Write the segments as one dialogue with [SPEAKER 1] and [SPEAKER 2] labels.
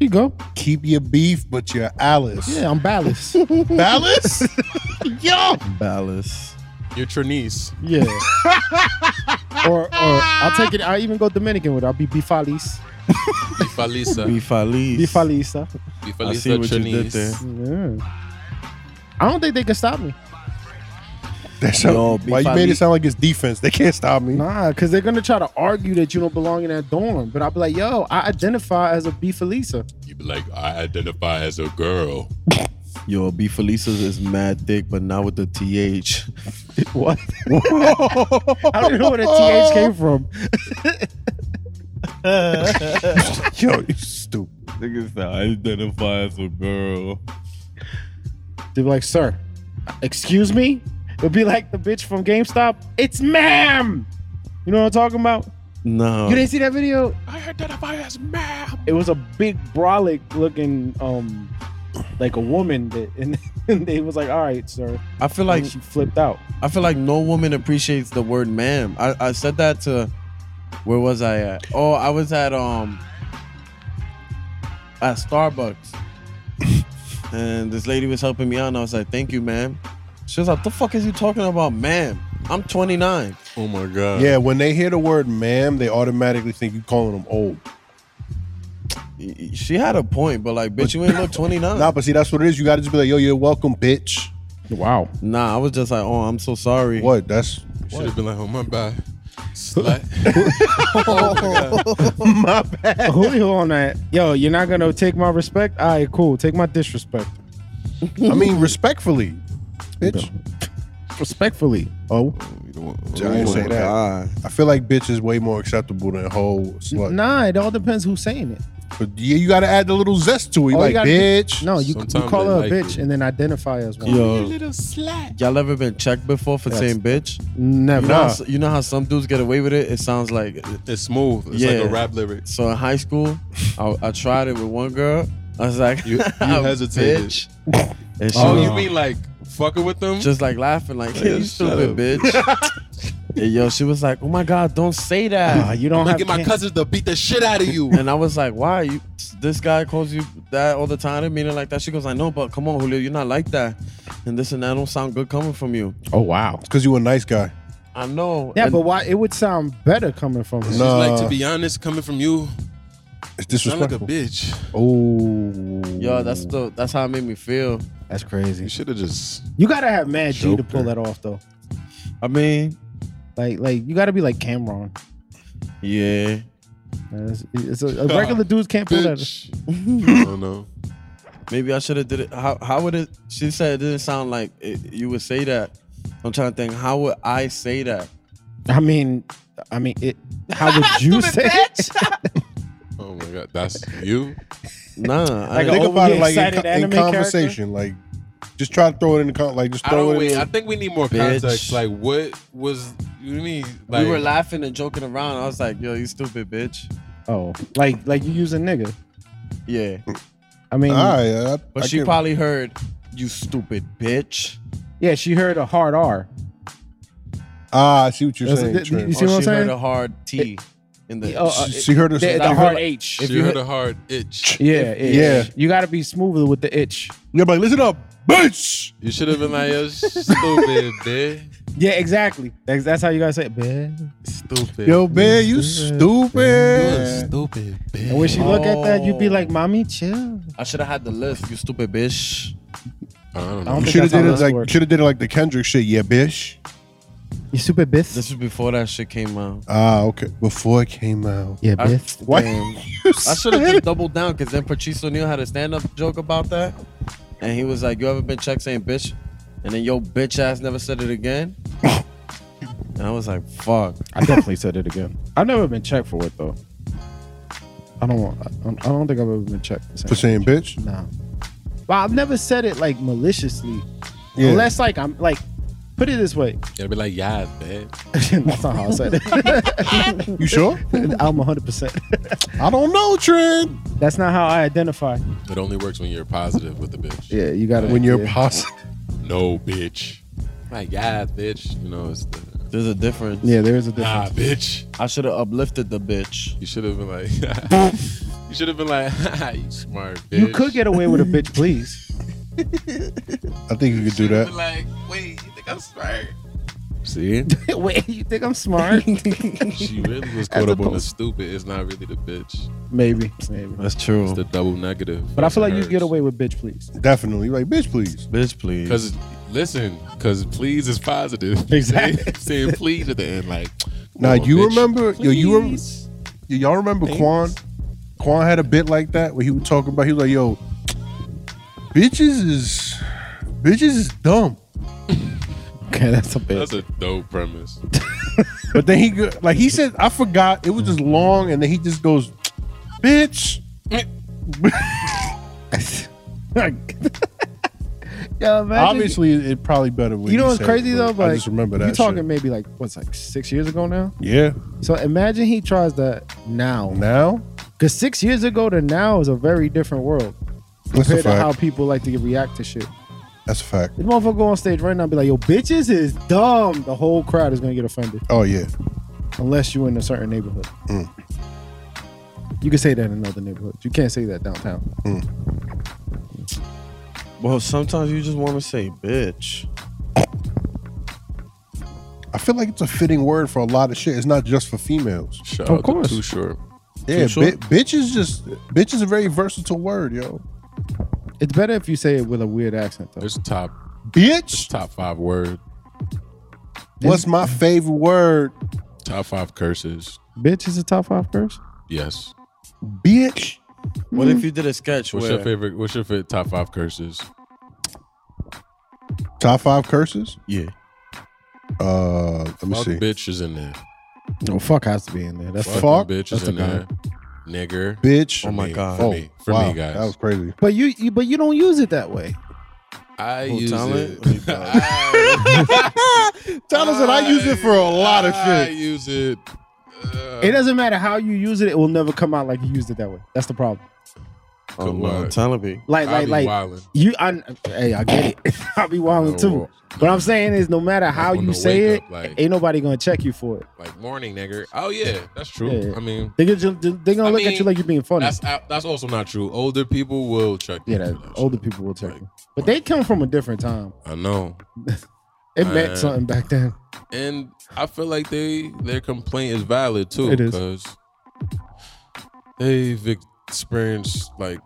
[SPEAKER 1] you go.
[SPEAKER 2] Keep your beef, but your Alice.
[SPEAKER 1] Yeah, I'm ballast.
[SPEAKER 2] Alice? Yo!
[SPEAKER 3] Ballas.
[SPEAKER 4] You're Trinise.
[SPEAKER 1] yeah. or or I'll take it. I even go Dominican with it. I'll be bifalis,
[SPEAKER 4] Bifalisa.
[SPEAKER 3] Bifalis.
[SPEAKER 1] bifalista.
[SPEAKER 3] I see
[SPEAKER 4] Bifalisa
[SPEAKER 3] what you did there.
[SPEAKER 4] Trinise.
[SPEAKER 1] Yeah. I don't think they can stop me.
[SPEAKER 2] That's
[SPEAKER 3] Yo,
[SPEAKER 2] how, why you made it sound like it's defense. They can't stop me.
[SPEAKER 1] Nah, because they're gonna try to argue that you don't belong in that dorm. But I'll be like, yo, I identify as a bifalisa.
[SPEAKER 4] You be like, I identify as a girl.
[SPEAKER 3] Yo, Bifalisas is mad thick, but not with the TH. what?
[SPEAKER 1] I don't even know where the th came from.
[SPEAKER 2] Yo, you stupid.
[SPEAKER 3] Niggas that identify as a girl.
[SPEAKER 1] They'd be like, sir, excuse me? It'd be like the bitch from GameStop. It's ma'am. You know what I'm talking about?
[SPEAKER 3] No.
[SPEAKER 1] You didn't see that video?
[SPEAKER 4] I identify as ma'am.
[SPEAKER 1] It was a big brolic looking um like a woman that and, and they was like, all right, sir.
[SPEAKER 3] I feel
[SPEAKER 1] Like
[SPEAKER 3] like
[SPEAKER 1] she flipped out.
[SPEAKER 3] I feel like no woman appreciates the word ma'am. I, I said that to where was I at? Oh, I was at um at Starbucks. and this lady was helping me out and I was like, Thank you, ma'am. She was like, the fuck is you talking about, ma'am? I'm 29.
[SPEAKER 4] Oh my god.
[SPEAKER 2] Yeah, when they hear the word ma'am, they automatically think you calling them old.
[SPEAKER 3] Y- y- She had a point, but like, bitch, you ain't look 29.
[SPEAKER 2] Nah, but see, that's what it is. You gotta just be like, yo, you're welcome, bitch.
[SPEAKER 1] Wow.
[SPEAKER 3] Nah, I was just like, oh, I'm so sorry.
[SPEAKER 2] What? That's
[SPEAKER 4] Should have been like, oh my bad. Slut.
[SPEAKER 1] Oh.
[SPEAKER 2] my bad.
[SPEAKER 1] Julio on that. Yo, you're not gonna take my respect? All right, cool. Take my disrespect.
[SPEAKER 2] I mean, respectfully, bitch.
[SPEAKER 1] Respectfully.
[SPEAKER 2] Oh, I didn't say
[SPEAKER 3] my
[SPEAKER 2] that.
[SPEAKER 3] God.
[SPEAKER 2] I feel like bitch is way more acceptable than whole slut.
[SPEAKER 1] Nah, it all depends who's saying it.
[SPEAKER 2] But yeah, you gotta add the little zest to it.
[SPEAKER 1] All Oh, you
[SPEAKER 2] like,
[SPEAKER 1] gotta do-
[SPEAKER 2] bitch.
[SPEAKER 1] No, you, you
[SPEAKER 4] Sometimes
[SPEAKER 1] call
[SPEAKER 4] they
[SPEAKER 1] her
[SPEAKER 4] like
[SPEAKER 1] a bitch
[SPEAKER 4] it.
[SPEAKER 1] and then identify as
[SPEAKER 4] Oh
[SPEAKER 1] one.
[SPEAKER 3] Yo,
[SPEAKER 4] little slut.
[SPEAKER 3] y'all ever been checked before for saying bitch?
[SPEAKER 1] Never.
[SPEAKER 3] You know,
[SPEAKER 2] Nah.
[SPEAKER 3] how, you know how some dudes get away with it? It sounds like
[SPEAKER 4] It's smooth. It's
[SPEAKER 3] Yeah.
[SPEAKER 4] like a rap lyric.
[SPEAKER 3] So in high school, I, I tried it with one girl. I was like,
[SPEAKER 4] You- you hesitated.
[SPEAKER 3] Bitch. And she
[SPEAKER 4] Oh,
[SPEAKER 3] was
[SPEAKER 4] you mean like fucking with them?
[SPEAKER 3] just like laughing, like, hey,
[SPEAKER 4] Yeah,
[SPEAKER 3] you
[SPEAKER 4] shut
[SPEAKER 3] stupid bitch. and yo, she was like, oh my God, don't say
[SPEAKER 1] Nah,
[SPEAKER 3] that.
[SPEAKER 1] you don't
[SPEAKER 4] Look
[SPEAKER 1] have
[SPEAKER 4] at my
[SPEAKER 1] can't-
[SPEAKER 4] cousins to beat the shit out of you.
[SPEAKER 3] And I was like, why? You, this guy calls you that all the time, I mean it like that. She goes, I know, but come on, Julio, you're not like that. And this and that don't sound good coming from you.
[SPEAKER 1] Oh wow.
[SPEAKER 2] Because you a nice guy.
[SPEAKER 3] I know.
[SPEAKER 1] Yeah,
[SPEAKER 3] And
[SPEAKER 1] but why? It would sound better coming from him.
[SPEAKER 4] She's
[SPEAKER 2] No.
[SPEAKER 4] like,
[SPEAKER 3] uh,
[SPEAKER 4] to be honest, coming from you,
[SPEAKER 2] It's
[SPEAKER 4] sound like a
[SPEAKER 2] disrespectful.
[SPEAKER 4] bitch.
[SPEAKER 2] oh.
[SPEAKER 3] Yo, that's the that's how it made me feel.
[SPEAKER 1] That's
[SPEAKER 4] You
[SPEAKER 1] crazy.
[SPEAKER 4] should have just.
[SPEAKER 1] You gotta have Mad G to
[SPEAKER 4] Joker.
[SPEAKER 1] pull that off, though.
[SPEAKER 3] I mean,
[SPEAKER 1] Like, like you gotta be like Cameron.
[SPEAKER 3] yeah.
[SPEAKER 1] It's, it's a, a regular dudes can't pull that.
[SPEAKER 4] Bitch. I don't know.
[SPEAKER 3] Maybe I should have did it. How, how would it? She said it didn't sound like it, you would say that. I'm trying to think. How would I say that?
[SPEAKER 1] I mean, I mean, it. How would you say? It?
[SPEAKER 4] Oh my god, that's you.
[SPEAKER 3] Nah,
[SPEAKER 1] Like
[SPEAKER 3] I,
[SPEAKER 1] a-
[SPEAKER 2] Think about it
[SPEAKER 1] overly
[SPEAKER 2] like in,
[SPEAKER 1] excited
[SPEAKER 2] co- in
[SPEAKER 1] anime
[SPEAKER 2] conversation. Like, just try to throw it in the con- like just
[SPEAKER 4] I
[SPEAKER 2] throw
[SPEAKER 4] don't.
[SPEAKER 2] it
[SPEAKER 4] Wait,
[SPEAKER 2] in.
[SPEAKER 4] I think we need more
[SPEAKER 3] Bitch.
[SPEAKER 4] context. Like, what was you mean? Like,
[SPEAKER 3] we were laughing and joking around. I was like, "Yo, you stupid bitch."
[SPEAKER 1] Oh, like, like you use a nigga.
[SPEAKER 3] Yeah,
[SPEAKER 1] I mean,
[SPEAKER 2] All right, uh,
[SPEAKER 3] but
[SPEAKER 2] I
[SPEAKER 3] she
[SPEAKER 2] can-
[SPEAKER 3] probably heard you stupid bitch.
[SPEAKER 1] yeah, she heard a hard R.
[SPEAKER 2] ah, I see what you're
[SPEAKER 1] That's-
[SPEAKER 2] saying.
[SPEAKER 1] that-
[SPEAKER 2] Trent.
[SPEAKER 1] You see
[SPEAKER 3] or
[SPEAKER 1] what I'm
[SPEAKER 3] she
[SPEAKER 1] saying?
[SPEAKER 3] heard a hard T in the.
[SPEAKER 1] Oh, uh,
[SPEAKER 2] she, she heard her.
[SPEAKER 1] The, the
[SPEAKER 3] I
[SPEAKER 1] hard
[SPEAKER 3] heard-
[SPEAKER 1] H.
[SPEAKER 4] She
[SPEAKER 1] you
[SPEAKER 4] heard
[SPEAKER 1] hit-
[SPEAKER 4] a hard itch.
[SPEAKER 1] yeah, itch.
[SPEAKER 2] yeah.
[SPEAKER 1] You gotta be smoother with the itch.
[SPEAKER 2] yeah, but like, listen up, bitch.
[SPEAKER 4] You should have been like, yo, stupid, bitch.
[SPEAKER 1] Yeah, exactly. That's, that's how you gotta say it. Bitch.
[SPEAKER 4] Stupid.
[SPEAKER 2] Yo, man, you
[SPEAKER 4] You a
[SPEAKER 2] stupid.
[SPEAKER 4] stupid, bitch.
[SPEAKER 1] And when she look at that, you'd be
[SPEAKER 3] Oh.
[SPEAKER 1] like, "Mommy, chill."
[SPEAKER 3] I should have had the list. You stupid bitch.
[SPEAKER 4] I
[SPEAKER 1] I
[SPEAKER 4] don't
[SPEAKER 1] don't
[SPEAKER 4] know.
[SPEAKER 2] You
[SPEAKER 1] think
[SPEAKER 2] should have
[SPEAKER 1] that's how
[SPEAKER 2] did it
[SPEAKER 1] this
[SPEAKER 2] like
[SPEAKER 1] works.
[SPEAKER 2] should have did it like the Kendrick shit. Yeah, bitch.
[SPEAKER 1] You stupid bitch.
[SPEAKER 3] This was before that shit came out.
[SPEAKER 2] Ah, okay. Before it came out.
[SPEAKER 1] Yeah,
[SPEAKER 3] I,
[SPEAKER 1] bitch.
[SPEAKER 2] Why?
[SPEAKER 3] damn.
[SPEAKER 2] you
[SPEAKER 3] I
[SPEAKER 2] said
[SPEAKER 3] should have just doubled down because then Patrice O'Neal had a stand-up joke about that, and he was like, "You ever been checked saying bitch?" And then yo bitch ass never said it again. and I was like, "Fuck."
[SPEAKER 1] I definitely said it again. I've never been checked for it though. I don't want. I don't, I don't think I've ever been checked for
[SPEAKER 2] for
[SPEAKER 1] saying.
[SPEAKER 2] saying bitch.
[SPEAKER 1] Nah. Well, I've never said it like maliciously,
[SPEAKER 2] Yeah.
[SPEAKER 1] unless like I'm like. Put it this way.
[SPEAKER 4] You'd be like, yeah, bitch.
[SPEAKER 1] That's not how I said it.
[SPEAKER 2] You sure?
[SPEAKER 1] I'm 100. percent
[SPEAKER 2] I don't know, Trent.
[SPEAKER 1] That's not how I identify.
[SPEAKER 4] It only works when you're positive with the bitch.
[SPEAKER 1] Yeah, you got to
[SPEAKER 2] When you're positive.
[SPEAKER 4] No, bitch. Like, yeah, bitch. You know, it's the,
[SPEAKER 3] There's a difference.
[SPEAKER 1] Yeah, there is a
[SPEAKER 4] nah,
[SPEAKER 1] difference.
[SPEAKER 4] bitch.
[SPEAKER 3] I should have uplifted the bitch.
[SPEAKER 4] You should have been like, you should have been like, "Ha, you smart bitch.
[SPEAKER 1] You could get away with a bitch, please.
[SPEAKER 2] I think you could do
[SPEAKER 4] Should've been
[SPEAKER 2] that.
[SPEAKER 4] like, wait, you think I'm smart? See,
[SPEAKER 1] Wait, you think I'm smart?
[SPEAKER 4] she really
[SPEAKER 1] As
[SPEAKER 4] was caught up on the
[SPEAKER 1] opposed-
[SPEAKER 4] stupid. It's not really the bitch.
[SPEAKER 1] maybe, maybe.
[SPEAKER 3] That's true.
[SPEAKER 4] It's the double negative.
[SPEAKER 1] But I feel like you get away with bitch, please.
[SPEAKER 2] Definitely. Like, bitch, please.
[SPEAKER 3] bitch, please.
[SPEAKER 4] because listen, because please is positive.
[SPEAKER 1] Exactly.
[SPEAKER 4] Saying please at the end, like.
[SPEAKER 2] Now,
[SPEAKER 4] "Come on,
[SPEAKER 2] you
[SPEAKER 4] bitch."
[SPEAKER 2] remember, yo, you rem-
[SPEAKER 4] Please.
[SPEAKER 2] yo, y'all remember Quan? Quan had a bit like that where he would talk about, he was like, yo, bitches is, bitches is dumb.
[SPEAKER 1] Okay, that's a
[SPEAKER 4] That's
[SPEAKER 1] bitch.
[SPEAKER 4] a dope premise.
[SPEAKER 2] But then he, go- like, he said, I forgot. It was just long. And then he just goes, bitch.
[SPEAKER 1] Yo, imagine-
[SPEAKER 2] Obviously, it probably better. when
[SPEAKER 1] you know
[SPEAKER 2] he
[SPEAKER 1] what's
[SPEAKER 2] said it,
[SPEAKER 1] crazy though?
[SPEAKER 2] but
[SPEAKER 1] But
[SPEAKER 2] I just remember that.
[SPEAKER 1] You talking
[SPEAKER 2] shit.
[SPEAKER 1] maybe like what's like six years ago now?
[SPEAKER 2] Yeah.
[SPEAKER 1] So imagine he tries that now,
[SPEAKER 2] Now,
[SPEAKER 1] because six years ago to now is a very different world
[SPEAKER 2] that's a
[SPEAKER 1] compared to how
[SPEAKER 2] fact.
[SPEAKER 1] people like to get- react to shit.
[SPEAKER 2] That's a fact.
[SPEAKER 1] This motherfucker go on stage right now and be like, "Yo, bitches is dumb." The whole crowd is gonna get offended
[SPEAKER 2] Oh yeah.
[SPEAKER 1] unless you're in a certain neighborhood.
[SPEAKER 2] Mm.
[SPEAKER 1] You can say that in another neighborhood. You can't say that downtown.
[SPEAKER 3] well, sometimes you just want to say bitch.
[SPEAKER 2] I feel like it's a fitting word for a lot of shit. It's not just for females.
[SPEAKER 4] Shout
[SPEAKER 1] Of
[SPEAKER 4] out to
[SPEAKER 1] course.
[SPEAKER 4] Too short.
[SPEAKER 2] Yeah,
[SPEAKER 3] sure?
[SPEAKER 2] bi- bitch is just bitch is a very versatile word, yo.
[SPEAKER 1] It's better if you say it with a weird accent though.
[SPEAKER 4] There's top
[SPEAKER 2] Bitch.
[SPEAKER 4] top five word,
[SPEAKER 2] What's my favorite word?
[SPEAKER 4] top five curses.
[SPEAKER 1] Bitch is a top five curse.
[SPEAKER 4] Yes.
[SPEAKER 2] Bitch.
[SPEAKER 3] What
[SPEAKER 1] Mm-hmm.
[SPEAKER 3] if you did a sketch
[SPEAKER 4] What's
[SPEAKER 3] where
[SPEAKER 4] your favorite? What's your favorite top five curses?
[SPEAKER 2] Top five curses.
[SPEAKER 3] Yeah.
[SPEAKER 2] Uh, let me
[SPEAKER 4] Fuck
[SPEAKER 2] see.
[SPEAKER 4] bitch is in there.
[SPEAKER 1] No fuck has to be in there. That's
[SPEAKER 4] Fucking
[SPEAKER 2] Fuck,
[SPEAKER 4] bitch
[SPEAKER 1] that's
[SPEAKER 4] is in
[SPEAKER 1] the guy.
[SPEAKER 4] there. Nigger.
[SPEAKER 2] Bitch.
[SPEAKER 3] Oh my
[SPEAKER 4] Me,
[SPEAKER 3] God.
[SPEAKER 4] For
[SPEAKER 2] Oh,
[SPEAKER 4] me, for
[SPEAKER 2] wow,
[SPEAKER 4] me, guys.
[SPEAKER 2] That was crazy.
[SPEAKER 1] but you, you but you don't use it that way.
[SPEAKER 4] I
[SPEAKER 3] Well,
[SPEAKER 4] use
[SPEAKER 3] talent?
[SPEAKER 4] it.
[SPEAKER 2] Tell us that I use it for a lot of
[SPEAKER 4] I
[SPEAKER 2] shit.
[SPEAKER 4] use it. Uh,
[SPEAKER 1] It doesn't matter how you use it; it will never come out like you used it that way. That's the problem.
[SPEAKER 3] Oh,
[SPEAKER 4] Good
[SPEAKER 3] no,
[SPEAKER 4] luck.
[SPEAKER 3] Tanabe.
[SPEAKER 1] Like,
[SPEAKER 4] I
[SPEAKER 1] like,
[SPEAKER 4] be
[SPEAKER 1] like
[SPEAKER 4] wildin'.
[SPEAKER 1] you. I, hey, I get it. I'll be wilding too. What I'm saying is, no matter how
[SPEAKER 4] on
[SPEAKER 1] you
[SPEAKER 4] the
[SPEAKER 1] say
[SPEAKER 4] wake
[SPEAKER 1] it,
[SPEAKER 4] up, like-
[SPEAKER 1] ain't nobody gonna check you for it.
[SPEAKER 4] Like morning, nigger. Oh yeah, that's true.
[SPEAKER 1] Yeah.
[SPEAKER 4] I mean,
[SPEAKER 1] They gonna, they gonna
[SPEAKER 4] I
[SPEAKER 1] look at
[SPEAKER 4] mean,
[SPEAKER 1] you like you're being funny.
[SPEAKER 4] that's uh, that's also not true. Older people will check. you
[SPEAKER 1] Yeah,
[SPEAKER 4] for
[SPEAKER 1] that,
[SPEAKER 4] that
[SPEAKER 1] older
[SPEAKER 4] shit.
[SPEAKER 1] people will check
[SPEAKER 4] Like,
[SPEAKER 1] you, but they come from a different time.
[SPEAKER 4] I know.
[SPEAKER 1] It meant
[SPEAKER 4] Man.
[SPEAKER 1] something back then.
[SPEAKER 4] and I feel like they their complaint is valid too
[SPEAKER 1] It is.
[SPEAKER 4] because they've experienced like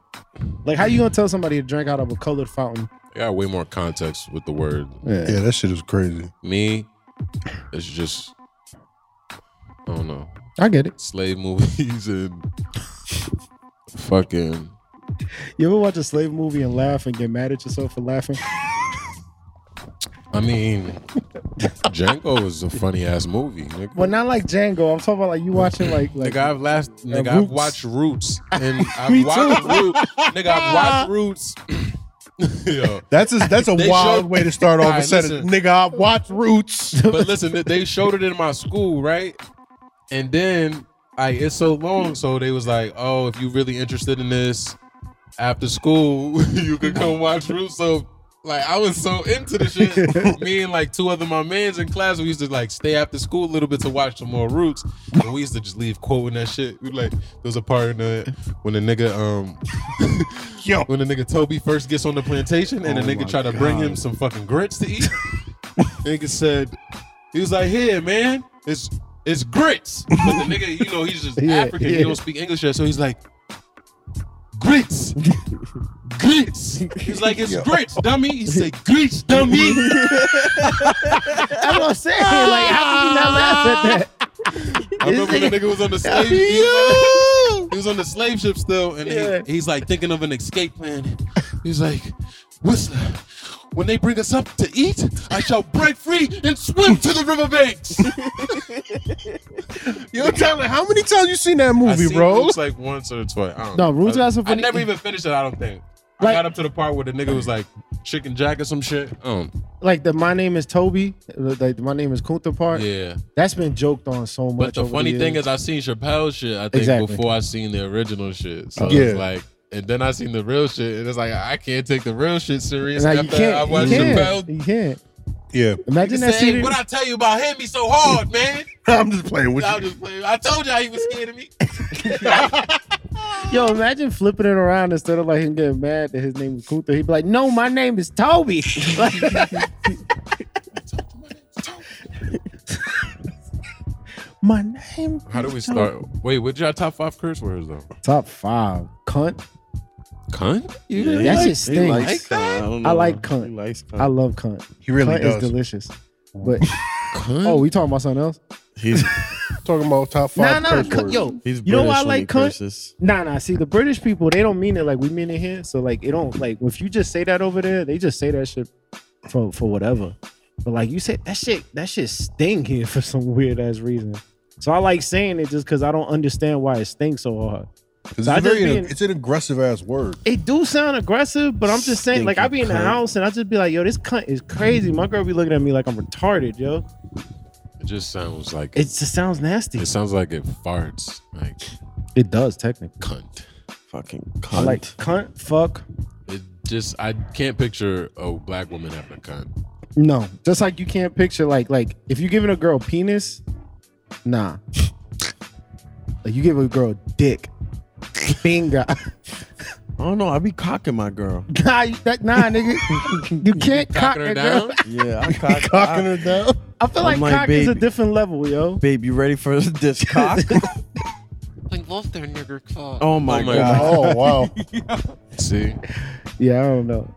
[SPEAKER 1] Like, how you gonna tell somebody to drink out of a colored fountain?
[SPEAKER 4] they got way more context with the word.
[SPEAKER 1] Yeah.
[SPEAKER 2] Yeah, that shit is crazy.
[SPEAKER 4] Me, it's just I don't know
[SPEAKER 1] I get it.
[SPEAKER 4] slave movies and fucking
[SPEAKER 1] You ever watch a slave movie and laugh and get mad at yourself for laughing?
[SPEAKER 4] I mean Django is a funny ass movie. Nigga.
[SPEAKER 1] But not like Django. I'm talking about like you watching like like
[SPEAKER 4] Nigga, I've last nigga,
[SPEAKER 1] Roots.
[SPEAKER 4] I've watched Roots and
[SPEAKER 1] Me
[SPEAKER 4] I've watched Roots. Nigga, I've watched Roots. Yo,
[SPEAKER 2] That's a, that's a
[SPEAKER 4] They
[SPEAKER 2] wild
[SPEAKER 4] showed-
[SPEAKER 2] way to start off a
[SPEAKER 4] Alright,
[SPEAKER 2] sentence.
[SPEAKER 4] listen.
[SPEAKER 2] Nigga, I watch Roots.
[SPEAKER 4] but listen, th- they showed it in my school, right? And then I it's so long, so they was like, "Oh, if you really interested in this, after school, you could come watch Roots." So, like, I was so into the shit. Me and like two other my mans in class, we used to like stay after school a little bit to watch some more Roots, and we used to just leave quoting that shit. We like there was a part in the when the nigga um
[SPEAKER 2] Yo.
[SPEAKER 4] when the nigga Toby first gets on the plantation and
[SPEAKER 2] Oh
[SPEAKER 4] the nigga
[SPEAKER 2] my
[SPEAKER 4] try to bring
[SPEAKER 2] God.
[SPEAKER 4] him some fucking grits to eat. nigga said, he was like, here, man, it's it's grits. But the nigga, you know, he's just
[SPEAKER 1] Yeah,
[SPEAKER 4] African.
[SPEAKER 1] yeah.
[SPEAKER 4] He don't speak English yet, so he's like, grits. Grits. He's like, it's
[SPEAKER 2] Yo.
[SPEAKER 4] grits, dummy. He said, grits, dummy.
[SPEAKER 1] That's what I'm saying. Like, how can you not laugh at that?
[SPEAKER 4] I remember when the nigga was on the slave. He was, on- he was on the slave ship still, and he-
[SPEAKER 1] Yeah.
[SPEAKER 4] he's like thinking of an escape plan. He's like, Whistler, when they bring us up to eat, I shall break free and swim to the riverbanks.
[SPEAKER 2] Yo, Tyler, how many times you seen that
[SPEAKER 4] I
[SPEAKER 2] movie,
[SPEAKER 4] seen
[SPEAKER 2] bro?
[SPEAKER 4] Roots like once or twice. I don't
[SPEAKER 1] No,
[SPEAKER 4] know.
[SPEAKER 1] Roots
[SPEAKER 4] I,
[SPEAKER 1] got some
[SPEAKER 4] I
[SPEAKER 1] funny-
[SPEAKER 4] never even finished it. I don't think. I
[SPEAKER 1] Like-
[SPEAKER 4] got up to the part where the nigga was like chicken jack or some shit. Um,
[SPEAKER 1] Like the my name is Toby, like the my name is Kunta part.
[SPEAKER 4] yeah.
[SPEAKER 1] That's been joked on so much.
[SPEAKER 4] But the
[SPEAKER 1] over
[SPEAKER 4] funny thing
[SPEAKER 1] years.
[SPEAKER 4] is, I seen Chappelle's shit. I think
[SPEAKER 1] Exactly.
[SPEAKER 4] before I seen the original shit. So
[SPEAKER 2] Yeah.
[SPEAKER 4] it's like, and then I seen the real shit, and it's like I can't take the real shit serious
[SPEAKER 1] Like,
[SPEAKER 4] after
[SPEAKER 1] you can't,
[SPEAKER 4] I watched
[SPEAKER 1] you
[SPEAKER 4] Chappelle.
[SPEAKER 1] can't, you can't.
[SPEAKER 2] Yeah.
[SPEAKER 1] Imagine that
[SPEAKER 4] Saying,
[SPEAKER 1] scene.
[SPEAKER 4] what I tell you about him, he's so hard, man.
[SPEAKER 2] I'm just playing with
[SPEAKER 4] I
[SPEAKER 2] you.
[SPEAKER 4] was just playing. I told y'all he was scared of me.
[SPEAKER 1] Yo, imagine flipping it around instead of like him getting mad that his name is Kunta. He'd be like, "No, my name is Toby." Like- my name.
[SPEAKER 4] How do we
[SPEAKER 1] is Toby.
[SPEAKER 4] start? Wait, what's your top five curse words though?
[SPEAKER 1] Top five, cunt.
[SPEAKER 4] Cunt?
[SPEAKER 3] You
[SPEAKER 1] That
[SPEAKER 3] like-
[SPEAKER 1] shit
[SPEAKER 3] you
[SPEAKER 1] stinks.
[SPEAKER 3] like that? don't
[SPEAKER 1] I
[SPEAKER 3] know.
[SPEAKER 1] like cunt.
[SPEAKER 3] He likes cunt.
[SPEAKER 1] I love cunt.
[SPEAKER 2] He really
[SPEAKER 1] cunt
[SPEAKER 2] does.
[SPEAKER 1] is delicious. But
[SPEAKER 4] Cunt?
[SPEAKER 1] oh, we talking about something else?
[SPEAKER 3] he's
[SPEAKER 2] Talking about top
[SPEAKER 1] Nah,
[SPEAKER 2] five.
[SPEAKER 1] nah,
[SPEAKER 2] curse
[SPEAKER 1] cunt,
[SPEAKER 2] words.
[SPEAKER 1] yo.
[SPEAKER 3] he's British
[SPEAKER 1] You know why I
[SPEAKER 3] when
[SPEAKER 1] like
[SPEAKER 3] he
[SPEAKER 1] cunt?
[SPEAKER 3] curses.
[SPEAKER 1] Nah, nah. See, the British people, they don't mean it like we mean it here. So like, it don't like if you just say that over there, they just say that shit for for whatever. But like you said, that shit, that shit sting here for some weird ass reason. So I like saying it just because I don't understand why it stings so hard.
[SPEAKER 2] 'Cause
[SPEAKER 1] So I
[SPEAKER 2] It's,
[SPEAKER 1] just
[SPEAKER 2] very,
[SPEAKER 1] being-
[SPEAKER 2] it's an aggressive ass word.
[SPEAKER 1] It do sound aggressive, but I'm just saying, like I be in the
[SPEAKER 3] Stinking cunt.
[SPEAKER 1] house and I just be like, yo, this cunt is crazy. My girl be looking at me like I'm retarded, yo.
[SPEAKER 4] It just sounds like
[SPEAKER 1] It
[SPEAKER 4] it,
[SPEAKER 1] just sounds nasty.
[SPEAKER 4] sounds like it farts. Like
[SPEAKER 1] It does technically.
[SPEAKER 4] cunt.
[SPEAKER 3] Fucking
[SPEAKER 1] I
[SPEAKER 3] cunt.
[SPEAKER 1] like cunt, fuck.
[SPEAKER 4] It just I can't picture a black woman having a cunt.
[SPEAKER 1] No, just like you can't picture like like if you giving a girl penis, nah. like you give a girl dick, finger,
[SPEAKER 3] I don't know. I be cocking my girl.
[SPEAKER 1] nah, you- that, nah, nigga, you can't cock
[SPEAKER 4] Cocking her
[SPEAKER 1] a girl.
[SPEAKER 4] down.
[SPEAKER 3] Yeah, I cock.
[SPEAKER 2] Cocking her
[SPEAKER 3] I-
[SPEAKER 2] down.
[SPEAKER 1] I feel like
[SPEAKER 3] I'm like,
[SPEAKER 1] cock is a
[SPEAKER 3] baby.
[SPEAKER 1] different level, yo.
[SPEAKER 3] Babe, you ready for this cock?
[SPEAKER 5] I love their nigger claw.
[SPEAKER 3] Oh my,
[SPEAKER 4] Oh my
[SPEAKER 3] god.
[SPEAKER 2] Oh wow.
[SPEAKER 4] See?
[SPEAKER 1] Yeah, I don't know.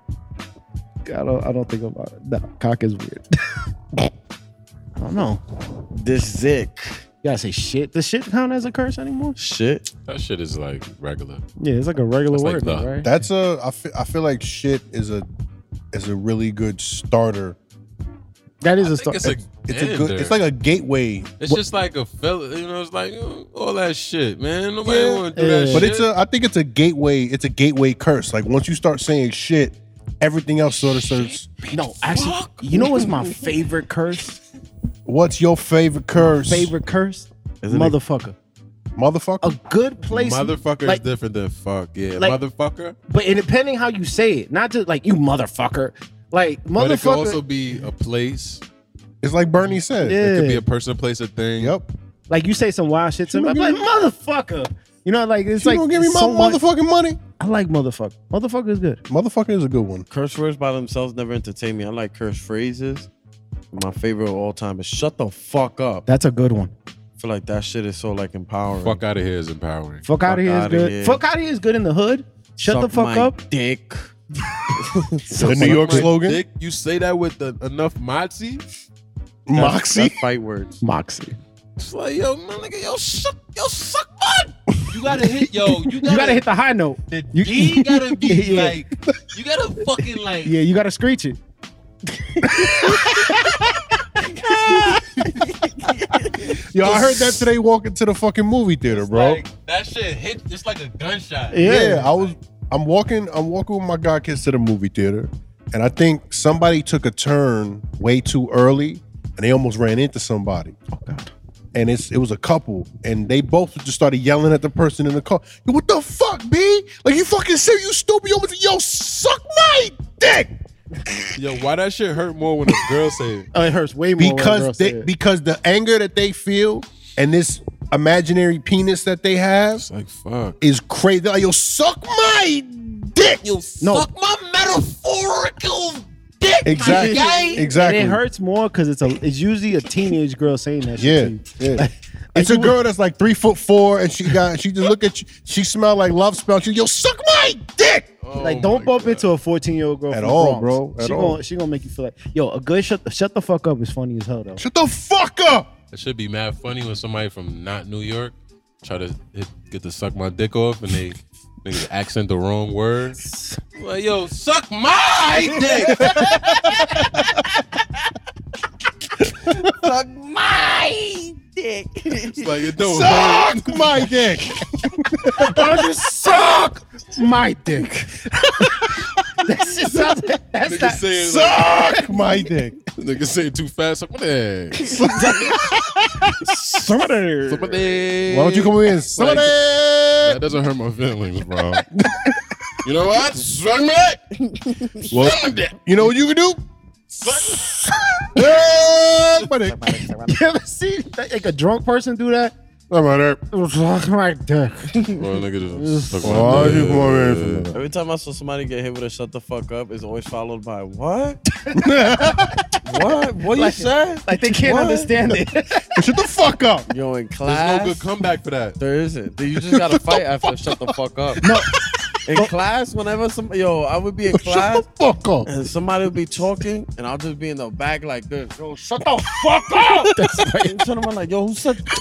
[SPEAKER 1] I don't. I don't think about it. Nah, cock is weird. I don't know.
[SPEAKER 3] This zick.
[SPEAKER 1] You gotta say shit. Does shit count as a curse anymore?
[SPEAKER 3] Shit.
[SPEAKER 4] That shit is like regular.
[SPEAKER 1] Yeah, it's like a regular
[SPEAKER 4] That's like
[SPEAKER 1] word,
[SPEAKER 4] the-
[SPEAKER 1] right?
[SPEAKER 2] That's a. I feel, I feel like shit is a is a really good starter.
[SPEAKER 1] that is
[SPEAKER 4] I
[SPEAKER 1] a
[SPEAKER 4] think
[SPEAKER 1] start.
[SPEAKER 4] it's a,
[SPEAKER 2] It's a good. It's like a gateway.
[SPEAKER 4] it's just like a fella, you know, it's like oh, all that shit, man. Nobody
[SPEAKER 2] Yeah.
[SPEAKER 4] wanna do that
[SPEAKER 1] Yeah.
[SPEAKER 4] shit.
[SPEAKER 2] But it's a. I think it's a gateway. It's a gateway curse. Like once you start saying shit, everything else sort of starts.
[SPEAKER 1] No, actually, you know what's my favorite curse?
[SPEAKER 2] What's your favorite Oh. curse?
[SPEAKER 1] favorite curse?
[SPEAKER 3] Isn't it-
[SPEAKER 1] motherfucker.
[SPEAKER 2] motherfucker.
[SPEAKER 1] A good place,
[SPEAKER 4] motherfucker
[SPEAKER 1] like-
[SPEAKER 4] is different than fuck. Yeah.
[SPEAKER 1] like-
[SPEAKER 4] motherfucker.
[SPEAKER 1] but it depending how you say it, not just like you motherfucker, like
[SPEAKER 4] But it could
[SPEAKER 1] motherfucker.
[SPEAKER 4] also be a place.
[SPEAKER 2] It's like Bernie said.
[SPEAKER 1] yeah,
[SPEAKER 4] It could be a person, place, a thing.
[SPEAKER 2] Yep.
[SPEAKER 1] like you say some wild shit to
[SPEAKER 2] You
[SPEAKER 1] me, I'm
[SPEAKER 2] gonna
[SPEAKER 1] like motherfucker. You know, like it's
[SPEAKER 2] She
[SPEAKER 1] like
[SPEAKER 2] gonna give me my
[SPEAKER 1] so much-
[SPEAKER 2] motherfucking money.
[SPEAKER 1] I like motherfucker. Motherfucker is good.
[SPEAKER 2] Motherfucker is a good one.
[SPEAKER 3] Curse words by themselves never entertain me. I like curse phrases. My favorite of all time is shut the fuck up.
[SPEAKER 1] That's a good one.
[SPEAKER 3] I feel like that shit is so like empowering.
[SPEAKER 4] Fuck out of here is empowering.
[SPEAKER 1] Fuck, out
[SPEAKER 3] Fuck
[SPEAKER 1] of here is
[SPEAKER 3] outta
[SPEAKER 1] good.
[SPEAKER 3] here.
[SPEAKER 1] Fuck out of here is good in the hood. Shut the
[SPEAKER 3] Suck
[SPEAKER 1] fuck
[SPEAKER 3] my
[SPEAKER 1] up.
[SPEAKER 3] Dick.
[SPEAKER 2] The New York
[SPEAKER 4] My
[SPEAKER 2] slogan.
[SPEAKER 4] dick, you say that with the, enough moxie.
[SPEAKER 3] That's-
[SPEAKER 2] Moxie.
[SPEAKER 3] that's fight words.
[SPEAKER 1] Moxie.
[SPEAKER 4] It's like, yo, my nigga, yo, suck, yo, suck butt. You gotta hit, yo, you gotta,
[SPEAKER 1] You gotta hit the high note.
[SPEAKER 4] the
[SPEAKER 1] you-
[SPEAKER 4] D gotta be
[SPEAKER 1] Yeah.
[SPEAKER 4] like, you gotta fucking like,
[SPEAKER 1] Yeah, you gotta screech it.
[SPEAKER 2] Yo, I heard that today walking to the fucking movie theater, bro.
[SPEAKER 4] like, that shit hit, it's like a gunshot.
[SPEAKER 2] yeah. I was. I'm walking. I'm walking with my god kids to the movie theater, and I think somebody took a turn way too early, and they almost ran into somebody. Oh god. And it's it was a couple, and they both just started yelling at the person in the car. Yo, what the fuck, B? Like you fucking serious? You stupid? You almost yo suck my dick
[SPEAKER 4] Yo, why that shit hurt more when a girl say it?
[SPEAKER 1] Oh, it hurts way more. when a girl
[SPEAKER 2] because
[SPEAKER 1] say
[SPEAKER 2] they
[SPEAKER 1] it.
[SPEAKER 2] because the anger that they feel and this imaginary penis that they have
[SPEAKER 4] It's like, fuck.
[SPEAKER 2] is crazy. They're Like yo suck my dick.
[SPEAKER 1] No.
[SPEAKER 5] Fuck my metaphorical dick,
[SPEAKER 2] Exactly.
[SPEAKER 5] my guy.
[SPEAKER 2] Exactly.
[SPEAKER 1] And it hurts more because it's a it's usually a teenage girl saying that
[SPEAKER 2] Yeah,
[SPEAKER 1] shit. to you.
[SPEAKER 2] yeah.
[SPEAKER 1] Like
[SPEAKER 2] It's
[SPEAKER 1] you
[SPEAKER 2] a girl that's like three foot four, and she got she just look at you. She smell like love spell. She yo suck my dick.
[SPEAKER 1] Like, don't bump into a fourteen year old girl
[SPEAKER 2] At
[SPEAKER 1] from
[SPEAKER 2] all,
[SPEAKER 1] Bronx.
[SPEAKER 2] bro. At
[SPEAKER 1] she
[SPEAKER 2] all.
[SPEAKER 1] Gonna, she gonna make you feel like, yo, a good shut the, shut the fuck up is funny as hell though.
[SPEAKER 2] Shut the fuck up.
[SPEAKER 4] That should be mad funny when somebody from not New York try to hit, get to suck my dick off and they nigga accent the wrong word. Like, yo, suck my dick.
[SPEAKER 5] Fuck my dick.
[SPEAKER 4] It's like, it don't hurt.
[SPEAKER 2] Suck my dick.
[SPEAKER 1] Don't you suck my dick? that's just sounds like, that's
[SPEAKER 4] Nigga
[SPEAKER 1] not,
[SPEAKER 4] say, it like,
[SPEAKER 2] Suck my dick.
[SPEAKER 4] nigga say it too fast. Suck my dick. Suck
[SPEAKER 1] somebody.
[SPEAKER 4] my dick.
[SPEAKER 2] Why don't you come in? Somebody.
[SPEAKER 4] That doesn't hurt my feelings, bro. you know what? Suck my dick.
[SPEAKER 2] Well, you know what you can do? Suck my dick.
[SPEAKER 1] You ever see like, a drunk person do that?
[SPEAKER 2] Something like that.
[SPEAKER 1] Suck my dick.
[SPEAKER 4] Boy, nigga just
[SPEAKER 1] Just-
[SPEAKER 4] suck my
[SPEAKER 2] Why
[SPEAKER 4] dick.
[SPEAKER 2] you come in for
[SPEAKER 3] Every time I saw somebody get hit with a shut the fuck up, it's always followed by what? what? What you
[SPEAKER 1] Like-
[SPEAKER 3] say?
[SPEAKER 1] Like they can't
[SPEAKER 3] What?
[SPEAKER 1] understand it.
[SPEAKER 2] that? Shut the fuck up.
[SPEAKER 3] Yo, in class.
[SPEAKER 4] There's no good comeback for that.
[SPEAKER 3] There isn't. Dude, You just gotta fight after shut the fuck up. No. In class, whenever some yo, I would be in class
[SPEAKER 2] Shut the fuck up.
[SPEAKER 3] and somebody would be talking, and I'll just be in the back like this. Yo, shut the fuck up! That's right. And turn around like, yo, who said?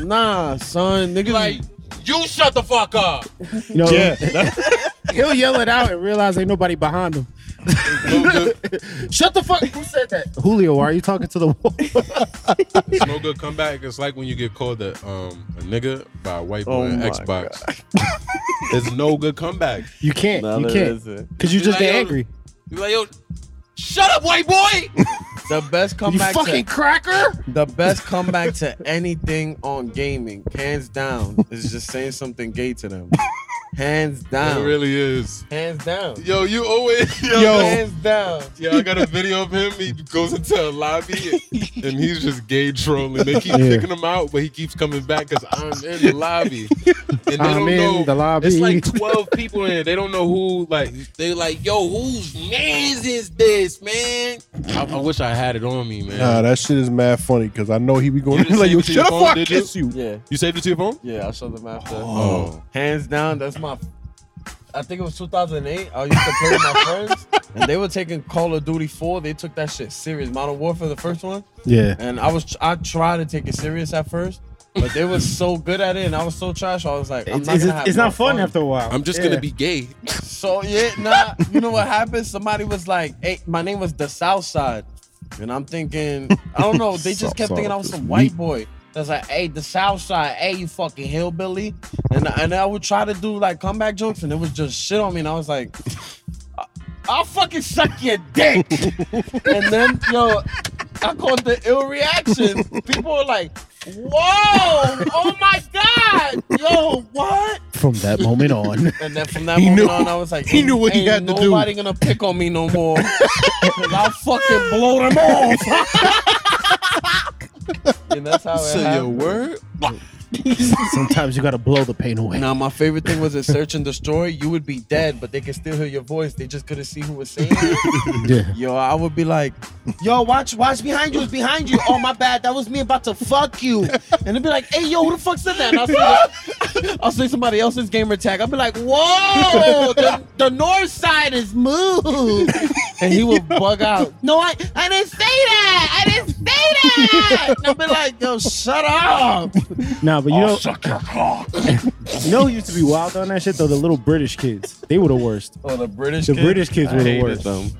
[SPEAKER 3] nah, son, nigga.
[SPEAKER 4] Like, you shut the fuck up.
[SPEAKER 1] You know,
[SPEAKER 2] Yeah.
[SPEAKER 1] he'll yell it out and realize ain't nobody behind him.
[SPEAKER 4] There's no good,
[SPEAKER 1] Shut the fuck. Who said that? Julio, why are you talking to the wall?
[SPEAKER 4] there's no good comeback. It's like when you get called a um a nigga by a white boy
[SPEAKER 3] Oh
[SPEAKER 4] on
[SPEAKER 3] my
[SPEAKER 4] Xbox. there's no good comeback.
[SPEAKER 1] You can't.
[SPEAKER 3] Nah,
[SPEAKER 1] you
[SPEAKER 3] there
[SPEAKER 1] can't.
[SPEAKER 3] isn't.
[SPEAKER 1] Because you just
[SPEAKER 4] Like,
[SPEAKER 1] get
[SPEAKER 4] yo,
[SPEAKER 1] angry.
[SPEAKER 4] You like yo, shut up, white boy.
[SPEAKER 3] The best
[SPEAKER 1] You
[SPEAKER 3] comeback.
[SPEAKER 1] fucking
[SPEAKER 3] to,
[SPEAKER 1] cracker.
[SPEAKER 3] the best comeback to anything on gaming, hands down, is just saying something gay to them. Hands down.
[SPEAKER 4] It really is.
[SPEAKER 3] Hands down.
[SPEAKER 4] Yo, you always yo.
[SPEAKER 2] Yo.
[SPEAKER 3] Hands down.
[SPEAKER 4] Yeah, I got a video of him. He goes into a lobby and he's just gay trolling. They keep
[SPEAKER 1] Yeah.
[SPEAKER 4] kicking him out, but he keeps coming back because I'm in the lobby. And they
[SPEAKER 1] I'm
[SPEAKER 4] don't
[SPEAKER 1] in
[SPEAKER 4] know.
[SPEAKER 1] the lobby.
[SPEAKER 4] It's like 12 people in here. They don't know who, like, they like, yo, whose man's is this, man? I, I wish I had it on me, man.
[SPEAKER 2] Nah, that shit is mad funny because I know he be going
[SPEAKER 4] You just
[SPEAKER 2] like,
[SPEAKER 4] saved
[SPEAKER 2] yo,
[SPEAKER 4] it to your
[SPEAKER 2] shut the
[SPEAKER 4] phone,
[SPEAKER 2] fuck
[SPEAKER 4] did you?
[SPEAKER 2] kiss you.
[SPEAKER 3] Yeah.
[SPEAKER 4] you saved it to your phone?
[SPEAKER 3] Yeah, I will show them after.
[SPEAKER 4] Oh.
[SPEAKER 3] Hands down, that's my. I think it was 2008. I used to play with my friends, and they were taking Call of Duty 4. They took that shit serious. Modern Warfare, the first one,
[SPEAKER 1] Yeah.
[SPEAKER 3] and I was I tried to take it serious at first, but they was so good at it, and I was so trash. I was like, I'm
[SPEAKER 1] It's,
[SPEAKER 3] not
[SPEAKER 1] it's,
[SPEAKER 3] gonna have
[SPEAKER 1] it's
[SPEAKER 3] no
[SPEAKER 1] not fun after a while.
[SPEAKER 4] I'm just
[SPEAKER 1] Yeah.
[SPEAKER 4] gonna be gay.
[SPEAKER 3] So yeah, nah. You know what happened? Somebody was like, "Hey, my name was the South Side," and I'm thinking, I don't know. They just
[SPEAKER 2] South
[SPEAKER 3] kept thinking
[SPEAKER 2] Side
[SPEAKER 3] I was
[SPEAKER 2] is
[SPEAKER 3] some white boy. That's like, "Hey, the South Side. Hey, you fucking hillbilly." And and I would try to do like comeback jokes, and it was just shit on me. And I was like, "I- "I'll fucking suck your dick." and then yo, I called the ill reaction. People were like, "Whoa! Oh my god! Yo, what?"
[SPEAKER 1] From that moment on.
[SPEAKER 3] And then from that
[SPEAKER 2] He
[SPEAKER 3] moment
[SPEAKER 2] knew-
[SPEAKER 3] on, I was like,
[SPEAKER 2] he knew what he
[SPEAKER 3] ain't
[SPEAKER 2] had to do.
[SPEAKER 3] Nobody gonna pick on me no more. 'Cause I'll fucking blow them off. and that's how it
[SPEAKER 4] Say your
[SPEAKER 3] happened.
[SPEAKER 4] word.
[SPEAKER 1] Sometimes you gotta blow the pain away.
[SPEAKER 3] Now my favorite thing was in Search and Destroy. You would be dead, but they could still hear your voice. They just couldn't see who was saying it.
[SPEAKER 1] Yeah.
[SPEAKER 3] Yo, I would be like, Yo, watch, watch behind you. It's behind you. Oh my bad, that was me about to fuck you. And it'd be like, Hey, yo, who the fuck said that? And I'll say, I'll say somebody else's gamer tag. I'll be like, Whoa, the, the north side is moved. And he would bug out. No, I, I didn't say that. I didn't say that. And I'll be like, Yo, shut up.
[SPEAKER 1] Nah, but you know, you know, who used to be wild on that shit though. The little British kids, they were the worst.
[SPEAKER 3] Oh, the British.
[SPEAKER 1] The British kids
[SPEAKER 3] I
[SPEAKER 1] were the
[SPEAKER 3] hated
[SPEAKER 1] worst.
[SPEAKER 3] them.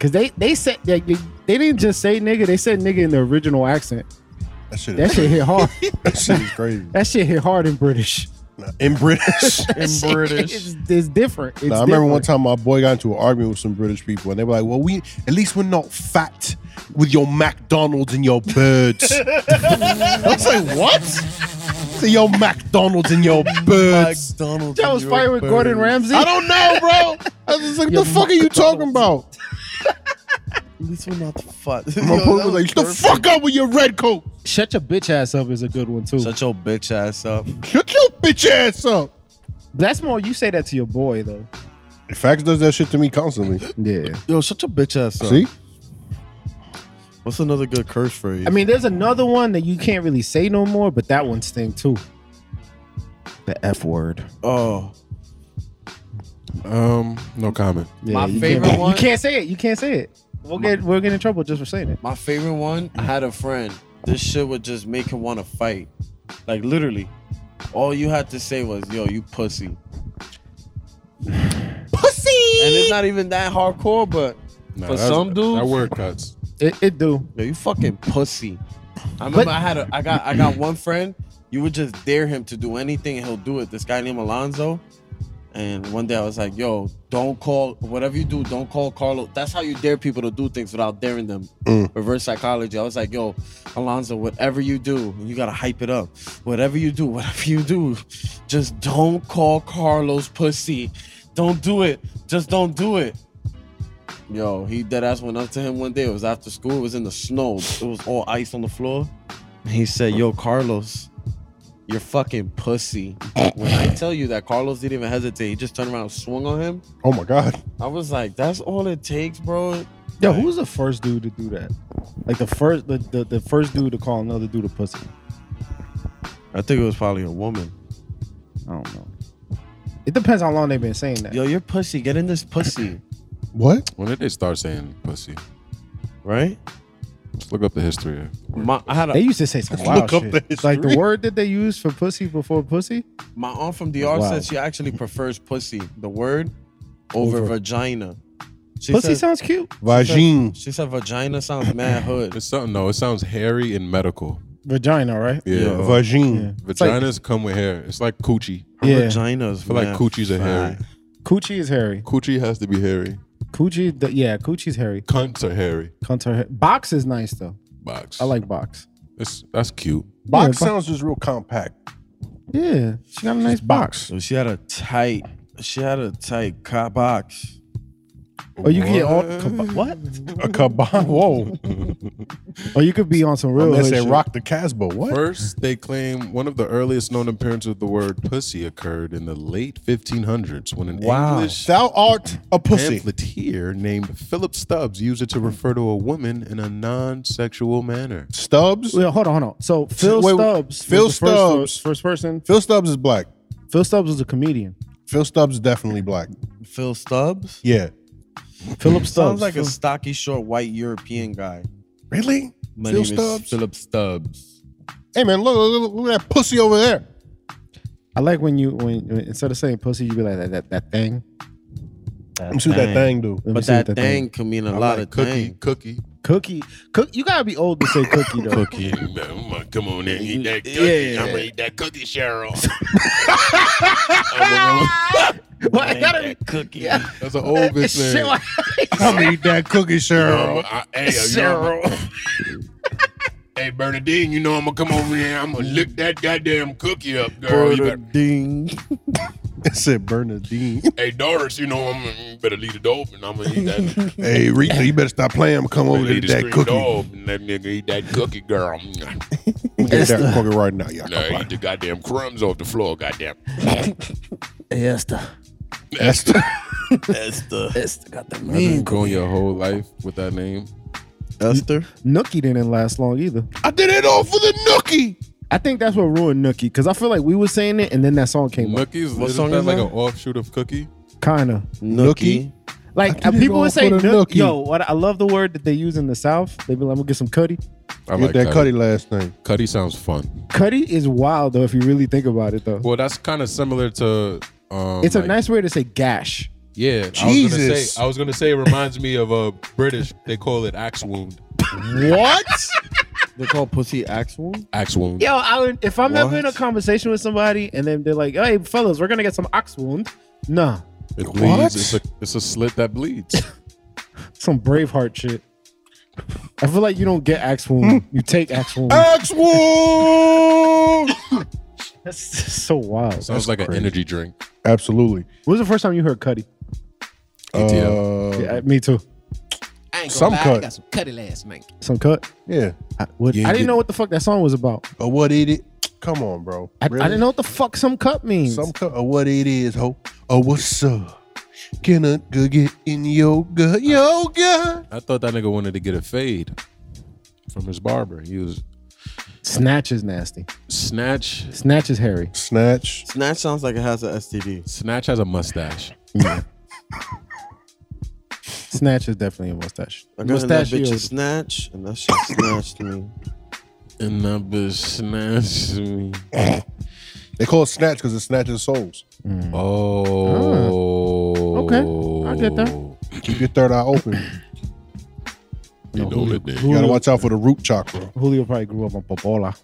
[SPEAKER 1] Cause they they said they, they they didn't just say nigga, they said nigga in the original accent.
[SPEAKER 2] That shit,
[SPEAKER 1] That
[SPEAKER 2] is,
[SPEAKER 1] shit hit hard.
[SPEAKER 2] that shit is crazy.
[SPEAKER 1] that shit hit hard in British.
[SPEAKER 2] Nah, In British.
[SPEAKER 3] In British.
[SPEAKER 1] It's, it's different. It's
[SPEAKER 2] Nah, I remember one time my boy got into an argument with some British people, and they were like, "Well, we at least we're not fat with your McDonald's and your birds." I was like, "What?" So your McDonald's and your birds.
[SPEAKER 3] McDonald's.
[SPEAKER 1] I was fighting with Gordon Ramsay.
[SPEAKER 2] I don't know, bro. I was just like,
[SPEAKER 1] Your
[SPEAKER 2] "The fuck are you talking about?"
[SPEAKER 3] At least we're not fucked.
[SPEAKER 2] My boy was like, "Shut "The fuck up with your red coat.
[SPEAKER 1] Shut your bitch ass up is a good one too.
[SPEAKER 3] Shut your bitch ass up.
[SPEAKER 2] Shut your bitch ass up."
[SPEAKER 1] That's more you say that to your boy though.
[SPEAKER 2] Fax does that shit to me constantly.
[SPEAKER 1] Yeah.
[SPEAKER 3] Yo, shut your bitch ass up.
[SPEAKER 2] See,
[SPEAKER 3] What's another good curse phrase?
[SPEAKER 1] I mean, there's another one that you can't really say no more, but that one sting too. The F word.
[SPEAKER 3] oh,
[SPEAKER 4] Um, no comment.
[SPEAKER 1] Yeah,
[SPEAKER 3] My
[SPEAKER 1] you
[SPEAKER 3] favorite
[SPEAKER 1] can't,
[SPEAKER 3] one-
[SPEAKER 1] You can't say it. You can't say it. We'll get we'll get in trouble just for saying it.
[SPEAKER 3] my favorite one. I had a friend. This shit would just make him want to fight. Like literally, all you had to say was, "Yo, you pussy." Pussy. And it's not even that hardcore, but
[SPEAKER 4] Nah,
[SPEAKER 3] For
[SPEAKER 4] that's-
[SPEAKER 3] some dudes-
[SPEAKER 4] that word cuts.
[SPEAKER 1] It, it do.
[SPEAKER 3] yo, you fucking pussy. I remember
[SPEAKER 1] But-
[SPEAKER 3] I had a, I got, I got one friend. You would just dare him to do anything, and he'll do it. This guy named Alonzo. And one day I was like, "Yo, don't call whatever you do. Don't call Carlo." That's how you dare people to do things without daring them. Reverse psychology. I was like, "Yo, Alonzo, whatever you do, you gotta hype it up. Whatever you do, whatever you do, just don't call Carlos pussy. Don't do it. Just don't do it." Yo, he dead ass went up to him one day. It was after school. It was in the snow. It was all ice on the floor. And he said, "Yo, Carlos, You're fucking pussy. when I tell you that Carlos didn't even hesitate, he just turned around and swung on him.
[SPEAKER 2] Oh my god.
[SPEAKER 3] I was like, that's all it takes, bro.
[SPEAKER 1] Yo, who was the first dude to do that? Like the first, the, the, the first dude to call another dude a pussy.
[SPEAKER 3] I think it was probably a woman.
[SPEAKER 1] I don't know. It depends how long they've been saying that.
[SPEAKER 3] Yo, you're pussy. Get in this pussy,
[SPEAKER 2] What?
[SPEAKER 4] When did they start saying pussy?
[SPEAKER 3] right?
[SPEAKER 4] Let's look up the history. of-
[SPEAKER 3] My, I had
[SPEAKER 1] They
[SPEAKER 3] a,
[SPEAKER 1] used to say some
[SPEAKER 2] Look
[SPEAKER 1] wild
[SPEAKER 2] up
[SPEAKER 1] shit.
[SPEAKER 2] the
[SPEAKER 1] It's like the
[SPEAKER 2] history.
[SPEAKER 1] word that they used for pussy before pussy.
[SPEAKER 3] my aunt from DR
[SPEAKER 1] Wow.
[SPEAKER 3] said she actually prefers pussy, the word, over,
[SPEAKER 1] Over.
[SPEAKER 3] vagina. She
[SPEAKER 1] pussy
[SPEAKER 3] said,
[SPEAKER 1] sounds cute.
[SPEAKER 2] Vagine.
[SPEAKER 3] she said vagina sounds mad hood.
[SPEAKER 4] It's something. No, it sounds hairy and medical.
[SPEAKER 1] Vagina, right?
[SPEAKER 4] Yeah.
[SPEAKER 3] Yeah.
[SPEAKER 2] Oh.
[SPEAKER 1] Yeah.
[SPEAKER 2] Vagine.
[SPEAKER 1] It's like-
[SPEAKER 4] Vaginas come with hair. It's like coochie.
[SPEAKER 3] Her
[SPEAKER 1] Yeah.
[SPEAKER 3] vagina is
[SPEAKER 4] I feel like
[SPEAKER 3] mad
[SPEAKER 4] coochies are
[SPEAKER 3] fat.
[SPEAKER 4] hairy.
[SPEAKER 1] Coochie is hairy.
[SPEAKER 4] Coochie has to be hairy.
[SPEAKER 1] Coochie, the, yeah, coochie's hairy.
[SPEAKER 4] Cunts are hairy.
[SPEAKER 1] Cunts are hairy. Box is nice though.
[SPEAKER 4] Box.
[SPEAKER 1] I like box.
[SPEAKER 4] It's, that's cute.
[SPEAKER 2] Box
[SPEAKER 1] Yeah, bo-
[SPEAKER 2] sounds just real compact.
[SPEAKER 1] yeah, she got a nice box.
[SPEAKER 3] So she had a tight, she had a tight cock box.
[SPEAKER 1] Or you could get all what?
[SPEAKER 4] What?
[SPEAKER 2] A kabong. Whoa.
[SPEAKER 1] Or you could be on some real.
[SPEAKER 2] Man
[SPEAKER 1] hood
[SPEAKER 2] said
[SPEAKER 1] shit.
[SPEAKER 2] rock the Casbah. What?
[SPEAKER 4] First, they claim one of the earliest known appearances of the word pussy occurred in the late 1500s when an
[SPEAKER 3] Wow.
[SPEAKER 4] English
[SPEAKER 2] Thou art a pussy.
[SPEAKER 4] pamphleteer named Philip Stubbs used it to refer to a woman in a non-sexual manner.
[SPEAKER 2] Stubbs.
[SPEAKER 1] Well, hold on, hold on. So Phil
[SPEAKER 2] wait,
[SPEAKER 1] Stubbs,
[SPEAKER 2] Phil
[SPEAKER 1] was the first-
[SPEAKER 2] Stubbs.
[SPEAKER 1] first person.
[SPEAKER 2] Phil Stubbs is black.
[SPEAKER 1] Phil Stubbs was a comedian.
[SPEAKER 2] Phil Stubbs is definitely black.
[SPEAKER 3] Phil Stubbs?
[SPEAKER 2] Yeah.
[SPEAKER 1] Philip
[SPEAKER 3] Sounds
[SPEAKER 1] Stubbs
[SPEAKER 3] like
[SPEAKER 1] Phil-
[SPEAKER 3] a stocky, short, white European guy.
[SPEAKER 2] Really?
[SPEAKER 3] My
[SPEAKER 2] Phil
[SPEAKER 3] name
[SPEAKER 2] Stubbs?
[SPEAKER 3] is Philip Stubbs.
[SPEAKER 2] Hey man, look, look, look, look at that pussy over there.
[SPEAKER 1] I like when you when, when- instead of saying pussy, you be like that that, that thing.
[SPEAKER 2] Let me see what that
[SPEAKER 3] Dang.
[SPEAKER 2] thing do.
[SPEAKER 1] Let me
[SPEAKER 3] But
[SPEAKER 1] see what
[SPEAKER 3] that thing can mean a
[SPEAKER 4] I
[SPEAKER 3] lot
[SPEAKER 4] like
[SPEAKER 3] of
[SPEAKER 4] cookie,
[SPEAKER 3] things.
[SPEAKER 4] cookie,
[SPEAKER 1] cookie, cook. You gotta be old to say cookie though.
[SPEAKER 4] cookie. Come on, come on in, eat that cookie.
[SPEAKER 1] Yeah.
[SPEAKER 4] I'm gonna eat that cookie, Cheryl.
[SPEAKER 1] Why it gotta be
[SPEAKER 3] cookie.
[SPEAKER 4] That's an old bitch
[SPEAKER 1] shit
[SPEAKER 4] name.
[SPEAKER 1] like
[SPEAKER 2] I'm gonna eat that cookie, Cheryl.
[SPEAKER 4] Girl, Um, I- hey, you know, I'm-
[SPEAKER 1] Cheryl?
[SPEAKER 4] hey, Bernadine, you know I'm gonna come over here. I'm gonna lick that goddamn cookie up, girl. You better,
[SPEAKER 3] Ding.
[SPEAKER 2] It said Bernadine.
[SPEAKER 4] hey, Doris, you know I'm gonna, you better leave the door open. I'm gonna eat that.
[SPEAKER 2] hey, Rita, you better stop playing. I'm come over
[SPEAKER 4] Leave
[SPEAKER 2] to
[SPEAKER 4] the
[SPEAKER 2] eat that
[SPEAKER 4] screen
[SPEAKER 2] cookie.
[SPEAKER 4] door open, Let nigga eat that cookie, girl.
[SPEAKER 2] Get that cookie right now, y'all.
[SPEAKER 4] Nah, eat the goddamn crumbs off the floor, goddamn.
[SPEAKER 1] Yes, the
[SPEAKER 2] That's the-
[SPEAKER 3] Esther.
[SPEAKER 1] best got the
[SPEAKER 4] going your whole life with that name.
[SPEAKER 3] Esther?
[SPEAKER 1] Nookie didn't last long either.
[SPEAKER 2] I did it all for the nookie.
[SPEAKER 1] I think that's what ruined Nookie because I feel like we were saying it and then that song came up.
[SPEAKER 4] Nookie's
[SPEAKER 3] What
[SPEAKER 4] isn't
[SPEAKER 3] song
[SPEAKER 4] that
[SPEAKER 3] is
[SPEAKER 4] like
[SPEAKER 3] that?
[SPEAKER 4] an offshoot of Cookie?
[SPEAKER 1] Kinda
[SPEAKER 3] Nookie.
[SPEAKER 1] like
[SPEAKER 2] I did it
[SPEAKER 1] people
[SPEAKER 2] all
[SPEAKER 1] would say
[SPEAKER 2] for the
[SPEAKER 1] Nook-
[SPEAKER 2] Nookie.
[SPEAKER 1] Yo, what I love the word that they use in the South. They be like, I'm gonna get some cutty.
[SPEAKER 4] I
[SPEAKER 2] Get that Cuddy last name.
[SPEAKER 4] Cuddy sounds fun.
[SPEAKER 1] Cutty is wild though if you really think about it though.
[SPEAKER 4] Well, that's kind of similar to. Um,
[SPEAKER 1] It's a
[SPEAKER 4] like-
[SPEAKER 1] nice way to say gash.
[SPEAKER 4] Yeah, I was gonna
[SPEAKER 2] Jesus.
[SPEAKER 4] say. I was gonna say. It reminds me of a British. They call it axe wound.
[SPEAKER 2] What?
[SPEAKER 3] They call pussy actual?
[SPEAKER 4] Axe wound.
[SPEAKER 1] Yo, I would, if I'm ever in a
[SPEAKER 3] What?
[SPEAKER 1] conversation with somebody and then they're like, "Hey, fellas, we're gonna get some ox wound." Nah,
[SPEAKER 4] It bleeds.
[SPEAKER 2] What?
[SPEAKER 4] It's a it's a slit that bleeds.
[SPEAKER 1] some Braveheart shit. I feel like you don't get axe wound. you take axe wound.
[SPEAKER 2] Axe Wolf.
[SPEAKER 1] That's so wild.
[SPEAKER 4] Sounds like an energy drink.
[SPEAKER 2] Absolutely.
[SPEAKER 1] When was the first time you heard Cuddy?
[SPEAKER 2] Uh,
[SPEAKER 1] yeah, me too.
[SPEAKER 5] I ain't gonna
[SPEAKER 2] Some
[SPEAKER 5] lie,
[SPEAKER 2] cut.
[SPEAKER 5] I got some cutty last man.
[SPEAKER 1] Some cut.
[SPEAKER 2] yeah.
[SPEAKER 1] I, what-
[SPEAKER 4] Yeah,
[SPEAKER 1] I didn't
[SPEAKER 4] you-
[SPEAKER 1] know what the fuck that song was about.
[SPEAKER 2] But what it is? Come on, bro.
[SPEAKER 1] I,
[SPEAKER 2] Really?
[SPEAKER 1] I didn't know what the fuck some cut means.
[SPEAKER 2] Some cut of what it is, ho. Oh, what's up? Can I go get in yoga? Yoga.
[SPEAKER 4] I thought that nigga wanted to get a fade from his barber. He was
[SPEAKER 1] Snatch is nasty.
[SPEAKER 4] snatch.
[SPEAKER 1] Snatch is hairy.
[SPEAKER 2] Snatch.
[SPEAKER 3] Snatch sounds like it has an STD.
[SPEAKER 4] Snatch has a mustache.
[SPEAKER 1] Snatch is definitely a mustache.
[SPEAKER 3] I got in that
[SPEAKER 1] Mustachioed.
[SPEAKER 3] bitch a snatch, and that shit snatched me.
[SPEAKER 4] And that bitch snatched me.
[SPEAKER 2] They call it snatch because it snatches souls.
[SPEAKER 4] Oh.
[SPEAKER 1] okay. I get that.
[SPEAKER 2] Keep your third eye open.
[SPEAKER 4] You
[SPEAKER 1] No,
[SPEAKER 4] know
[SPEAKER 1] Julio,
[SPEAKER 4] what they-
[SPEAKER 2] You gotta
[SPEAKER 1] Julio-
[SPEAKER 2] watch out for the root chakra.
[SPEAKER 1] Julio probably grew up on Popola.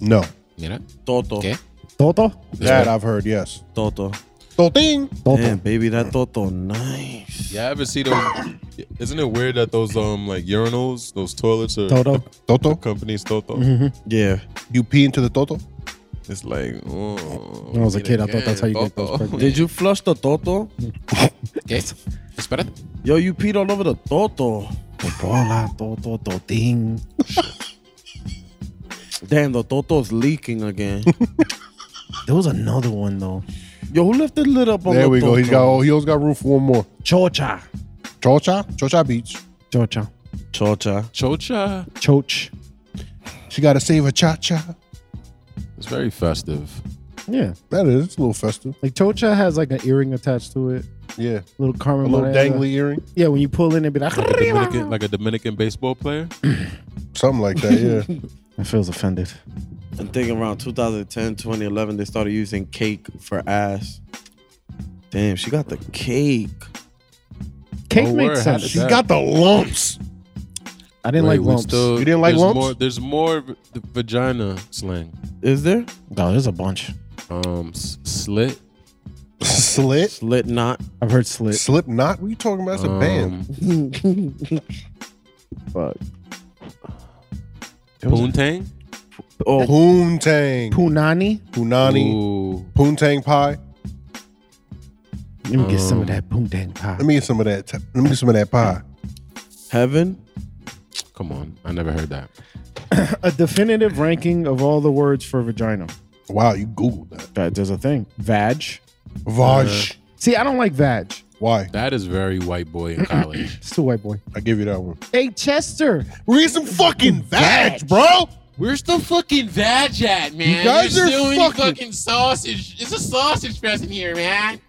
[SPEAKER 2] No.
[SPEAKER 4] You know?
[SPEAKER 3] Toto.
[SPEAKER 5] Okay.
[SPEAKER 1] Toto?
[SPEAKER 2] That I've heard, yes.
[SPEAKER 3] Toto.
[SPEAKER 2] So thing.
[SPEAKER 1] Toto.
[SPEAKER 3] Damn, baby, that Toto nice.
[SPEAKER 4] Yeah, I haven't seen those. Isn't it weird that those um like urinals, those toilets are
[SPEAKER 1] Toto.
[SPEAKER 4] the
[SPEAKER 2] Toto.
[SPEAKER 4] companies Toto?
[SPEAKER 1] Mm-hmm.
[SPEAKER 3] Yeah.
[SPEAKER 2] You pee into the Toto?
[SPEAKER 4] It's like oh,
[SPEAKER 1] When I was a
[SPEAKER 4] get
[SPEAKER 1] kid, I
[SPEAKER 4] again,
[SPEAKER 1] thought that's how you get those
[SPEAKER 4] Toto.
[SPEAKER 1] pregnant.
[SPEAKER 3] Did you flush the Toto?
[SPEAKER 5] Okay. Espérate.
[SPEAKER 3] Yo, you peed all over the Toto.
[SPEAKER 1] Popola, Toto, Toting.
[SPEAKER 3] Damn, the Toto's leaking again.
[SPEAKER 1] There was another one though.
[SPEAKER 3] Yo, who left the lid up on
[SPEAKER 2] There we go. He's got.
[SPEAKER 3] Lototo?
[SPEAKER 2] Oh, he also got room for one more.
[SPEAKER 1] Chocha.
[SPEAKER 2] Chocha, Chocha Beach.
[SPEAKER 1] Chocha.
[SPEAKER 3] Chocha.
[SPEAKER 4] Chocha.
[SPEAKER 1] Choch.
[SPEAKER 2] She got to save her cha cha.
[SPEAKER 4] It's very festive.
[SPEAKER 1] Yeah.
[SPEAKER 2] That is it's a little festive.
[SPEAKER 1] Like Chocha has like an earring attached to it.
[SPEAKER 2] Yeah,
[SPEAKER 1] Little Carmen
[SPEAKER 2] a little
[SPEAKER 1] Miranda.
[SPEAKER 2] dangly earring,
[SPEAKER 1] Yeah, when you pull in, it be like.
[SPEAKER 4] Like a Dominican, like a Dominican baseball player.
[SPEAKER 2] something like that. Yeah,
[SPEAKER 1] I feels offended.
[SPEAKER 4] Oh,
[SPEAKER 3] I think around 2010, 2011, they started using cake for ass. Damn, she got the cake.
[SPEAKER 1] Cake
[SPEAKER 4] Oh,
[SPEAKER 1] makes
[SPEAKER 4] word, how
[SPEAKER 1] sense.
[SPEAKER 4] did
[SPEAKER 2] she
[SPEAKER 4] that-
[SPEAKER 2] got the lumps.
[SPEAKER 1] I didn't
[SPEAKER 4] Wait,
[SPEAKER 1] like
[SPEAKER 4] we
[SPEAKER 1] lumps.
[SPEAKER 4] still-
[SPEAKER 2] You didn't like
[SPEAKER 4] there's
[SPEAKER 2] lumps?
[SPEAKER 4] More, there's more v- the vagina slang.
[SPEAKER 3] Is there?
[SPEAKER 1] No, there's a bunch.
[SPEAKER 4] Um, s- slit.
[SPEAKER 2] Slit,
[SPEAKER 3] Slit knot.
[SPEAKER 1] I've heard slit.
[SPEAKER 2] slip knot. What you talking about? That's a band.
[SPEAKER 4] um,
[SPEAKER 3] Fuck.
[SPEAKER 4] Poontang.
[SPEAKER 3] Oh,
[SPEAKER 2] Poontang,
[SPEAKER 1] Punani.
[SPEAKER 2] Punani,
[SPEAKER 4] Ooh.
[SPEAKER 2] Poontang pie.
[SPEAKER 1] Let me get some of
[SPEAKER 4] Um,
[SPEAKER 1] that boom dang pie.
[SPEAKER 2] Let me get some of that. t- Let me get some of that pie.
[SPEAKER 3] heaven?
[SPEAKER 4] Come on, I never heard that.
[SPEAKER 1] a definitive ranking of all the words for vagina.
[SPEAKER 2] Wow, you googled that.
[SPEAKER 1] That there's a thing. Vag.
[SPEAKER 2] Vaj.
[SPEAKER 1] See, I don't like vag.
[SPEAKER 2] Why?
[SPEAKER 4] That is very white boy in college.
[SPEAKER 1] It's too white boy.
[SPEAKER 2] I give you that one.
[SPEAKER 1] Hey Chester.
[SPEAKER 2] Read some fucking vag, bro.
[SPEAKER 5] Where's the fucking vag at, man?
[SPEAKER 2] You guys
[SPEAKER 5] There's
[SPEAKER 2] are
[SPEAKER 5] so many
[SPEAKER 2] fucking-
[SPEAKER 5] fucking sausage. It's a sausage fest in here, man.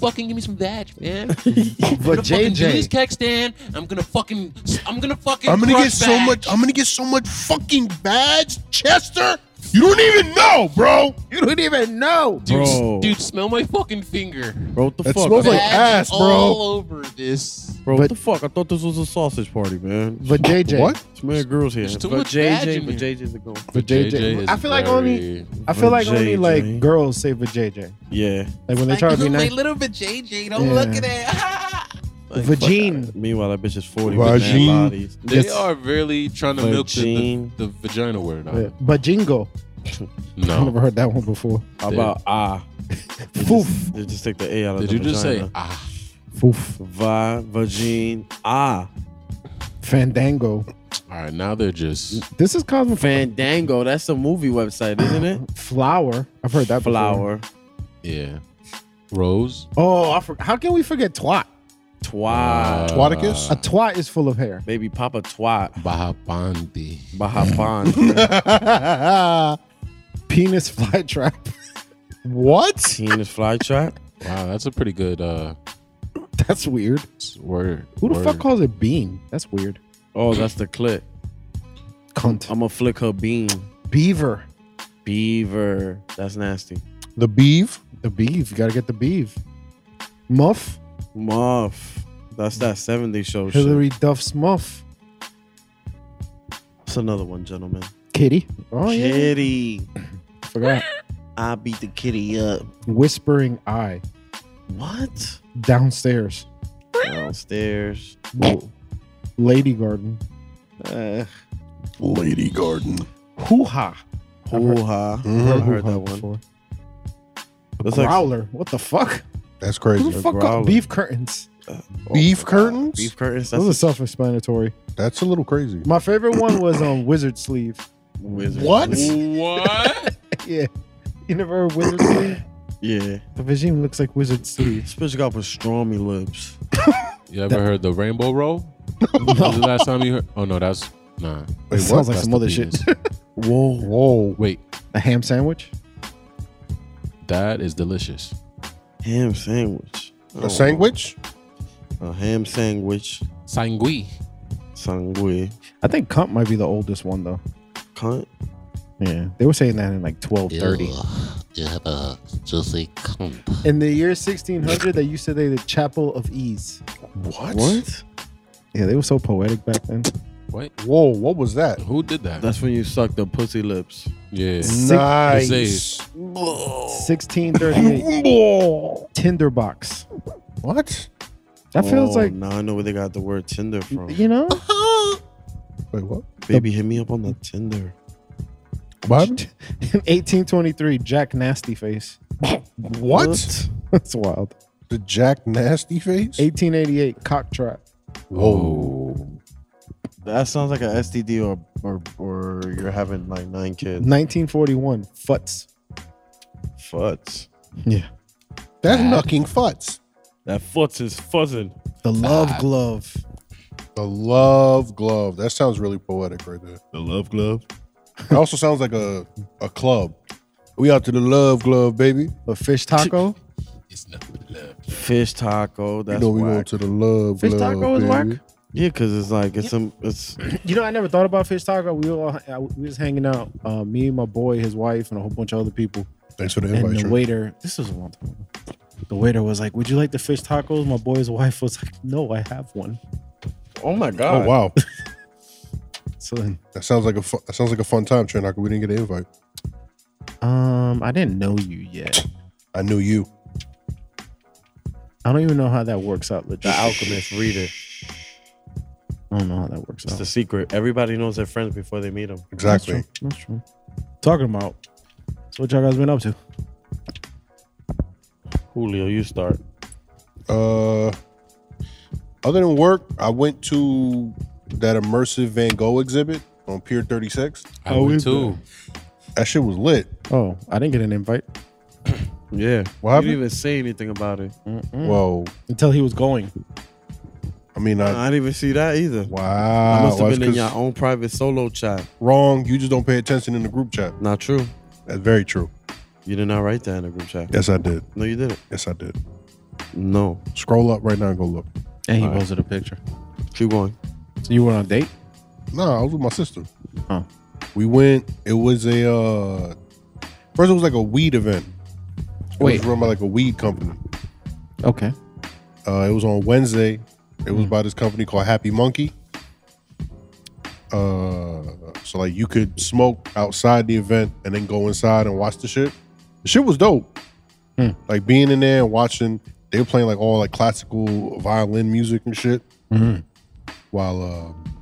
[SPEAKER 5] Fucking give me some vag, man.
[SPEAKER 1] But
[SPEAKER 5] I'm gonna fucking do this
[SPEAKER 1] JJ.
[SPEAKER 5] keg stand. I'm gonna fucking. I'm gonna fucking.
[SPEAKER 2] I'm gonna get
[SPEAKER 5] crush
[SPEAKER 2] so
[SPEAKER 5] vag.
[SPEAKER 2] much. I'm gonna get so much fucking badge, Chester. You don't even know, bro.
[SPEAKER 1] You don't even know.
[SPEAKER 5] Dude, s-
[SPEAKER 3] Bro.
[SPEAKER 5] dude, smell my fucking finger.
[SPEAKER 3] Bro, what the
[SPEAKER 2] That
[SPEAKER 3] fuck?
[SPEAKER 2] smells like
[SPEAKER 5] Vag
[SPEAKER 2] ass, bro.
[SPEAKER 4] Oh.
[SPEAKER 5] All over this.
[SPEAKER 3] Bro,
[SPEAKER 1] But-
[SPEAKER 3] what the fuck? I thought this was a sausage party, man.
[SPEAKER 1] But JJ.
[SPEAKER 2] What?
[SPEAKER 3] Too many girls here.
[SPEAKER 5] There's too
[SPEAKER 3] But
[SPEAKER 5] much vag
[SPEAKER 3] JJ,
[SPEAKER 5] in
[SPEAKER 3] but
[SPEAKER 5] here.
[SPEAKER 3] JJ's the girl.
[SPEAKER 1] But JJ.
[SPEAKER 4] is
[SPEAKER 1] I feel like
[SPEAKER 4] very-
[SPEAKER 1] only I feel like only
[SPEAKER 3] Vajayjay.
[SPEAKER 1] like girls say vajayjay.
[SPEAKER 3] Yeah.
[SPEAKER 1] Like when they try to be nice.
[SPEAKER 5] little vajayjay,
[SPEAKER 1] Yeah.
[SPEAKER 5] it.
[SPEAKER 3] Like,
[SPEAKER 1] Vagine.
[SPEAKER 3] fuck outta- Meanwhile, that bitch is 40 with man
[SPEAKER 2] Vagine.
[SPEAKER 3] bodies.
[SPEAKER 4] They are really trying to milk the,
[SPEAKER 3] Vagine.
[SPEAKER 4] the, the vagina word. out.
[SPEAKER 1] Yeah. Bajingo. I've
[SPEAKER 4] No.
[SPEAKER 1] never heard that one before.
[SPEAKER 3] How about ah? They
[SPEAKER 1] Foof.
[SPEAKER 3] just, they just take the A out of
[SPEAKER 4] Did
[SPEAKER 3] the
[SPEAKER 4] you just say
[SPEAKER 3] vagina.
[SPEAKER 4] ah?
[SPEAKER 1] Foof.
[SPEAKER 3] Va, vagine, ah.
[SPEAKER 1] Fandango.
[SPEAKER 4] All right, now they're just
[SPEAKER 1] This is Cosmo
[SPEAKER 3] Fandango, that's a movie website, isn't it?
[SPEAKER 1] Flower. I've heard that before.
[SPEAKER 3] Flower,
[SPEAKER 4] yeah. Rose.
[SPEAKER 1] Oh, I for- how can we forget twat?
[SPEAKER 3] twat,
[SPEAKER 4] Uh.
[SPEAKER 2] Twaticus?
[SPEAKER 1] A twat is full of hair.
[SPEAKER 3] baby papa twat,
[SPEAKER 4] Bahapandi.
[SPEAKER 3] bahapan,
[SPEAKER 1] Penis fly trap.
[SPEAKER 2] what?
[SPEAKER 3] penis fly trap.
[SPEAKER 4] Wow, that's a pretty good uh
[SPEAKER 1] That's weird.
[SPEAKER 4] s- word.
[SPEAKER 1] Who the
[SPEAKER 4] word.
[SPEAKER 1] fuck calls it bean? That's weird.
[SPEAKER 3] Oh, that's the clip.
[SPEAKER 1] Cunt.
[SPEAKER 3] I'ma flick her bean.
[SPEAKER 1] Beaver.
[SPEAKER 3] Beaver, that's nasty.
[SPEAKER 2] The beef?
[SPEAKER 1] The beef. You gotta get the beef. Muff.
[SPEAKER 3] Muff, that's that 70 show shit.
[SPEAKER 1] Hillary Duff Smuff.
[SPEAKER 3] That's another one, gentlemen.
[SPEAKER 1] Kitty. Oh yeah.
[SPEAKER 3] kitty,
[SPEAKER 1] Forgot.
[SPEAKER 3] I beat the kitty up.
[SPEAKER 1] Whispering eye.
[SPEAKER 3] What?
[SPEAKER 1] Downstairs.
[SPEAKER 3] Downstairs.
[SPEAKER 1] Lady garden.
[SPEAKER 3] Uh,
[SPEAKER 2] Lady Garden.
[SPEAKER 1] Hoo ha.
[SPEAKER 3] hoo ha. I
[SPEAKER 2] Mm-hmm.
[SPEAKER 3] heard that one. That's like-
[SPEAKER 1] Growler. what the fuck?
[SPEAKER 2] That's
[SPEAKER 1] Who
[SPEAKER 2] crazy.
[SPEAKER 1] the fuck
[SPEAKER 3] growler.
[SPEAKER 1] called beef curtains?
[SPEAKER 3] Oh
[SPEAKER 2] Beef
[SPEAKER 3] my God.
[SPEAKER 2] curtains?
[SPEAKER 3] Beef curtains. That's
[SPEAKER 1] Those are
[SPEAKER 3] a
[SPEAKER 1] self-explanatory.
[SPEAKER 2] That's a little crazy.
[SPEAKER 1] My favorite one was um wizard sleeve.
[SPEAKER 3] wizard.
[SPEAKER 2] What?
[SPEAKER 4] What?
[SPEAKER 1] Yeah. You never heard wizard sleeve?
[SPEAKER 3] Yeah.
[SPEAKER 1] The regime looks like wizard sleeve.
[SPEAKER 3] This bitch got pastrami lips.
[SPEAKER 4] You ever heard the rainbow roll? When's the last time you heard? Oh no, that's nah.
[SPEAKER 2] Wait,
[SPEAKER 1] Sounds
[SPEAKER 2] what?
[SPEAKER 1] like
[SPEAKER 4] That's
[SPEAKER 1] some
[SPEAKER 4] the
[SPEAKER 1] other shit.
[SPEAKER 4] penis.
[SPEAKER 3] Whoa.
[SPEAKER 2] Whoa.
[SPEAKER 4] Wait,
[SPEAKER 1] A ham sandwich?
[SPEAKER 4] that is delicious.
[SPEAKER 3] Ham sandwich. Oh,
[SPEAKER 2] A sandwich?
[SPEAKER 3] A ham sandwich.
[SPEAKER 5] Sangui.
[SPEAKER 3] Sangue.
[SPEAKER 1] I think cunt might be the oldest one though.
[SPEAKER 3] Cunt.
[SPEAKER 1] Yeah. They were saying that in like 1230.
[SPEAKER 5] just like come.
[SPEAKER 1] In the year 1600, they used to say the Chapel of Ease.
[SPEAKER 2] What?
[SPEAKER 3] What?
[SPEAKER 1] Yeah, they were so poetic back then.
[SPEAKER 4] What?
[SPEAKER 2] Whoa, what was that?
[SPEAKER 4] Who did that?
[SPEAKER 3] That's when you suck the pussy lips.
[SPEAKER 4] yeah.
[SPEAKER 2] Nice.
[SPEAKER 4] Disease.
[SPEAKER 1] 1638, Tinderbox.
[SPEAKER 2] What?
[SPEAKER 1] That feels
[SPEAKER 3] Oh,
[SPEAKER 1] like,
[SPEAKER 3] Now I know where they got the word Tinder from.
[SPEAKER 1] you know?
[SPEAKER 2] Wait, what?
[SPEAKER 3] Baby, hit me up on the Tinder.
[SPEAKER 2] What? happened?
[SPEAKER 1] In 1823, Jack Nasty Face.
[SPEAKER 2] What?
[SPEAKER 1] That's wild.
[SPEAKER 2] The Jack Nasty face?
[SPEAKER 1] 1888, Cock Trap.
[SPEAKER 4] Whoa.
[SPEAKER 3] That sounds like an STD or or or you're having like nine kids.
[SPEAKER 1] 1941, Futz.
[SPEAKER 3] futz.
[SPEAKER 1] Yeah.
[SPEAKER 2] That's knucking futs.
[SPEAKER 3] That futz is fuzzing.
[SPEAKER 1] The love glove.
[SPEAKER 2] The love glove. That sounds really poetic right there.
[SPEAKER 3] The love glove.
[SPEAKER 2] It also sounds like a, a club. We out to the love glove, baby.
[SPEAKER 1] A fish taco.
[SPEAKER 5] It's nothing but love.
[SPEAKER 3] Fish taco. That's
[SPEAKER 2] you know we
[SPEAKER 3] whack.
[SPEAKER 2] going to the love
[SPEAKER 1] Fish
[SPEAKER 2] glove.
[SPEAKER 1] taco is whack?
[SPEAKER 2] baby.
[SPEAKER 3] Yeah, because it's like it's some it's
[SPEAKER 1] You know, I never thought about fish taco. We were all, I- we was hanging out. Uh, me, my boy, his wife, and a whole bunch of other people.
[SPEAKER 2] Thanks for the
[SPEAKER 1] and
[SPEAKER 2] invite.
[SPEAKER 1] the
[SPEAKER 2] Trey.
[SPEAKER 1] waiter, this was a long time. ago. The waiter was like, "Would you like the fish tacos?" My boy's wife was like, "No, I have one."
[SPEAKER 3] oh my
[SPEAKER 2] oh
[SPEAKER 3] god.
[SPEAKER 2] wow,
[SPEAKER 1] So then,
[SPEAKER 2] that sounds like a fun, that sounds like a fun time, Trinaka. We didn't get an invite.
[SPEAKER 1] um, I didn't know you yet.
[SPEAKER 2] I knew you.
[SPEAKER 1] I don't even know how that works out.
[SPEAKER 3] The
[SPEAKER 1] Legit.
[SPEAKER 3] alchemist reader.
[SPEAKER 1] I don't know how that works
[SPEAKER 3] It's
[SPEAKER 1] out.
[SPEAKER 3] the secret. Everybody knows their friends before they meet them.
[SPEAKER 2] Exactly.
[SPEAKER 1] That's true. That's true. Talking about so what y'all guys been up to?
[SPEAKER 3] Julio, you start.
[SPEAKER 2] Uh, other than work, I went to that immersive Van Gogh exhibit on Pier 36.
[SPEAKER 4] I would too.
[SPEAKER 2] That shit was lit.
[SPEAKER 1] Oh, I didn't get an invite
[SPEAKER 2] What
[SPEAKER 3] Yeah. Why you
[SPEAKER 2] happened?
[SPEAKER 3] didn't even say anything about it?
[SPEAKER 2] Whoa.
[SPEAKER 1] until he was going.
[SPEAKER 2] I mean, I,
[SPEAKER 3] I didn't even see that either.
[SPEAKER 2] wow.
[SPEAKER 3] I must have
[SPEAKER 2] That's
[SPEAKER 3] been in
[SPEAKER 2] 'cause-
[SPEAKER 3] your own private solo chat.
[SPEAKER 2] wrong. You just don't pay attention in the group chat.
[SPEAKER 3] Not true.
[SPEAKER 2] That's very true.
[SPEAKER 3] You did not write that in a group chat.
[SPEAKER 2] Yes, I did.
[SPEAKER 3] No, you didn't.
[SPEAKER 2] Yes, I did.
[SPEAKER 3] No.
[SPEAKER 2] Scroll up right now and go look.
[SPEAKER 1] And he
[SPEAKER 3] All right.
[SPEAKER 1] posted a picture.
[SPEAKER 3] Keep going.
[SPEAKER 1] So you went on a date?
[SPEAKER 2] No, I was with my sister.
[SPEAKER 1] Huh.
[SPEAKER 2] We went. It was a uh first. It was like a weed event. It
[SPEAKER 1] Wait.
[SPEAKER 2] was run by like a weed company.
[SPEAKER 1] Okay.
[SPEAKER 2] Uh, it was on Wednesday. It
[SPEAKER 1] Mm.
[SPEAKER 2] was by this company called Happy Monkey. Uh, so like you could smoke outside the event and then go inside and watch the shit. The shit was dope.
[SPEAKER 1] Hmm.
[SPEAKER 2] Like being in there and watching, they were playing like all like classical violin music and shit,
[SPEAKER 1] Mhm.
[SPEAKER 2] while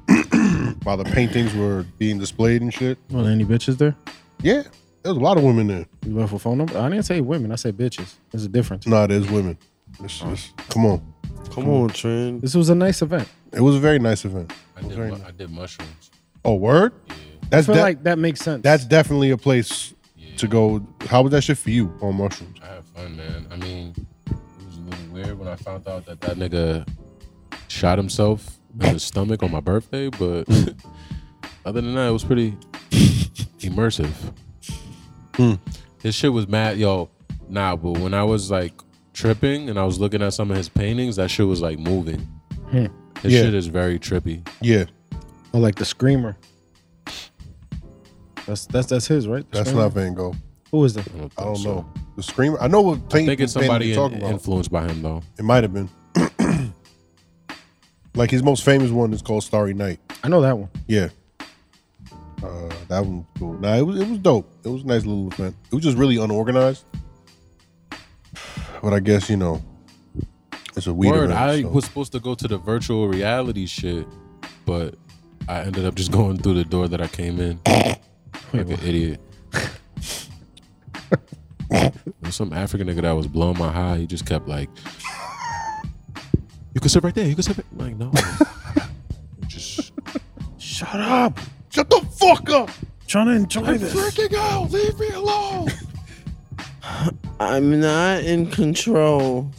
[SPEAKER 2] uh, while the paintings were being displayed and shit.
[SPEAKER 1] Well, any bitches there?
[SPEAKER 2] Yeah, there was a lot of women there.
[SPEAKER 1] You left with phone number? I didn't say women. I said bitches. There's a difference.
[SPEAKER 2] Nah, there's women. It's,
[SPEAKER 1] Oh.
[SPEAKER 2] it's, come on,
[SPEAKER 3] Come on, Trent.
[SPEAKER 1] This was a nice event.
[SPEAKER 2] it was a very nice event.
[SPEAKER 4] I did,
[SPEAKER 2] Very
[SPEAKER 4] mu-
[SPEAKER 2] nice.
[SPEAKER 4] I did mushrooms.
[SPEAKER 2] Oh, word.
[SPEAKER 1] I
[SPEAKER 2] That's
[SPEAKER 1] feel
[SPEAKER 2] de-
[SPEAKER 1] like that makes sense.
[SPEAKER 2] That's definitely a place to go. How was that shit for you on mushrooms?
[SPEAKER 4] I had fun, man. I mean, it was a little weird when I found out that that nigga shot himself in his stomach on my birthday, but
[SPEAKER 2] Hmm.
[SPEAKER 4] other than that, it was pretty immersive.
[SPEAKER 2] Hmm.
[SPEAKER 4] His shit was mad, yo. Nah, but when I was like tripping and I was looking at some of his paintings, that shit was like moving.
[SPEAKER 1] Hmm.
[SPEAKER 4] His
[SPEAKER 2] Yeah.
[SPEAKER 4] shit is very trippy.
[SPEAKER 2] Yeah,
[SPEAKER 1] oh, like the screamer. That's that's that's his right. The
[SPEAKER 2] that's
[SPEAKER 1] Screamer?
[SPEAKER 2] not Van Gogh.
[SPEAKER 1] Who is that?
[SPEAKER 4] I don't,
[SPEAKER 2] I
[SPEAKER 4] think
[SPEAKER 2] don't
[SPEAKER 4] so.
[SPEAKER 2] know. The screamer. I know what
[SPEAKER 4] I
[SPEAKER 2] paint
[SPEAKER 4] think it's
[SPEAKER 2] painting
[SPEAKER 4] somebody
[SPEAKER 2] you're
[SPEAKER 4] in,
[SPEAKER 2] talking about.
[SPEAKER 4] influenced by him though.
[SPEAKER 2] it might have been. like his most famous one is called Starry Night.
[SPEAKER 1] I know that one.
[SPEAKER 2] Yeah. Uh, that one was cool. Nah, it was it was dope. It was a nice little event. It was just really unorganized. But I guess you know, it's a weird
[SPEAKER 4] Word,
[SPEAKER 2] event.
[SPEAKER 4] I
[SPEAKER 2] so-
[SPEAKER 4] was supposed to go to the virtual reality shit, but I ended up just going through the door that I came in like an idiot. There's some African nigga that was blowing my high. He just kept like, "You can sit right there. You can sit." Right. Like no, just
[SPEAKER 1] Shut up!
[SPEAKER 2] shut the fuck up.
[SPEAKER 1] trying to enjoy this.
[SPEAKER 4] freaking out. Leave me alone.
[SPEAKER 3] I'm not in control.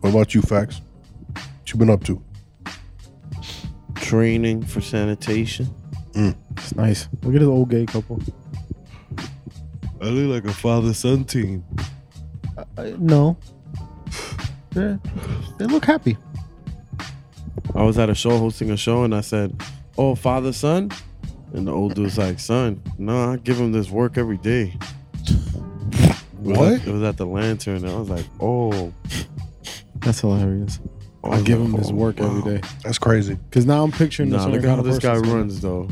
[SPEAKER 2] What about you, Fax? What you been up to?
[SPEAKER 3] Training for sanitation.
[SPEAKER 1] It's nice. Look at this old gay couple.
[SPEAKER 3] I look like a father son team.
[SPEAKER 1] Uh, no, they they look happy.
[SPEAKER 3] I was at a show hosting a show and I said, Oh, father son? And the old dude's like, Son, no, I give him this work every day. It was at-
[SPEAKER 2] What?
[SPEAKER 3] It was at the lantern and I was like, Oh,
[SPEAKER 1] That's hilarious.
[SPEAKER 3] I
[SPEAKER 1] I
[SPEAKER 3] was
[SPEAKER 1] give
[SPEAKER 3] like,
[SPEAKER 1] him his
[SPEAKER 3] "Oh,
[SPEAKER 1] work every
[SPEAKER 3] wow."
[SPEAKER 1] day.
[SPEAKER 2] That's crazy.
[SPEAKER 1] Cause now I'm picturing
[SPEAKER 3] Nah,
[SPEAKER 1] this.
[SPEAKER 3] look how this guy runs though.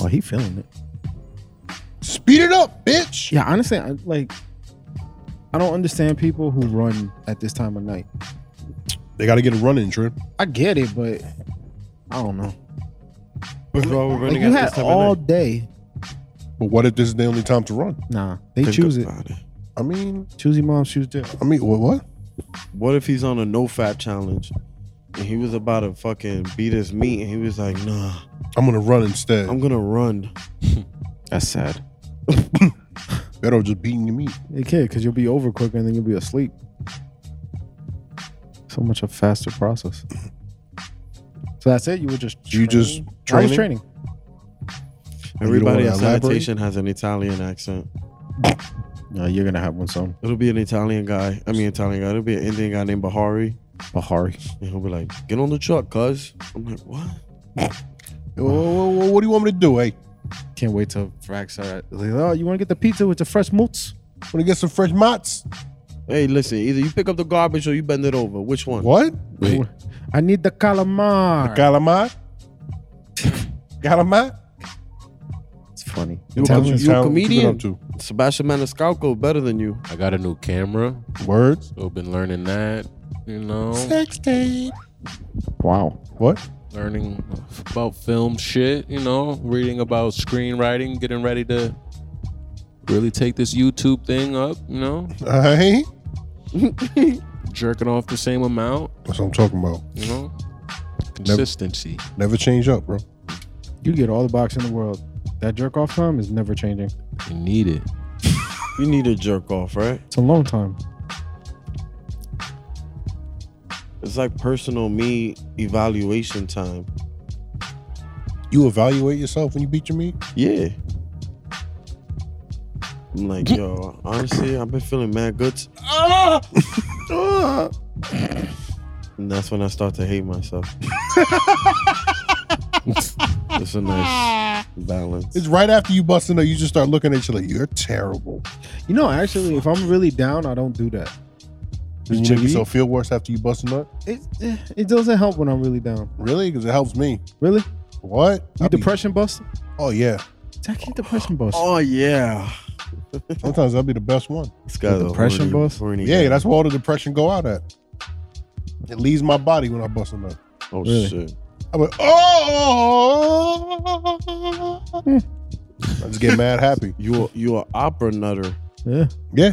[SPEAKER 1] Oh, he feeling it.
[SPEAKER 2] Speed it up, bitch.
[SPEAKER 1] Yeah, honestly, I, like I don't understand people who run at this time of night.
[SPEAKER 2] They got to get a run in, Trent.
[SPEAKER 1] I get it, but I don't know.
[SPEAKER 3] What's wrong with
[SPEAKER 1] Like,
[SPEAKER 3] running
[SPEAKER 1] you
[SPEAKER 3] at
[SPEAKER 1] had
[SPEAKER 3] this time of
[SPEAKER 1] all
[SPEAKER 3] night?
[SPEAKER 1] day.
[SPEAKER 2] But what if this is the only time to run?
[SPEAKER 1] Nah, they
[SPEAKER 3] Think
[SPEAKER 1] choose it.
[SPEAKER 3] about
[SPEAKER 2] I mean,
[SPEAKER 1] Choose your mom, choose dad.
[SPEAKER 2] I mean, what? What?
[SPEAKER 3] What if he's on a no fat challenge and he was about to fucking beat his meat and he was like, Nah,
[SPEAKER 2] I'm gonna run instead.
[SPEAKER 3] I'm gonna run. That's sad.
[SPEAKER 2] Better just beating your meat.
[SPEAKER 6] You can't because you'll be over quicker and then you'll be asleep. So much a faster process.
[SPEAKER 1] So that's it. You were just
[SPEAKER 2] You just
[SPEAKER 1] I was
[SPEAKER 2] training?
[SPEAKER 1] training.
[SPEAKER 2] don't
[SPEAKER 3] Everybody
[SPEAKER 2] wanna
[SPEAKER 3] at
[SPEAKER 2] elaborate?
[SPEAKER 3] sanitation has an Italian accent.
[SPEAKER 6] No, you're gonna have one soon.
[SPEAKER 3] It'll be an Italian guy. I mean, Italian guy. It'll be an Indian guy named Bahari.
[SPEAKER 6] Bahari.
[SPEAKER 3] And he'll be like, get on the truck, cuz. I'm like, what?
[SPEAKER 2] Wha- wha- wha- What do you want me to do? Hey,
[SPEAKER 6] Can't wait till Frax are at
[SPEAKER 1] Like, oh, you want to get the pizza with the fresh moots?
[SPEAKER 2] want to get some fresh mats?
[SPEAKER 3] Hey, listen, either you pick up the garbage or you bend it over. Which one?
[SPEAKER 2] What?
[SPEAKER 4] Wait,
[SPEAKER 1] I need the calamari.
[SPEAKER 2] Calamari? Calamari?
[SPEAKER 6] it's funny.
[SPEAKER 3] You a,
[SPEAKER 2] Tell
[SPEAKER 3] com-
[SPEAKER 2] me,
[SPEAKER 3] you a
[SPEAKER 2] tell me what you
[SPEAKER 3] comedian?
[SPEAKER 2] been up
[SPEAKER 3] Sebastian Maniscalco better than you.
[SPEAKER 4] I got a new camera.
[SPEAKER 2] to? Words?
[SPEAKER 4] So been learning that. You know,
[SPEAKER 2] Sex tape.
[SPEAKER 6] Wow.
[SPEAKER 2] What?
[SPEAKER 4] learning about film shit. You know, reading about screenwriting, getting ready to really take this YouTube thing up. You know,
[SPEAKER 2] Hey,
[SPEAKER 4] jerking off the same amount.
[SPEAKER 2] that's what I'm talking about.
[SPEAKER 4] You know, consistency.
[SPEAKER 2] Never change up, bro.
[SPEAKER 6] You get all the box in the world. That jerk off time is never changing.
[SPEAKER 4] You need it.
[SPEAKER 3] You need a jerk off, right?
[SPEAKER 6] It's a long time.
[SPEAKER 3] It's like personal me evaluation time.
[SPEAKER 2] You evaluate yourself when you beat your meat.
[SPEAKER 3] Yeah. I'm like, yo, honestly, I've been feeling mad good. t- and that's when I start to hate myself. it's a nice balance.
[SPEAKER 2] It's right after you busting up, you just start looking at you like you're terrible.
[SPEAKER 1] You know, actually, if I'm really down, I don't do that.
[SPEAKER 2] Does you make yourself feel worse after you busting up?
[SPEAKER 1] It eh, it doesn't help when I'm really down.
[SPEAKER 2] Really? Because it helps me.
[SPEAKER 1] Really,
[SPEAKER 2] What?
[SPEAKER 1] you
[SPEAKER 2] I be-
[SPEAKER 1] depression buster?
[SPEAKER 2] oh yeah.
[SPEAKER 1] I can't depression buster.
[SPEAKER 3] Oh yeah,
[SPEAKER 2] Sometimes I'll be the best one.
[SPEAKER 3] this guy's a
[SPEAKER 6] depression
[SPEAKER 3] horny-
[SPEAKER 6] boss?
[SPEAKER 3] horny
[SPEAKER 2] Yeah,
[SPEAKER 3] guy.
[SPEAKER 2] that's where all the depression go out at. It leaves my body when I bust them up.
[SPEAKER 3] oh
[SPEAKER 6] really.
[SPEAKER 3] shit.
[SPEAKER 2] I'm like, oh, I just get mad happy.
[SPEAKER 3] You a, you a opera nutter?
[SPEAKER 1] Yeah,
[SPEAKER 2] Yeah,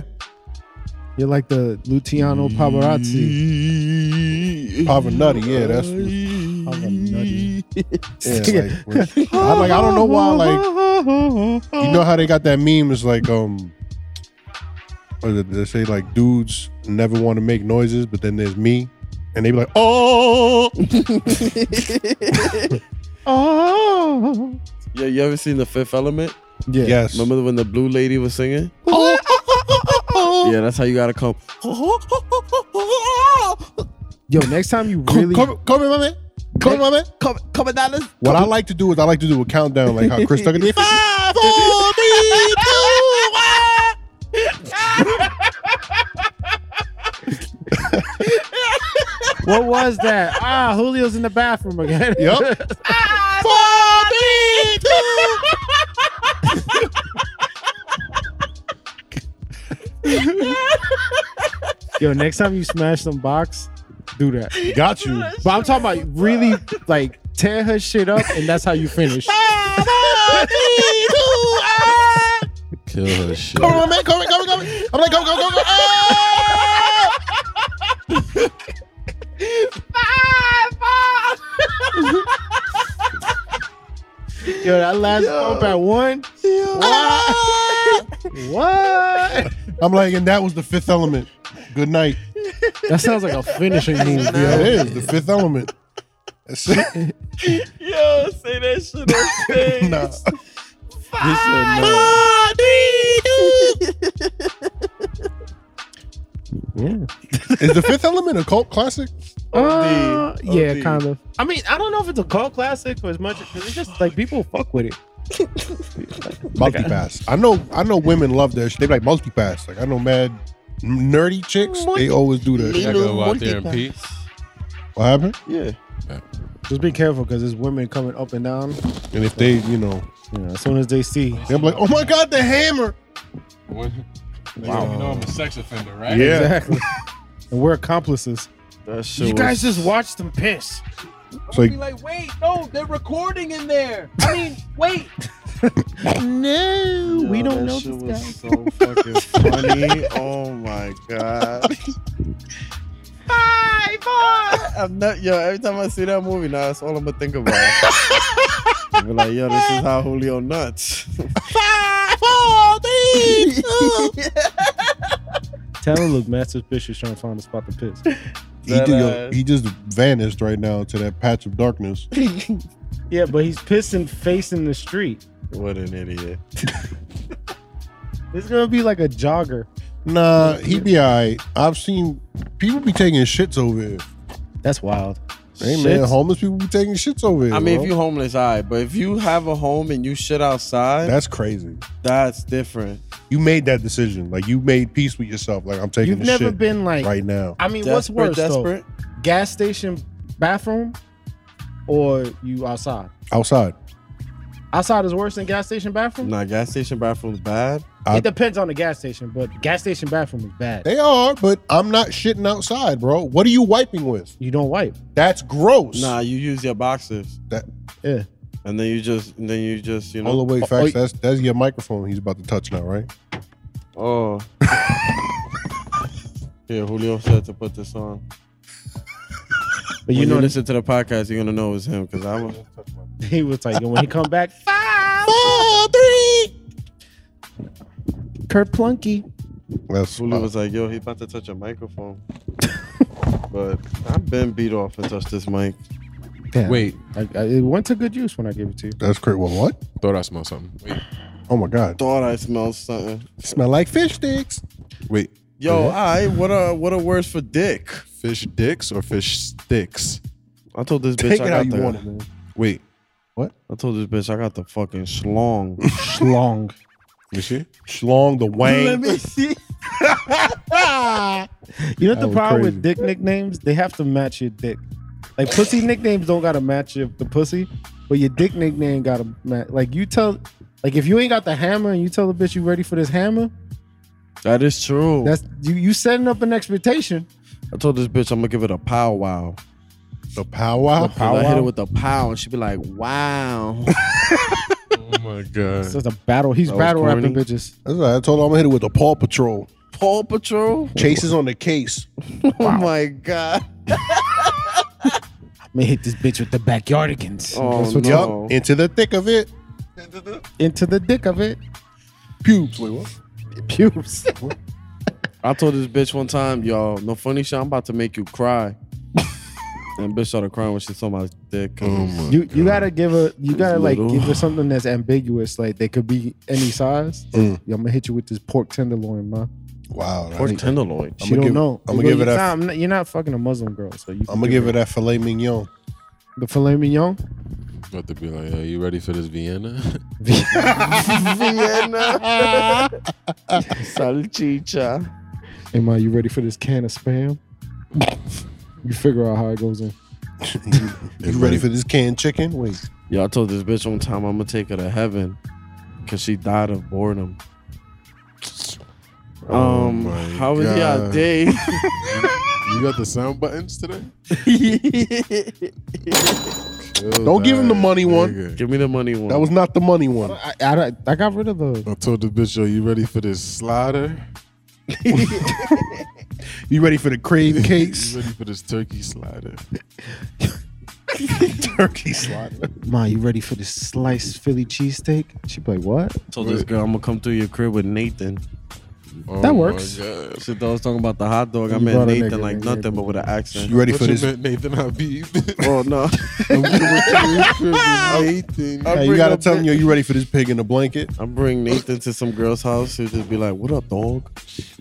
[SPEAKER 1] you're like the Luciano Pavarotti.
[SPEAKER 2] Papa Nutty. Yeah, that's
[SPEAKER 1] Pavarotti.
[SPEAKER 2] yeah, like, when- I'm like I don't know why. Like you know how they got that meme is like um, what is it? they say like dudes never want to make noises, but then there's me, and they be like, oh,
[SPEAKER 1] Oh,
[SPEAKER 3] Yo, you ever seen The Fifth Element?
[SPEAKER 1] yeah.
[SPEAKER 2] yes.
[SPEAKER 3] Remember when the blue lady was singing? Yeah, that's how you gotta come.
[SPEAKER 1] Yo, next time you
[SPEAKER 2] Come,
[SPEAKER 1] really
[SPEAKER 2] come, come here, my man. Come here, my man.
[SPEAKER 3] Come, come down this.
[SPEAKER 2] What I like to do is I like to do a countdown, like how Chris Tucker did.
[SPEAKER 1] what was that? Ah, Julio's in the bathroom again.
[SPEAKER 2] Yep.
[SPEAKER 1] Yo, next time you smash some box, do that.
[SPEAKER 2] Got you.
[SPEAKER 1] But I'm talking about really like tear her shit up, and that's how you finish.
[SPEAKER 4] Kill her shit.
[SPEAKER 2] Come on, man. Come on, come on, come on. I'm like, go, go, go, go. Ah!
[SPEAKER 1] Yo, that last bump at one. What?
[SPEAKER 2] I'm like, and that was the fifth element. Good night.
[SPEAKER 1] That sounds like a finishing move,
[SPEAKER 2] Yeah,
[SPEAKER 1] yo.
[SPEAKER 2] it is the fifth element. That's it.
[SPEAKER 3] Yo, say that shit on stage.
[SPEAKER 2] Nah.
[SPEAKER 3] He said no.
[SPEAKER 2] Is the fifth element a cult classic?
[SPEAKER 1] Uh,
[SPEAKER 3] OD.
[SPEAKER 1] yeah, kind of. I mean, I don't know if it's a cult classic or as much because it's just like people fuck with it.
[SPEAKER 2] Multipass. I know. I know. Women love that. shit. They like multipass. Like I know, mad nerdy chicks. They always do that.
[SPEAKER 4] I
[SPEAKER 2] shit.
[SPEAKER 4] go out there and pee.
[SPEAKER 2] What happened?
[SPEAKER 3] Yeah.
[SPEAKER 1] Just be careful because there's women coming up and down.
[SPEAKER 2] And if they, you know,
[SPEAKER 1] You know, as soon as they see,
[SPEAKER 2] they're like, oh my god, the hammer.
[SPEAKER 4] Wow. You know I'm a sex offender, right?
[SPEAKER 1] exactly, and we're accomplices.
[SPEAKER 3] That shit
[SPEAKER 1] you
[SPEAKER 3] was-
[SPEAKER 1] guys just watched them piss.
[SPEAKER 2] So
[SPEAKER 7] be like, wait, no, they're recording in there. I mean, wait.
[SPEAKER 1] No,
[SPEAKER 3] Yo,
[SPEAKER 1] we
[SPEAKER 3] that
[SPEAKER 1] don't know
[SPEAKER 3] shit
[SPEAKER 1] this guy.
[SPEAKER 3] was so fucking funny. oh my god. I'm not yo. Every time I see that movie, now that's all I'm gonna think about. We're like, yo, this is how Julio nuts.
[SPEAKER 5] Five, four, three, two.
[SPEAKER 1] Tell him, look, Master Fisher's trying to find a spot to piss.
[SPEAKER 2] He, do, yo, he just vanished right now into that patch of darkness.
[SPEAKER 1] Yeah, but he's pissing facing the street.
[SPEAKER 3] what an idiot.
[SPEAKER 1] It's gonna be like a jogger.
[SPEAKER 2] Nah, he be alright. I've seen people be taking shits over here.
[SPEAKER 1] That's wild.
[SPEAKER 2] Hey man,
[SPEAKER 1] Shits.
[SPEAKER 2] homeless people be taking shits over here.
[SPEAKER 3] I mean, if
[SPEAKER 2] bro.
[SPEAKER 3] you homeless, all right. But if you have a home and you shit outside,
[SPEAKER 2] that's crazy.
[SPEAKER 3] that's different.
[SPEAKER 2] You made that decision. Like you made peace with yourself. Like I'm taking
[SPEAKER 1] You've
[SPEAKER 2] this
[SPEAKER 1] never
[SPEAKER 2] shit
[SPEAKER 1] been like.
[SPEAKER 2] right now.
[SPEAKER 1] I mean, what's
[SPEAKER 3] Desperate,
[SPEAKER 1] worse,
[SPEAKER 3] desperate.
[SPEAKER 1] though? Gas station bathroom, or you outside?
[SPEAKER 2] Outside.
[SPEAKER 1] Outside is worse than gas station bathroom.
[SPEAKER 3] Nah, gas station bathroom's bad.
[SPEAKER 2] I-
[SPEAKER 1] It depends on the gas station, but gas station bathroom is bad.
[SPEAKER 2] They are, but I'm not shitting outside, bro. What are you wiping with?
[SPEAKER 1] you don't wipe.
[SPEAKER 2] That's gross.
[SPEAKER 3] Nah, you use your boxes.
[SPEAKER 2] That-
[SPEAKER 1] Yeah.
[SPEAKER 3] And then you just, and then you just, you
[SPEAKER 2] All
[SPEAKER 3] know.
[SPEAKER 2] the way,
[SPEAKER 1] oh,
[SPEAKER 2] facts. That's that's your microphone. He's about to touch now, right?
[SPEAKER 3] Oh. Yeah, Julio said to put this on.
[SPEAKER 1] But
[SPEAKER 3] When
[SPEAKER 1] you know,
[SPEAKER 3] listen to the podcast, you're gonna know it's him because I'm.
[SPEAKER 1] he was like, when he come back,
[SPEAKER 5] Five, four, three.
[SPEAKER 1] Kurt Plunky.
[SPEAKER 2] That's uh,
[SPEAKER 3] Julio was like, "Yo, he about to touch a microphone." but I've been beat off and touched this mic.
[SPEAKER 1] Damn.
[SPEAKER 4] Wait,
[SPEAKER 1] I, I, it went to good use when I gave it to you.
[SPEAKER 2] that's crazy. Well, what?
[SPEAKER 4] thought I smelled something. Wait,
[SPEAKER 2] Oh my god.
[SPEAKER 3] Thought I smelled something.
[SPEAKER 2] Smell like fish sticks.
[SPEAKER 4] wait,
[SPEAKER 3] Yo, I what are what are words for dick?
[SPEAKER 4] fish dicks or fish sticks?
[SPEAKER 3] I told this bitch
[SPEAKER 2] Take
[SPEAKER 3] I
[SPEAKER 2] it
[SPEAKER 3] got
[SPEAKER 2] how you
[SPEAKER 3] the,
[SPEAKER 2] want it, man.
[SPEAKER 4] Wait,
[SPEAKER 3] I told this bitch I got the fucking schlong.
[SPEAKER 1] Schlong.
[SPEAKER 4] you see?
[SPEAKER 2] Schlong, the wang.
[SPEAKER 3] me see.
[SPEAKER 1] You know
[SPEAKER 2] That
[SPEAKER 1] the
[SPEAKER 2] was
[SPEAKER 1] problem with
[SPEAKER 2] crazy.
[SPEAKER 1] dick nicknames? They have to match your dick. Like pussy nicknames don't gotta match your, the pussy, but your dick nickname gotta match. Like you tell, like if you ain't got the hammer and you tell the bitch you ready for this hammer,
[SPEAKER 3] That is true.
[SPEAKER 1] that's you you setting up an expectation.
[SPEAKER 3] I told this bitch I'm gonna give it a pow wow.
[SPEAKER 2] The powwow.
[SPEAKER 3] I hit it with a pow, and she be like, "Wow."
[SPEAKER 4] Oh my god.
[SPEAKER 1] So it's a battle. He's
[SPEAKER 3] That was
[SPEAKER 1] battle rapping
[SPEAKER 3] corny.
[SPEAKER 1] bitches.
[SPEAKER 2] That's what I told her I'm gonna hit it with the Paw Patrol.
[SPEAKER 3] Paw Patrol.
[SPEAKER 2] Chases on the case.
[SPEAKER 3] Oh my god.
[SPEAKER 1] I'm gonna hit this bitch with the backyardigans.
[SPEAKER 3] Oh
[SPEAKER 1] That's what-
[SPEAKER 3] no.
[SPEAKER 2] Yup. Into the thick of it.
[SPEAKER 1] Into the dick of it.
[SPEAKER 2] Pubes. Wait, what?
[SPEAKER 1] Pubes.
[SPEAKER 3] I told this bitch one time, y'all, no funny shit. I'm about to make you cry. and bitch started crying when she saw my dick.
[SPEAKER 1] you
[SPEAKER 2] Oh,
[SPEAKER 1] you gotta give a you gotta like
[SPEAKER 3] Little.
[SPEAKER 1] give her something that's ambiguous. Like they could be any size.
[SPEAKER 2] Mm.
[SPEAKER 1] Yeah, I'm gonna hit you with this pork tenderloin, man.
[SPEAKER 2] Wow.
[SPEAKER 3] Or tenderloin.
[SPEAKER 1] She
[SPEAKER 2] I'ma
[SPEAKER 1] don't
[SPEAKER 2] give-
[SPEAKER 1] know.
[SPEAKER 2] I'ma
[SPEAKER 1] Well,
[SPEAKER 2] give it
[SPEAKER 1] you're
[SPEAKER 2] a-
[SPEAKER 1] Not, I'm not- you're not fucking a Muslim girl, so you.
[SPEAKER 2] I'm gonna give her that filet mignon.
[SPEAKER 1] the filet mignon.
[SPEAKER 4] About to be like, are you ready for this Vienna?
[SPEAKER 3] Vienna. Salchicha.
[SPEAKER 1] Am I? You ready for this can of spam? you figure out how it goes in.
[SPEAKER 2] You ready for this canned chicken? Wait.
[SPEAKER 3] Yo, I told this bitch one time I'm gonna take her to heaven because she died of boredom.
[SPEAKER 4] Oh
[SPEAKER 3] Um,
[SPEAKER 4] my
[SPEAKER 3] how was y'all
[SPEAKER 4] God.
[SPEAKER 3] day?
[SPEAKER 4] You got the sound buttons today?
[SPEAKER 2] Don't give him the money one.
[SPEAKER 3] Give me the money one.
[SPEAKER 2] That was not the money one.
[SPEAKER 1] I, I, I got rid of the.
[SPEAKER 4] I told the bitch, yo, you ready for this slider?
[SPEAKER 2] You ready for the crave
[SPEAKER 4] You
[SPEAKER 2] cakes?
[SPEAKER 4] ready for this turkey slider?
[SPEAKER 2] Turkey slot.
[SPEAKER 1] Ma, you ready for this sliced Philly cheesesteak? She be like, what?
[SPEAKER 2] Oh
[SPEAKER 3] told this girl I'm gonna come through your crib with Nathan.
[SPEAKER 4] Oh
[SPEAKER 1] That
[SPEAKER 4] my
[SPEAKER 1] works.
[SPEAKER 4] God.
[SPEAKER 3] Shit, I was talking about the hot dog. I
[SPEAKER 1] You
[SPEAKER 3] meant
[SPEAKER 1] brought a
[SPEAKER 3] Nathan
[SPEAKER 1] nigga,
[SPEAKER 3] like
[SPEAKER 1] nigga.
[SPEAKER 3] nothing, but with an accent.
[SPEAKER 2] You ready
[SPEAKER 4] What
[SPEAKER 2] for
[SPEAKER 4] you
[SPEAKER 2] this?
[SPEAKER 4] meant, Nathan Habib?
[SPEAKER 3] Oh no.
[SPEAKER 4] I'm gonna put you in prison, Nathan.
[SPEAKER 3] I'm
[SPEAKER 2] Hey, you
[SPEAKER 3] bringing
[SPEAKER 2] gotta
[SPEAKER 3] up
[SPEAKER 2] tell
[SPEAKER 3] the-
[SPEAKER 2] him yo, you ready for this pig in the blanket?
[SPEAKER 3] I bring Nathan to some girl's house. He'll just be like, "What up, dog?"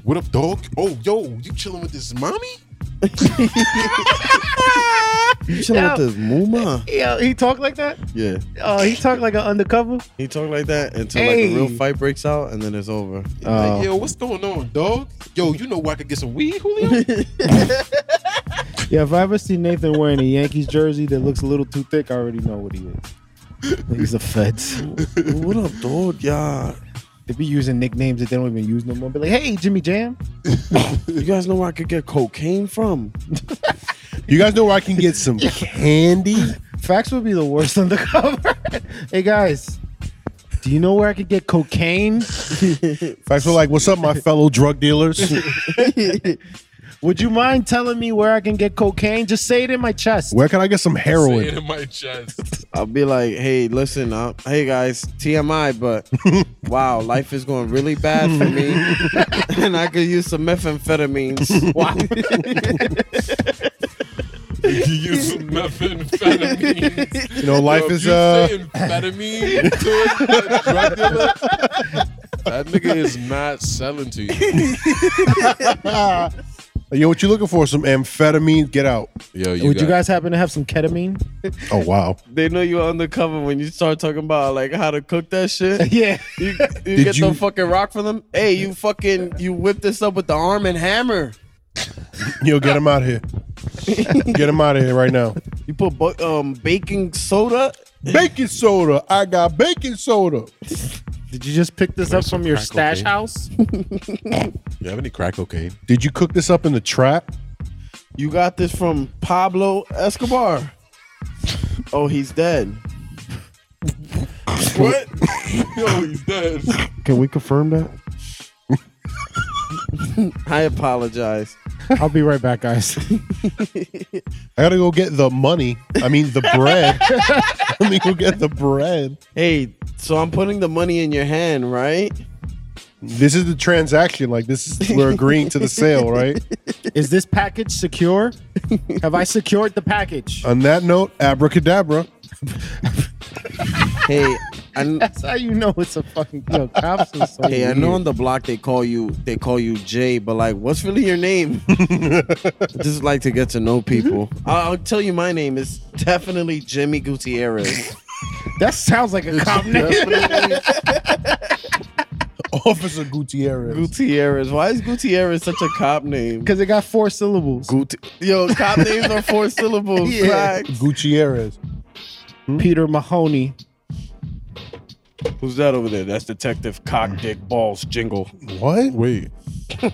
[SPEAKER 4] What up, dog? Oh, yo, you chilling with this mommy?
[SPEAKER 3] You chilling with this muma?
[SPEAKER 1] Yeah, he talked like that.
[SPEAKER 3] Yeah.
[SPEAKER 1] Oh, he talked like an undercover.
[SPEAKER 3] He talk like that until like a real
[SPEAKER 1] Hey.
[SPEAKER 3] fight breaks out, and then it's over.
[SPEAKER 1] Oh.
[SPEAKER 4] Like, yo, what's going on, dog? Yo, you know where I could get some weed, Julio?
[SPEAKER 1] Yeah, if I ever see Nathan wearing a Yankees jersey that looks a little too thick, I already know what he is. He's a feds.
[SPEAKER 3] what up, dog? Yeah.
[SPEAKER 1] They be using nicknames that they don't even use no more. Be like, hey, Jimmy Jam.
[SPEAKER 3] You guys know where I could get cocaine from?
[SPEAKER 2] You guys know where I can get some candy?
[SPEAKER 1] Facts would be the worst undercover. hey guys, do you know where I could get cocaine?
[SPEAKER 2] Facts were like, what's up, my fellow drug dealers?
[SPEAKER 1] Would you mind telling me where I can get cocaine? Just say it in my chest.
[SPEAKER 2] Where can I get some
[SPEAKER 4] Say it
[SPEAKER 2] heroin?
[SPEAKER 4] in my chest.
[SPEAKER 3] I'll be like, hey, listen, uh, hey guys, TMI, but wow, life is going really bad for me, and I could use some methamphetamines.
[SPEAKER 4] you use some methamphetamines.
[SPEAKER 2] You know, life
[SPEAKER 4] Yo, if
[SPEAKER 2] is
[SPEAKER 4] you
[SPEAKER 2] uh.
[SPEAKER 4] say amphetamine to a drug dealer, that nigga is not selling to you.
[SPEAKER 2] Yo, what you looking for? Some amphetamine? Get out!
[SPEAKER 4] Yo, you
[SPEAKER 1] Would you guys happen to have some ketamine?
[SPEAKER 2] Oh wow!
[SPEAKER 3] they know you're undercover when you start talking about like how to cook that shit.
[SPEAKER 1] yeah.
[SPEAKER 3] You, you
[SPEAKER 2] Did
[SPEAKER 3] get
[SPEAKER 2] you-
[SPEAKER 3] the fucking rock from them. Hey, you fucking you whip this up with the arm and hammer.
[SPEAKER 2] Yo, get him out of here! Get him out of here right now!
[SPEAKER 3] You put bu- um baking soda.
[SPEAKER 2] Baking soda! I got baking soda.
[SPEAKER 1] Did you just pick this up
[SPEAKER 4] some
[SPEAKER 1] from your
[SPEAKER 4] crack
[SPEAKER 1] stash
[SPEAKER 4] cocaine?
[SPEAKER 1] house?
[SPEAKER 4] You have any crack cocaine?
[SPEAKER 2] Did you cook this up in the trap?
[SPEAKER 3] You got this from Pablo Escobar. Oh, he's dead.
[SPEAKER 4] What? Yo, he's dead.
[SPEAKER 6] Can we confirm that?
[SPEAKER 3] I apologize.
[SPEAKER 6] I'll be right back, guys.
[SPEAKER 2] I gotta go get the money. I mean the bread. Let me go get the bread.
[SPEAKER 3] Hey, so I'm putting the money in your hand, right?
[SPEAKER 2] This is the transaction. Like this is we're agreeing to the sale, right?
[SPEAKER 1] Is this package secure? have I secured the package?
[SPEAKER 4] Uh,
[SPEAKER 2] On that note, abracadabra.
[SPEAKER 3] Hey, I,
[SPEAKER 1] That's how you know it's a fucking yo, cops are so
[SPEAKER 3] hey, I know
[SPEAKER 1] weird.
[SPEAKER 3] on the block they call you they call you Jay, but like, what's really your name? I just like to get to know people. I'll, I'll tell you, my name is definitely Jimmy Gutierrez.
[SPEAKER 1] That sounds like a cop name.
[SPEAKER 2] Officer Gutierrez.
[SPEAKER 3] Gutierrez. Why is Gutierrez such a cop name?
[SPEAKER 1] Because it got four syllables.
[SPEAKER 3] Gut- Yo, cop names are four syllables.
[SPEAKER 1] Yeah.
[SPEAKER 3] facts.
[SPEAKER 2] Gutierrez.
[SPEAKER 1] Peter Mahoney.
[SPEAKER 3] Who's that over there? That's Detective Cock Dick Balls Jingle.
[SPEAKER 2] What?
[SPEAKER 4] Wait. Yo,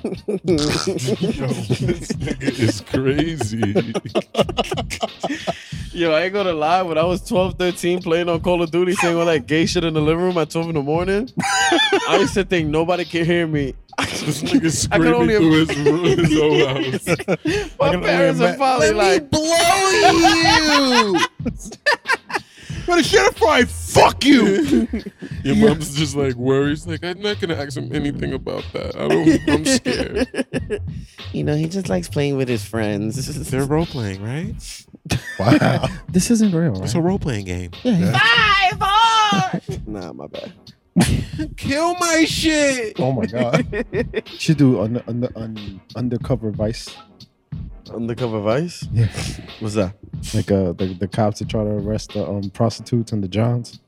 [SPEAKER 4] this nigga is crazy.
[SPEAKER 3] Yo, I ain't gonna lie. When I was 12, 13, playing on Call of Duty, saying all that gay shit in the living room at 12 in the morning, I used to think nobody could hear me.
[SPEAKER 4] This nigga
[SPEAKER 3] I can
[SPEAKER 4] screaming
[SPEAKER 3] only
[SPEAKER 4] through his, room, his whole house.
[SPEAKER 3] My
[SPEAKER 2] can only
[SPEAKER 3] parents are
[SPEAKER 2] imma-
[SPEAKER 3] probably like,
[SPEAKER 2] blow you. But a sheriff probably fuck you.
[SPEAKER 4] Your mom's just like worries. Like I'm not gonna ask him anything about that. I don't. I'm scared.
[SPEAKER 3] you know, he just likes playing with his friends.
[SPEAKER 5] They're role playing, right?
[SPEAKER 2] Wow.
[SPEAKER 1] This isn't real, right?
[SPEAKER 5] It's a role playing game.
[SPEAKER 3] nah, my bad.
[SPEAKER 5] Kill my shit.
[SPEAKER 2] Oh my god.
[SPEAKER 6] Should do an, an, an undercover vice,
[SPEAKER 3] Undercover Vice?
[SPEAKER 6] Yeah.
[SPEAKER 3] What's that?
[SPEAKER 6] like uh, the, the cops that try to arrest the um, prostitutes and the Johns.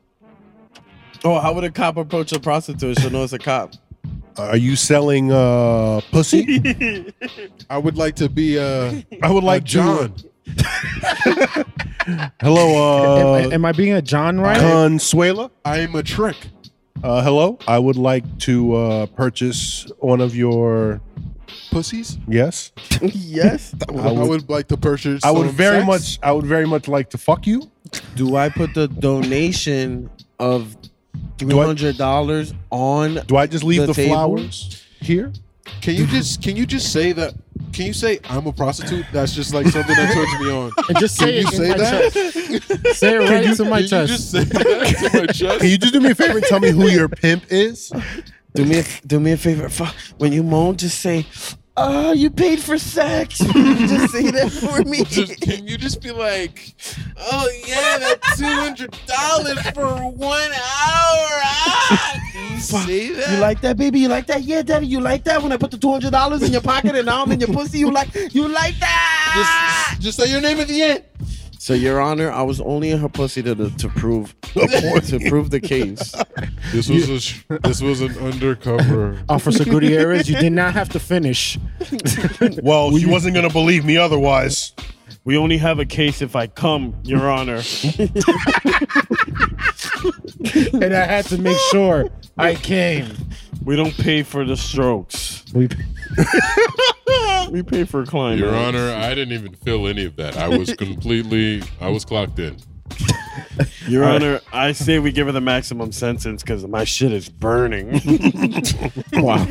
[SPEAKER 3] Oh, how would a cop approach a prostitute? She'll know it's a cop.
[SPEAKER 2] Are you selling uh pussy?
[SPEAKER 4] I would like to be uh
[SPEAKER 2] I would like uh,
[SPEAKER 4] like John.
[SPEAKER 2] Hello, uh
[SPEAKER 1] am, am I being a John right?
[SPEAKER 2] Consuela.
[SPEAKER 4] I am a trick.
[SPEAKER 2] Uh, hello. I would like to uh, purchase one of your.
[SPEAKER 4] Pussies.
[SPEAKER 2] Yes,
[SPEAKER 3] yes.
[SPEAKER 4] I would,
[SPEAKER 2] I would-
[SPEAKER 4] like to purchase.
[SPEAKER 2] I would
[SPEAKER 4] some
[SPEAKER 2] very
[SPEAKER 4] sex.
[SPEAKER 2] much. I would very much like to fuck you.
[SPEAKER 3] Do I put the donation of
[SPEAKER 2] I-
[SPEAKER 3] $300 on
[SPEAKER 2] Do I just leave the,
[SPEAKER 3] The table?
[SPEAKER 2] flowers here?
[SPEAKER 4] Can you just can you just say that? Can you say I'm a prostitute? That's just like something that turns me on.
[SPEAKER 1] And just
[SPEAKER 4] Can
[SPEAKER 1] say
[SPEAKER 4] you
[SPEAKER 1] it
[SPEAKER 4] say
[SPEAKER 1] in my
[SPEAKER 4] that?
[SPEAKER 1] chest. Say it right to my
[SPEAKER 4] Can
[SPEAKER 1] chest.
[SPEAKER 4] you just say that to my
[SPEAKER 2] Can
[SPEAKER 4] chest?
[SPEAKER 2] you just do me a favor and tell me who your pimp is?
[SPEAKER 3] Do me a do me a favor. Fu- When you moan, just say, "Oh, you paid for sex." just say that for me.
[SPEAKER 4] Just, can you just be like,
[SPEAKER 5] Oh yeah, that two hundred dollars for one hour. Ah, can you say that?
[SPEAKER 3] You like that, baby? You like that? Yeah, daddy. You like that? When I put the two hundred dollars in your pocket and now I'm in your pussy, you like you like that?
[SPEAKER 4] just, just say your name at the end.
[SPEAKER 3] So, Your Honor, I was only in her pussy to to prove to prove the case.
[SPEAKER 4] This was a sh- this was an undercover.
[SPEAKER 1] Officer Gutierrez, you did not have to finish.
[SPEAKER 2] Well, she wasn't gonna believe me otherwise.
[SPEAKER 3] We only have a case if I come, Your Honor.
[SPEAKER 1] And I had to make sure I came.
[SPEAKER 3] We don't pay for the strokes.
[SPEAKER 1] We,
[SPEAKER 3] We pay for clients.
[SPEAKER 4] Your Honor, I didn't even feel any of that. I was completely, I was clocked in.
[SPEAKER 3] Your Honor, I say we give her the maximum sentence because my shit is burning.
[SPEAKER 2] Wow.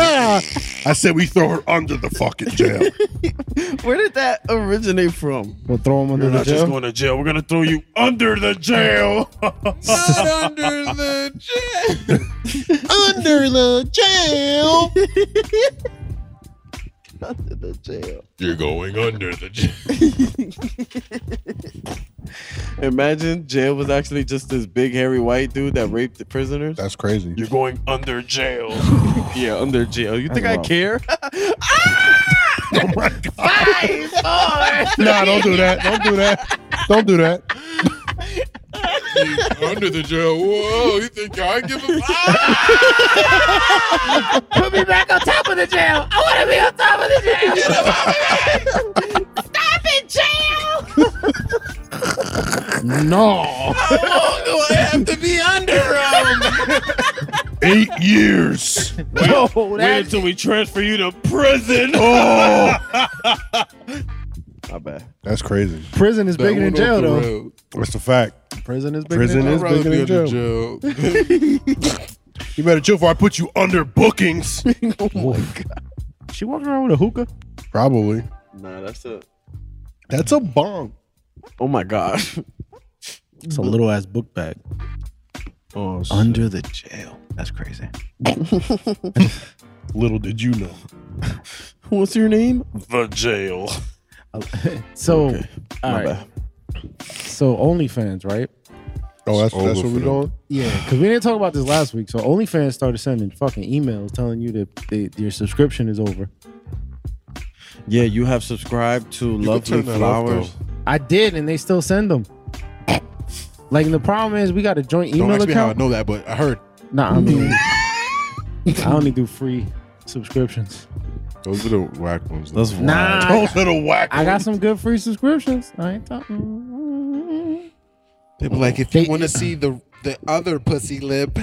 [SPEAKER 2] I said we throw her under the fucking jail.
[SPEAKER 3] Where did that originate from?
[SPEAKER 6] We'll throw him under the jail.
[SPEAKER 5] to jail. We're gonna throw you under the jail.
[SPEAKER 4] Not under the jail.
[SPEAKER 2] under the jail.
[SPEAKER 3] Under the jail.
[SPEAKER 4] You're going under the jail.
[SPEAKER 3] Imagine jail was actually just this big hairy white dude that raped the prisoners.
[SPEAKER 2] That's crazy.
[SPEAKER 5] You're going under jail.
[SPEAKER 3] Yeah, under jail. You think I
[SPEAKER 6] wild.
[SPEAKER 3] care?
[SPEAKER 2] Oh my god. nah, don't do that. Don't do that. Don't do that.
[SPEAKER 4] under the jail. Whoa, you think I give a
[SPEAKER 1] Put me back on top of the jail. I want to be on top of the jail.
[SPEAKER 6] No.
[SPEAKER 2] Eight years.
[SPEAKER 1] Yo,
[SPEAKER 5] Wait
[SPEAKER 1] that's
[SPEAKER 5] until we transfer you to prison.
[SPEAKER 2] Oh,
[SPEAKER 3] My bad.
[SPEAKER 2] that's crazy.
[SPEAKER 6] Prison is bigger than jail, though.
[SPEAKER 2] That's a fact.
[SPEAKER 6] Prison is bigger
[SPEAKER 2] Prison
[SPEAKER 6] than
[SPEAKER 2] is
[SPEAKER 6] jail.
[SPEAKER 4] Rather
[SPEAKER 2] bigger than
[SPEAKER 4] be under
[SPEAKER 2] jail.
[SPEAKER 4] jail.
[SPEAKER 2] You better chill before I put you under bookings.
[SPEAKER 1] she walking around with a hookah.
[SPEAKER 2] Probably.
[SPEAKER 3] Nah, that's a.
[SPEAKER 2] That's a bong.
[SPEAKER 3] Oh my god.
[SPEAKER 1] It's a little ass book bag.
[SPEAKER 3] Oh,
[SPEAKER 1] Under the jail. That's crazy.
[SPEAKER 2] Little did you know.
[SPEAKER 3] what's your name?
[SPEAKER 5] The jail.
[SPEAKER 1] So, all
[SPEAKER 3] My
[SPEAKER 1] right.
[SPEAKER 3] bad.
[SPEAKER 1] So OnlyFans, right?
[SPEAKER 2] Oh, that's, that's
[SPEAKER 4] over
[SPEAKER 2] what
[SPEAKER 4] for
[SPEAKER 2] we're
[SPEAKER 4] them.
[SPEAKER 2] doing?
[SPEAKER 1] Yeah, because we didn't talk about this last week. So OnlyFans started sending fucking emails telling you that they, your subscription is over.
[SPEAKER 3] Yeah, you have subscribed to
[SPEAKER 4] You can
[SPEAKER 3] Lovely
[SPEAKER 4] turn that off,
[SPEAKER 3] Flowers.
[SPEAKER 4] though.
[SPEAKER 1] I did, and they still send them. Like and the problem is we got a joint
[SPEAKER 4] Don't
[SPEAKER 1] email
[SPEAKER 4] ask me how I
[SPEAKER 1] account.
[SPEAKER 4] know that, but I heard
[SPEAKER 1] Nah, I mean, I only do free subscriptions.
[SPEAKER 4] those are the whack ones.
[SPEAKER 3] That's
[SPEAKER 4] though.
[SPEAKER 3] wild.
[SPEAKER 1] Nah,
[SPEAKER 2] Those little whack.
[SPEAKER 1] I got some good free subscriptions. I ain't talking.
[SPEAKER 4] They be like, if
[SPEAKER 1] They-
[SPEAKER 4] you want to see the the other pussy lip,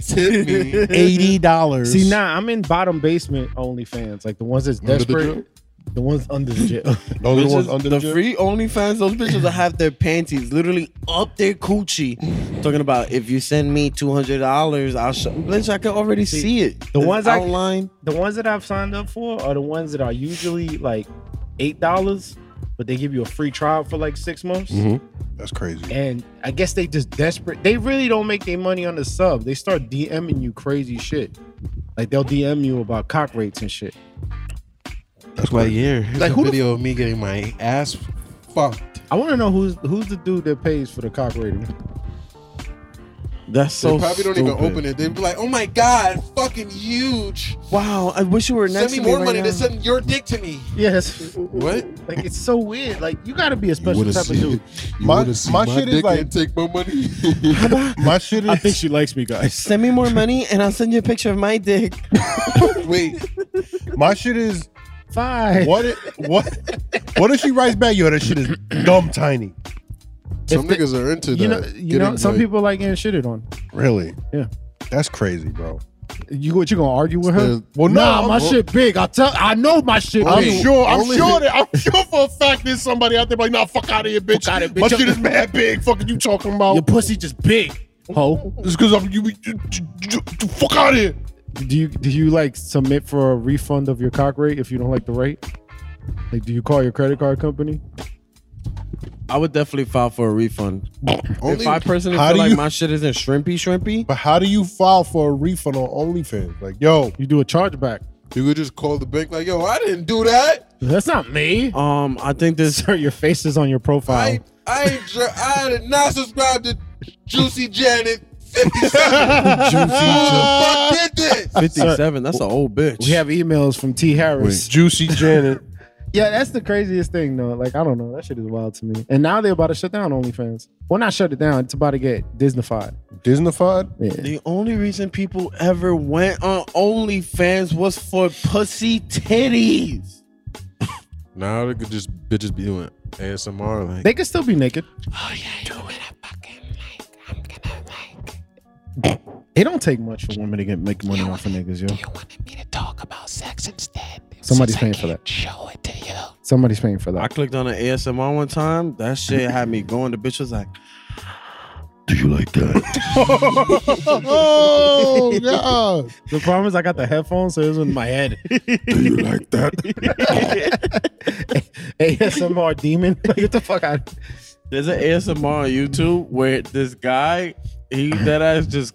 [SPEAKER 4] tip me.
[SPEAKER 2] eighty dollars.
[SPEAKER 1] See, nah, I'm in bottom basement OnlyFans, like the ones that's
[SPEAKER 4] Under the
[SPEAKER 1] desperate, the, ones under the jail.
[SPEAKER 2] those are the ones
[SPEAKER 3] Bitches-
[SPEAKER 2] under
[SPEAKER 3] the
[SPEAKER 2] the, jail?
[SPEAKER 3] free OnlyFans, those bitches will have their panties literally up their coochie, talking about if you send me two hundred dollars, I'll show. Bitch, I can already see, it.
[SPEAKER 1] the ones I-
[SPEAKER 3] outline.
[SPEAKER 1] the ones that I've signed up for are the ones that are usually like eight dollars, but they give you a free trial for like six months.
[SPEAKER 2] That's crazy.
[SPEAKER 1] And I guess they just desperate. They really don't make their money on the sub. They start DMing you crazy shit. Like they'll DM you about cock rates and shit.
[SPEAKER 4] That's like, yeah, here's
[SPEAKER 1] Like,
[SPEAKER 4] a
[SPEAKER 1] who the
[SPEAKER 4] video of me getting my ass fucked.
[SPEAKER 1] I want to know who's who's the dude that pays for the cock rating.
[SPEAKER 3] That's so.
[SPEAKER 4] they probably don't even open it. They'd be like, oh my god, fucking huge.
[SPEAKER 3] Wow, I wish you were next
[SPEAKER 4] Send me
[SPEAKER 3] to me
[SPEAKER 4] more
[SPEAKER 3] right
[SPEAKER 4] money
[SPEAKER 3] now.
[SPEAKER 4] to send your dick to me.
[SPEAKER 1] Yes.
[SPEAKER 4] What?
[SPEAKER 1] Like it's so weird. Like you got to be a special
[SPEAKER 4] would've
[SPEAKER 1] type of
[SPEAKER 4] seen
[SPEAKER 1] dude.
[SPEAKER 4] it. You
[SPEAKER 2] My-
[SPEAKER 4] would've seen
[SPEAKER 2] my shit is
[SPEAKER 4] dick
[SPEAKER 2] like-
[SPEAKER 4] and take my money.
[SPEAKER 2] My shit is
[SPEAKER 1] she likes me, guys.
[SPEAKER 3] Send me more money, and I'll send you a picture of my dick.
[SPEAKER 4] Wait,
[SPEAKER 2] my shit is
[SPEAKER 1] Five.
[SPEAKER 2] what it, what what if she writes back, yo, that shit is dumb tiny.
[SPEAKER 4] some
[SPEAKER 1] they-
[SPEAKER 4] niggas are into that.
[SPEAKER 1] You know, you know,
[SPEAKER 4] Getting,
[SPEAKER 1] some
[SPEAKER 4] like,
[SPEAKER 1] people like getting shitted on.
[SPEAKER 2] Really?
[SPEAKER 1] Yeah.
[SPEAKER 2] That's crazy, bro.
[SPEAKER 1] You what? You gonna argue with her?
[SPEAKER 4] There's-
[SPEAKER 2] Well,
[SPEAKER 1] nah,
[SPEAKER 2] no,
[SPEAKER 1] my
[SPEAKER 2] well-
[SPEAKER 1] shit big. I tell, I know my shit
[SPEAKER 2] I'm
[SPEAKER 1] big.
[SPEAKER 2] sure. I'm
[SPEAKER 4] only-
[SPEAKER 2] sure that I'm sure for a fact there's somebody out there like, nah, fuck out of here, bitch.
[SPEAKER 1] outta here,
[SPEAKER 2] My
[SPEAKER 1] bitch.
[SPEAKER 2] shit is mad big. Fucking you talking about?
[SPEAKER 1] Your pussy just big. Ho,
[SPEAKER 2] It's because I'm you, you, you, you- you- Fuck out of here.
[SPEAKER 1] do you do you like submit for a refund of your cock rate if you don't like the rate? Like, do you call your credit card company?
[SPEAKER 3] I would definitely file for a refund.
[SPEAKER 4] Only,
[SPEAKER 3] if I personally
[SPEAKER 2] how
[SPEAKER 3] feel
[SPEAKER 2] do
[SPEAKER 3] like
[SPEAKER 2] you-
[SPEAKER 3] my shit isn't shrimpy, shrimpy,
[SPEAKER 2] But how do you file for a refund on OnlyFans? Like, yo,
[SPEAKER 1] You do a chargeback.
[SPEAKER 4] you could just call the bank like, yo, I didn't do that.
[SPEAKER 1] That's not me.
[SPEAKER 3] um, I think this
[SPEAKER 1] Sir, your face is on your profile.
[SPEAKER 4] I I ain't dr- I did not subscribe to Juicy Janet. 57. Fuck did this?
[SPEAKER 3] 57. That's an old bitch.
[SPEAKER 1] we have emails from T. Harris.
[SPEAKER 2] Juicy Janet.
[SPEAKER 1] Yeah, that's the craziest thing though. Like, I don't know. That shit is wild to me. And now they're about to shut down OnlyFans. Well, not shut it down. It's about to get Disneyfied.
[SPEAKER 2] Disneyfied?
[SPEAKER 1] Yeah.
[SPEAKER 3] The only reason people ever went on OnlyFans was for pussy titties.
[SPEAKER 4] Now they could just bitches be doing ASMR like.
[SPEAKER 1] They could still be naked.
[SPEAKER 3] Oh yeah, you want a fucking like? I'm gonna like.
[SPEAKER 1] It don't take much for women to get make money off of niggas, yo.
[SPEAKER 3] You wanted me to talk about sex instead.
[SPEAKER 1] Somebody's paying for that.
[SPEAKER 3] Show it to you.
[SPEAKER 1] Somebody's paying for
[SPEAKER 3] I
[SPEAKER 1] that.
[SPEAKER 3] clicked on an ASMR one time. That shit had me going. The bitch was like,
[SPEAKER 8] Do you like that?
[SPEAKER 2] oh God!
[SPEAKER 1] The problem is I got the headphones, so it was in my head.
[SPEAKER 8] Do you like that?
[SPEAKER 1] ASMR demon. Like, get the fuck out.
[SPEAKER 3] There's an ASMR on YouTube where this guy, he that ass just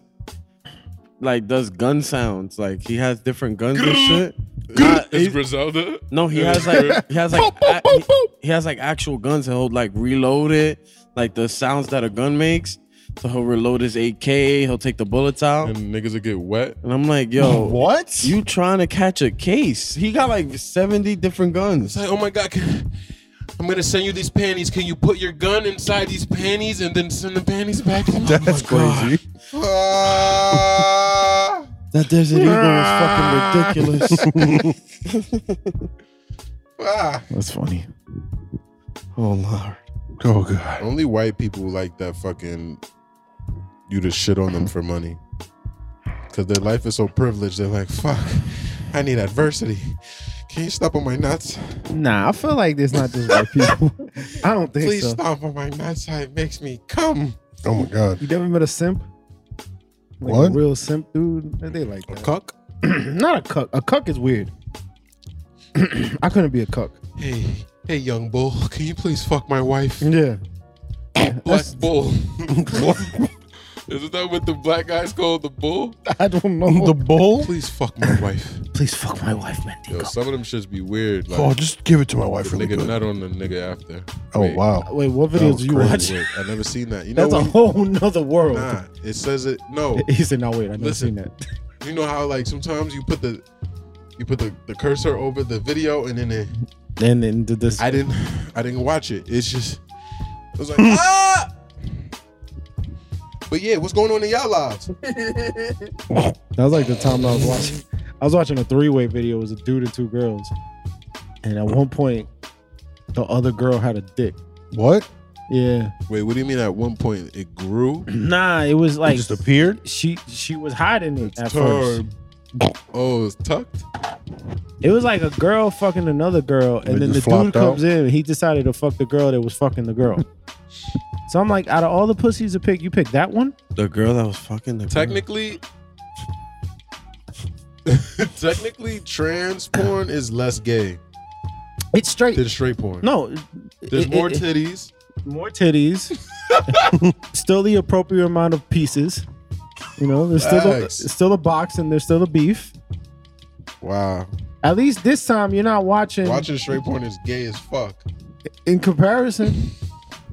[SPEAKER 3] like does gun sounds. Like he has different guns and shit. Nah,
[SPEAKER 4] It's
[SPEAKER 3] he-
[SPEAKER 4] Griselda.
[SPEAKER 3] no, he has like he has like a- he, he has like actual guns. He'll like reload it, like the sounds that a gun makes. So he'll reload his AK. He'll take the bullets out,
[SPEAKER 4] And niggas will get wet.
[SPEAKER 3] and I'm like, yo,
[SPEAKER 2] What?
[SPEAKER 3] you trying to catch a case? He got like 70 different guns.
[SPEAKER 4] It's like, oh my god, can, I'm gonna send you these panties. Can you put your gun inside these panties and then send the panties back?
[SPEAKER 2] That's crazy.
[SPEAKER 4] Ah.
[SPEAKER 3] That Desert Eagle was fucking ridiculous.
[SPEAKER 6] That's funny.
[SPEAKER 3] oh lord.
[SPEAKER 2] Oh God!
[SPEAKER 4] Only white people like that fucking you to shit on them for money. Cause their life is so privileged, they're like, fuck, I need adversity. Can you stop on my nuts?
[SPEAKER 1] Nah, I feel like there's not just white people. I don't think
[SPEAKER 4] Please
[SPEAKER 1] so.
[SPEAKER 4] stop on my nuts. It makes me come.
[SPEAKER 2] Oh my God!
[SPEAKER 1] You never met a simp? Like A
[SPEAKER 2] What?
[SPEAKER 1] real simp dude? They like that.
[SPEAKER 4] Cuck?
[SPEAKER 1] not a cuck. A cuck is weird. I couldn't be a cuck.
[SPEAKER 4] Hey, hey young bull, can you please fuck my wife?
[SPEAKER 1] Yeah.
[SPEAKER 4] Black bull. Isn't that what the black guys call the bull?
[SPEAKER 1] I don't know.
[SPEAKER 2] The bull?
[SPEAKER 4] Please fuck my wife.
[SPEAKER 1] Please fuck my wife, man.
[SPEAKER 4] Yo, some of them shits be weird. Like,
[SPEAKER 2] Oh, just give it to my wife
[SPEAKER 4] the
[SPEAKER 2] really
[SPEAKER 4] nigga
[SPEAKER 2] good.
[SPEAKER 4] nut on the nigga after.
[SPEAKER 2] Oh
[SPEAKER 4] Wait,
[SPEAKER 2] wow!
[SPEAKER 1] Wait, what
[SPEAKER 4] that
[SPEAKER 1] videos
[SPEAKER 4] was
[SPEAKER 1] do you
[SPEAKER 4] crazy.
[SPEAKER 1] watch?
[SPEAKER 4] Wait, I never seen that. You know
[SPEAKER 1] That's a
[SPEAKER 4] what?
[SPEAKER 1] whole nother world.
[SPEAKER 4] Nah, it says it. No,
[SPEAKER 1] He said, "No, wait, I never
[SPEAKER 4] Listen.
[SPEAKER 1] seen that."
[SPEAKER 4] you know how like sometimes you put the you put the, the cursor over the video and then it,
[SPEAKER 1] And then did this?
[SPEAKER 4] I didn't I didn't watch it. It's just it was like ah. But yeah, what's going on in y'all lives?
[SPEAKER 1] That was like the time I was watching. I was watching a three-way video. It was a dude and two girls, and at one point, the other girl had a dick.
[SPEAKER 2] What?
[SPEAKER 1] Yeah.
[SPEAKER 4] Wait, what do you mean? At one point it grew.
[SPEAKER 1] Nah, it was
[SPEAKER 2] It
[SPEAKER 1] like
[SPEAKER 2] just appeared.
[SPEAKER 1] she she was hiding it at first.
[SPEAKER 4] Term. Oh, it's tucked.
[SPEAKER 1] It was like a girl fucking another girl, and
[SPEAKER 2] It
[SPEAKER 1] then the
[SPEAKER 2] just
[SPEAKER 1] dude
[SPEAKER 2] flopped out?
[SPEAKER 1] comes in and he decided to fuck the girl that was fucking the girl. so I'm like, out of all the pussies to pick, you pick that one?
[SPEAKER 3] The girl that was fucking the girl.
[SPEAKER 4] Technically, technically, trans porn is less gay
[SPEAKER 1] It's straight.
[SPEAKER 4] than straight porn.
[SPEAKER 1] no,
[SPEAKER 4] There's
[SPEAKER 1] it-
[SPEAKER 4] more
[SPEAKER 1] it-
[SPEAKER 4] titties.
[SPEAKER 1] more titties, still the appropriate amount of pieces. You know, there's still a,
[SPEAKER 4] Facts.
[SPEAKER 1] still a box and there's still a beef.
[SPEAKER 4] Wow.
[SPEAKER 1] At least this time you're not watching.
[SPEAKER 4] Watching straight porn is gay as fuck.
[SPEAKER 1] In comparison,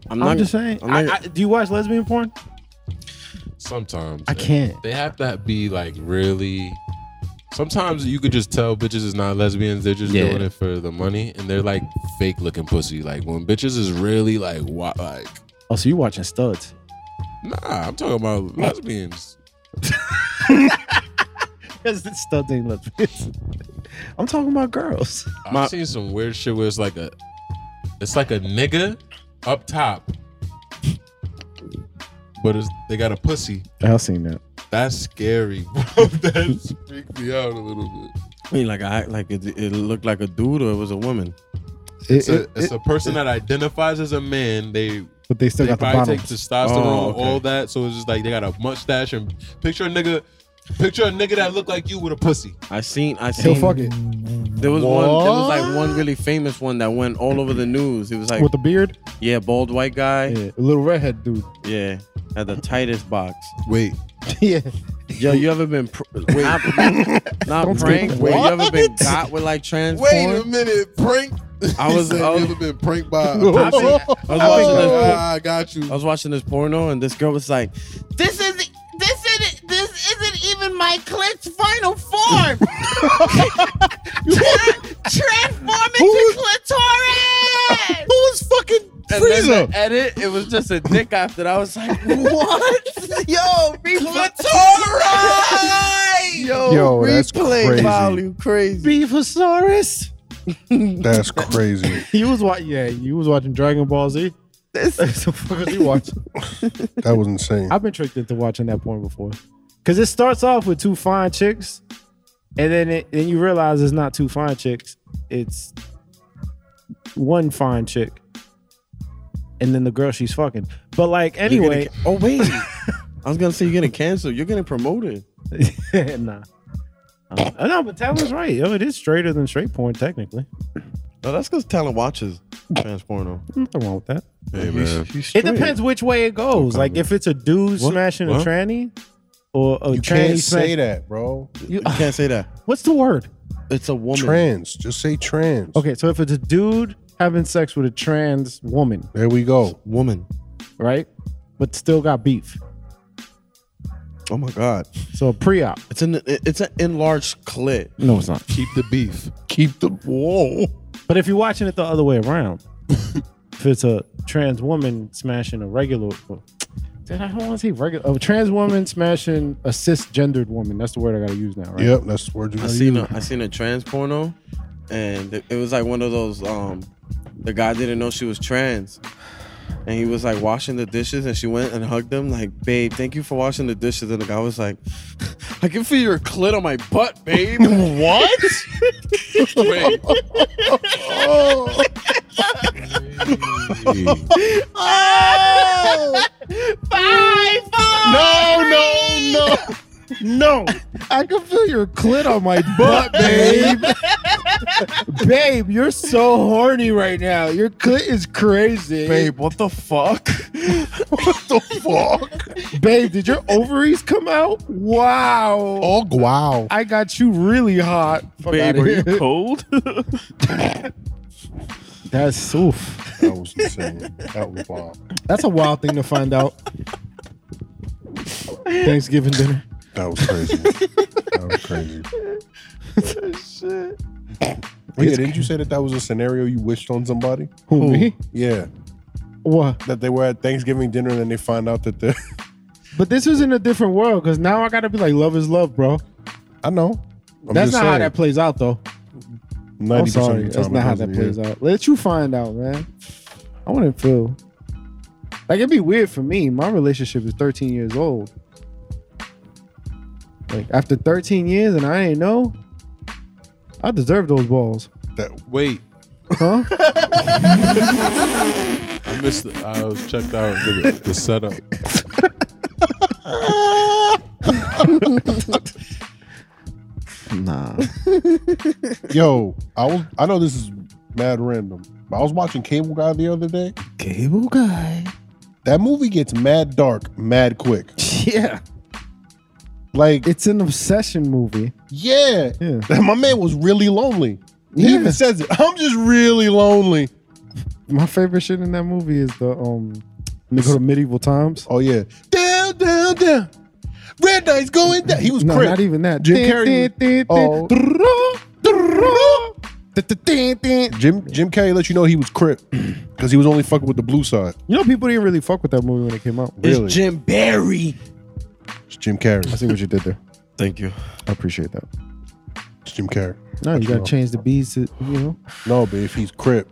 [SPEAKER 3] I'm
[SPEAKER 1] I'm,
[SPEAKER 3] not
[SPEAKER 1] just saying.
[SPEAKER 3] I'm not-
[SPEAKER 1] I- I- do you watch lesbian porn?
[SPEAKER 4] Sometimes.
[SPEAKER 1] I can't.
[SPEAKER 4] They have to be like really. Sometimes you could just tell bitches is not lesbians. They're just
[SPEAKER 1] Yeah.
[SPEAKER 4] doing it for the money, and they're like fake looking pussy. Like when bitches is really like wa- like
[SPEAKER 1] Oh, so you watching studs?
[SPEAKER 4] nah. I'm talking about lesbians.
[SPEAKER 1] Because studs ain't lesbians. I'm talking about girls.
[SPEAKER 4] I've
[SPEAKER 3] My-
[SPEAKER 4] seen some weird shit where it's like a, it's like a nigga up top, but it's, they got a pussy.
[SPEAKER 1] I've seen that.
[SPEAKER 4] That's scary, bro. That's freaked me out a little bit.
[SPEAKER 3] I mean, like I like it, it looked like a dude or it was a woman.
[SPEAKER 4] It's a, it's a person that identifies as a man. They
[SPEAKER 1] but they still
[SPEAKER 4] they
[SPEAKER 1] got the
[SPEAKER 4] probably
[SPEAKER 1] bottom.
[SPEAKER 4] take testosterone,
[SPEAKER 3] Oh, okay.
[SPEAKER 4] all that. So it's just like they got a mustache and picture a nigga, picture a nigga that look like you with a pussy.
[SPEAKER 3] I seen I
[SPEAKER 1] He'll
[SPEAKER 3] seen
[SPEAKER 1] fuck it
[SPEAKER 3] there was one there was like one really famous one that went all over the news. It was like
[SPEAKER 1] with the beard.
[SPEAKER 3] yeah, bald white guy. Yeah.
[SPEAKER 1] Yeah, a little redhead dude.
[SPEAKER 3] Had the tightest box.
[SPEAKER 4] Wait,
[SPEAKER 1] yeah,
[SPEAKER 3] Yo, you ever been pr- wait, not, not
[SPEAKER 1] Don't
[SPEAKER 3] prank?
[SPEAKER 1] take-
[SPEAKER 3] Wait, you ever been got with like trans
[SPEAKER 4] wait
[SPEAKER 3] porn?
[SPEAKER 4] a minute, prank.
[SPEAKER 3] I was-
[SPEAKER 4] He said,
[SPEAKER 3] I was-
[SPEAKER 4] you ever been pranked by. A
[SPEAKER 3] I, seen-
[SPEAKER 4] pussy?
[SPEAKER 3] I was watching this
[SPEAKER 4] Oh,
[SPEAKER 3] por-
[SPEAKER 4] I got you.
[SPEAKER 3] I was watching this porno and this girl was like,
[SPEAKER 5] This is this isn't this isn't even my clit's final form. Tra- transform into clitoris.
[SPEAKER 2] Who's fucking
[SPEAKER 3] and then the edit, it was just a dick after that. I was like, what? Yo, replay. Yo,
[SPEAKER 2] Yo, that's
[SPEAKER 3] replay
[SPEAKER 2] crazy.
[SPEAKER 3] volume crazy.
[SPEAKER 1] Beefosaurus.
[SPEAKER 2] That's crazy.
[SPEAKER 1] You was watching. Yeah, you was watching Dragon Ball Z.
[SPEAKER 3] This-
[SPEAKER 1] What the fuck was you watching?
[SPEAKER 2] That was insane.
[SPEAKER 1] I've been tricked into watching that porn before. Cause it starts off with two fine chicks, and then it, then you realize it's not two fine chicks. It's one fine chick, and then the girl she's fucking. But like
[SPEAKER 3] You're gonna
[SPEAKER 1] anyway,
[SPEAKER 3] ca- oh wait, I was gonna say you're gonna cancel. You're gonna promote it.
[SPEAKER 1] nah. Um, oh, no, but Talon's right. Yo, it is straighter than straight porn technically.
[SPEAKER 3] No, that's because Talon watches trans porno.
[SPEAKER 1] Nothing wrong with that.
[SPEAKER 4] Hey man,
[SPEAKER 1] It depends which way it goes.
[SPEAKER 4] Okay.
[SPEAKER 1] Like if it's a dude
[SPEAKER 4] What?
[SPEAKER 1] smashing
[SPEAKER 4] What?
[SPEAKER 1] a tranny, or a
[SPEAKER 2] You
[SPEAKER 1] tranny
[SPEAKER 2] can't
[SPEAKER 1] smash-
[SPEAKER 2] say that, bro.
[SPEAKER 1] You-
[SPEAKER 3] You can't say that.
[SPEAKER 1] What's the word?
[SPEAKER 3] It's a woman.
[SPEAKER 2] Trans. Just say trans.
[SPEAKER 1] Okay, so if it's a dude having sex with a trans woman,
[SPEAKER 2] There we go.
[SPEAKER 3] Woman.
[SPEAKER 1] right, but still got beef,
[SPEAKER 3] Oh my god.
[SPEAKER 1] so a pre-op.
[SPEAKER 3] It's an it's an enlarged clit.
[SPEAKER 1] No, it's not.
[SPEAKER 4] keep the beef.
[SPEAKER 2] Keep the whoa.
[SPEAKER 1] But if you're watching it the other way around, if it's a trans woman smashing a regular, Dude, I don't want to say regular, a trans woman smashing a cisgendered woman. That's the word I got to use now, right?
[SPEAKER 2] Yep, that's the word you
[SPEAKER 3] I
[SPEAKER 2] gotta
[SPEAKER 3] seen
[SPEAKER 2] use.
[SPEAKER 3] a I seen a trans porno, and it was like one of those. Um, the guy didn't know she was trans, and he was like washing the dishes, and she went and hugged him like, "Babe, thank you for washing the dishes." And the guy was like, "I can feel your clit on my butt, babe." what?
[SPEAKER 4] Wait,
[SPEAKER 2] Oh, no, no, no, no.
[SPEAKER 1] I can feel your clit on my
[SPEAKER 2] But babe,
[SPEAKER 1] babe. You're so horny right now. Your clit is crazy,
[SPEAKER 3] Babe, what the fuck?
[SPEAKER 2] what the fuck?
[SPEAKER 1] Babe, did your ovaries come out? Wow.
[SPEAKER 2] Oh wow.
[SPEAKER 1] I got you really hot.
[SPEAKER 3] Babe, are you
[SPEAKER 1] cold? That's oof.
[SPEAKER 2] That was insane. That was wild.
[SPEAKER 6] That's a wild thing to find out.
[SPEAKER 1] Thanksgiving dinner.
[SPEAKER 2] That was crazy. that was crazy. Wait, didn't you say that that was a scenario you wished on somebody?
[SPEAKER 1] Who, me?
[SPEAKER 2] Yeah,
[SPEAKER 1] What?
[SPEAKER 2] that they were at Thanksgiving dinner and then they find out that they're.
[SPEAKER 1] But this is in a different world because now I gotta be like, love is love, bro.
[SPEAKER 2] I know. I'm
[SPEAKER 1] That's
[SPEAKER 2] just
[SPEAKER 1] not how
[SPEAKER 2] saying,
[SPEAKER 1] that plays out, though. I'm
[SPEAKER 2] 90%
[SPEAKER 1] sorry,
[SPEAKER 2] of the
[SPEAKER 1] that's
[SPEAKER 2] time
[SPEAKER 1] not
[SPEAKER 2] it
[SPEAKER 1] how that
[SPEAKER 2] doesn't, yeah.
[SPEAKER 1] plays out. Let you find out, man. I wouldn't feel like it'd be weird for me. My relationship is 13 years old. Like after 13 years, and I ain't know. I deserve those balls,
[SPEAKER 4] wait.
[SPEAKER 1] huh?
[SPEAKER 4] I missed. The, I was checked out the, the setup.
[SPEAKER 1] nah.
[SPEAKER 2] Yo, I was I know this is mad random, but I was watching Cable Guy the other day.
[SPEAKER 1] Cable guy.
[SPEAKER 2] That movie gets mad dark, mad quick.
[SPEAKER 1] Yeah,
[SPEAKER 2] Like,
[SPEAKER 1] it's an obsession movie.
[SPEAKER 2] yeah,
[SPEAKER 1] Yeah.
[SPEAKER 2] my man was really lonely. He
[SPEAKER 1] Yeah.
[SPEAKER 2] even says it. I'm just really lonely.
[SPEAKER 1] My favorite shit in that movie is the um. They go to medieval times.
[SPEAKER 2] Oh yeah, down, down, down. Red light's going down. He was
[SPEAKER 1] No,
[SPEAKER 2] crip.
[SPEAKER 1] not even that.
[SPEAKER 2] Jim Carrey- Oh.
[SPEAKER 1] Oh.
[SPEAKER 2] Jim Jim Carrey let you know he was crip because he was only fucking with the blue side.
[SPEAKER 1] You know, people didn't really fuck with that movie when it came out.
[SPEAKER 2] Really,
[SPEAKER 3] It's Jim Barry.
[SPEAKER 2] It's Jim Carrey.
[SPEAKER 6] I see what you did there.
[SPEAKER 3] Thank you.
[SPEAKER 6] I appreciate that.
[SPEAKER 2] It's Jim Carrey.
[SPEAKER 1] No, you gotta change the bees to, you know.
[SPEAKER 2] No, but if he's crip,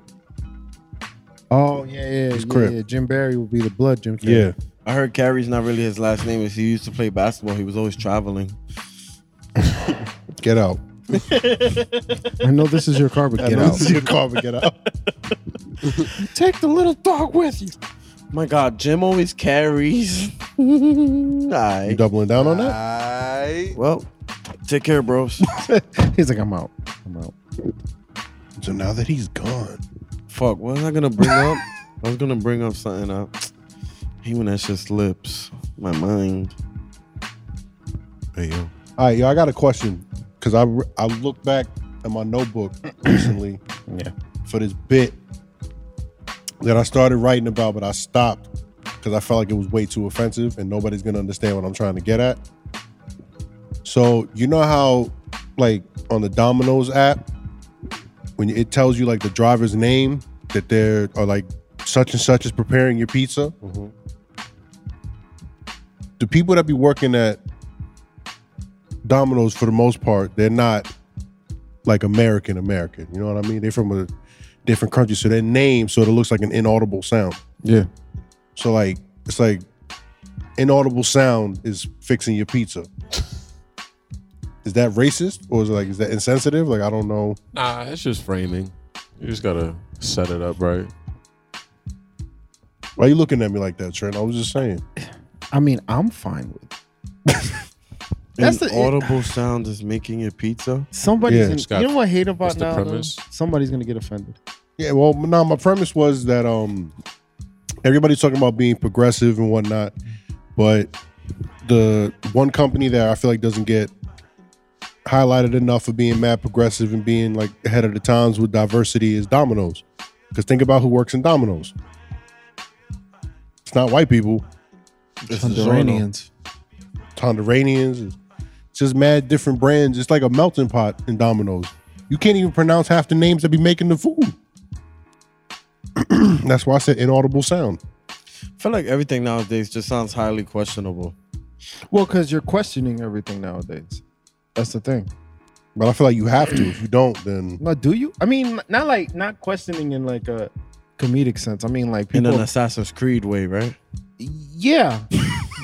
[SPEAKER 1] Oh yeah, yeah,
[SPEAKER 2] It's
[SPEAKER 1] yeah,
[SPEAKER 2] crip.
[SPEAKER 1] yeah. Jim Barry would be the blood Jim. Carrey.
[SPEAKER 2] yeah,
[SPEAKER 3] I heard Carrie's not really his last name. Is he used to play basketball? He was always traveling.
[SPEAKER 2] get out.
[SPEAKER 1] I know this is your car, but get
[SPEAKER 2] I know
[SPEAKER 1] out.
[SPEAKER 2] This is your car, but get out.
[SPEAKER 1] Take the little dog with you.
[SPEAKER 3] My God, Jim always carries.
[SPEAKER 2] You
[SPEAKER 3] Alright.
[SPEAKER 2] doubling down on that?
[SPEAKER 4] I
[SPEAKER 3] Well, take care, bros.
[SPEAKER 1] He's like, I'm out. I'm out.
[SPEAKER 2] So now that he's gone,
[SPEAKER 3] Fuck, what was I gonna bring up? I was gonna bring up something up. Hey, when that shit slips, my mind.
[SPEAKER 4] hey yo.
[SPEAKER 2] All right, yo, I got a question because I re- I looked back at my notebook recently
[SPEAKER 1] Yeah.
[SPEAKER 2] for this bit that I started writing about, but I stopped because I felt like it was way too offensive and nobody's gonna understand what I'm trying to get at. So you know how, like on the Domino's app, when it tells you like the driver's name that they're or like such and such is preparing your pizza.
[SPEAKER 4] Mm-hmm.
[SPEAKER 2] The people that be working at Domino's for the most part, they're not like American American. You know what I mean? They're from a different country, so their name sort of looks like an inaudible sound.
[SPEAKER 6] Yeah.
[SPEAKER 2] So like it's like inaudible sound is fixing your pizza. Is that racist or is it like is that insensitive? Like I don't know.
[SPEAKER 4] Nah, it's just framing. You just gotta set it up right.
[SPEAKER 2] I Why you looking at me like that, Trent? I was just saying.
[SPEAKER 1] I mean, I'm fine with it. That's
[SPEAKER 3] An
[SPEAKER 1] the-
[SPEAKER 3] audible sound is making your pizza.
[SPEAKER 1] somebody's.
[SPEAKER 2] Yeah.
[SPEAKER 1] in-
[SPEAKER 4] Just got-
[SPEAKER 1] you know what I hate about
[SPEAKER 4] what's the
[SPEAKER 1] now? though?
[SPEAKER 4] premise?
[SPEAKER 1] Somebody's gonna get offended.
[SPEAKER 2] Yeah, well, no, my premise was that um everybody's talking about being progressive and whatnot, but the one company that I feel like doesn't get highlighted enough for being mad progressive and being like ahead of the times with diversity is Domino's. Because think about who works in Domino's. It's not white people,
[SPEAKER 3] This is
[SPEAKER 6] Honduranians.
[SPEAKER 2] it's Honduranians, it's just mad different brands. It's like a melting pot in Domino's. You can't even pronounce half the names that be making the food. That's why I said inaudible sound.
[SPEAKER 3] I feel like everything nowadays just sounds highly questionable.
[SPEAKER 6] Well, because you're questioning everything nowadays. That's the thing.
[SPEAKER 2] But I feel like you have to. If you don't, then
[SPEAKER 1] Now, do you? I mean, not like
[SPEAKER 6] Not questioning in like a comedic sense. I mean, like
[SPEAKER 3] In
[SPEAKER 6] people.
[SPEAKER 3] an Assassin's Creed way, right?
[SPEAKER 1] yeah.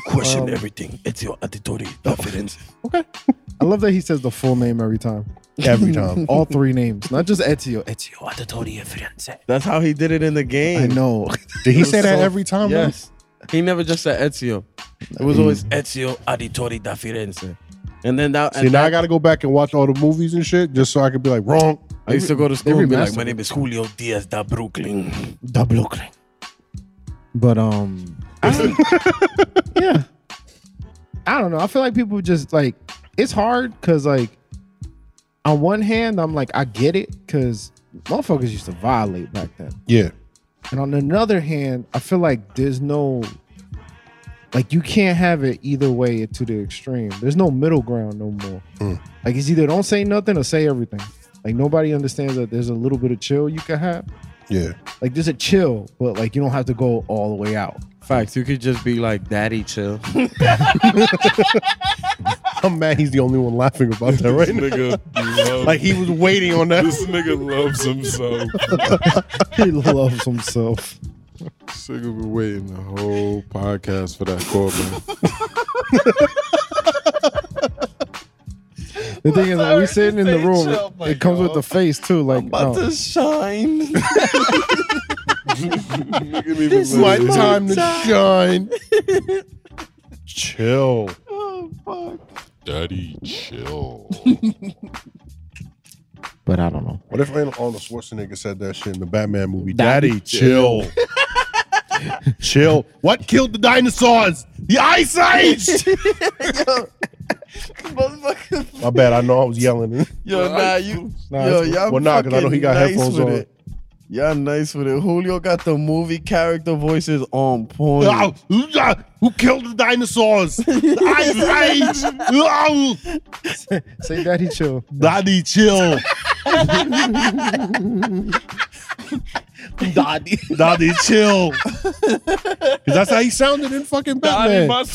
[SPEAKER 3] Question
[SPEAKER 6] Um,
[SPEAKER 3] everything. It's your auditory confidence.
[SPEAKER 6] I love that he says the full name every time.
[SPEAKER 2] every time.
[SPEAKER 6] All three names, not just Ezio. Ezio.
[SPEAKER 3] That's how he did it in the game.
[SPEAKER 6] I know.
[SPEAKER 2] Did he
[SPEAKER 3] It was
[SPEAKER 2] say that
[SPEAKER 3] so-
[SPEAKER 2] every time? man?
[SPEAKER 3] Yes. He never just said Ezio. It was always Ezio Auditori da Firenze. And then that,
[SPEAKER 2] See,
[SPEAKER 3] and
[SPEAKER 2] now I
[SPEAKER 3] that
[SPEAKER 2] got to go back and watch all the movies and shit just so I could be like, wrong.
[SPEAKER 3] I used to go to school and be like,
[SPEAKER 6] remastered
[SPEAKER 3] my name is Julio Diaz da Brooklyn.
[SPEAKER 6] But um, yeah,
[SPEAKER 1] I don't know. I feel like people just like it's hard because like on one hand I'm like I get it because motherfuckers used to violate back then,
[SPEAKER 2] Yeah.
[SPEAKER 1] and on another hand I feel like there's no like you can't have it either way to the extreme. There's no middle ground no more.
[SPEAKER 2] Mm.
[SPEAKER 1] Like it's either don't say nothing or say everything. Like nobody understands that there's a little bit of chill you can have.
[SPEAKER 2] Yeah.
[SPEAKER 1] Like there's a chill, but like you don't have to go all the way out.
[SPEAKER 3] Facts. You could just be like, Daddy, chill.
[SPEAKER 2] I'm mad he's the only one laughing about that
[SPEAKER 4] This
[SPEAKER 2] right now.
[SPEAKER 4] nigga, loves,
[SPEAKER 2] Like he was waiting on that.
[SPEAKER 4] this nigga loves himself.
[SPEAKER 6] he loves himself.
[SPEAKER 4] This nigga been waiting the whole podcast for that quote, man.
[SPEAKER 6] The thing is, when we sitting in the room, it comes with the face too. Like,
[SPEAKER 3] About
[SPEAKER 6] no.
[SPEAKER 3] to shine.
[SPEAKER 4] Nigga didn't even
[SPEAKER 3] This
[SPEAKER 2] My
[SPEAKER 4] let it-
[SPEAKER 2] time to shine. Chill.
[SPEAKER 3] oh, fuck.
[SPEAKER 4] Daddy, chill.
[SPEAKER 1] But I don't know.
[SPEAKER 2] What if Arnold Schwarzenegger said that shit in the Batman movie? Daddy, chill. chill. What killed the dinosaurs? The Ice Age.
[SPEAKER 3] Motherfucker.
[SPEAKER 2] My bad. I know I was yelling.
[SPEAKER 3] Yo, nah, you.
[SPEAKER 2] Nah,
[SPEAKER 3] yo,
[SPEAKER 2] it's-
[SPEAKER 3] y'all
[SPEAKER 2] well, nah, 'cause I know he
[SPEAKER 3] fucking
[SPEAKER 2] got
[SPEAKER 3] nice
[SPEAKER 2] headphones
[SPEAKER 3] with
[SPEAKER 2] on.
[SPEAKER 3] It. Y'all nice with it. Julio got the movie character voices on point.
[SPEAKER 2] Ow, ooh, ah, Who killed the dinosaurs? The Ice Age. Ow,
[SPEAKER 6] Say daddy chill.
[SPEAKER 2] Daddy, chill.
[SPEAKER 1] Daddy.
[SPEAKER 2] Daddy, chill. 'Cause that's how he sounded in fucking Batman.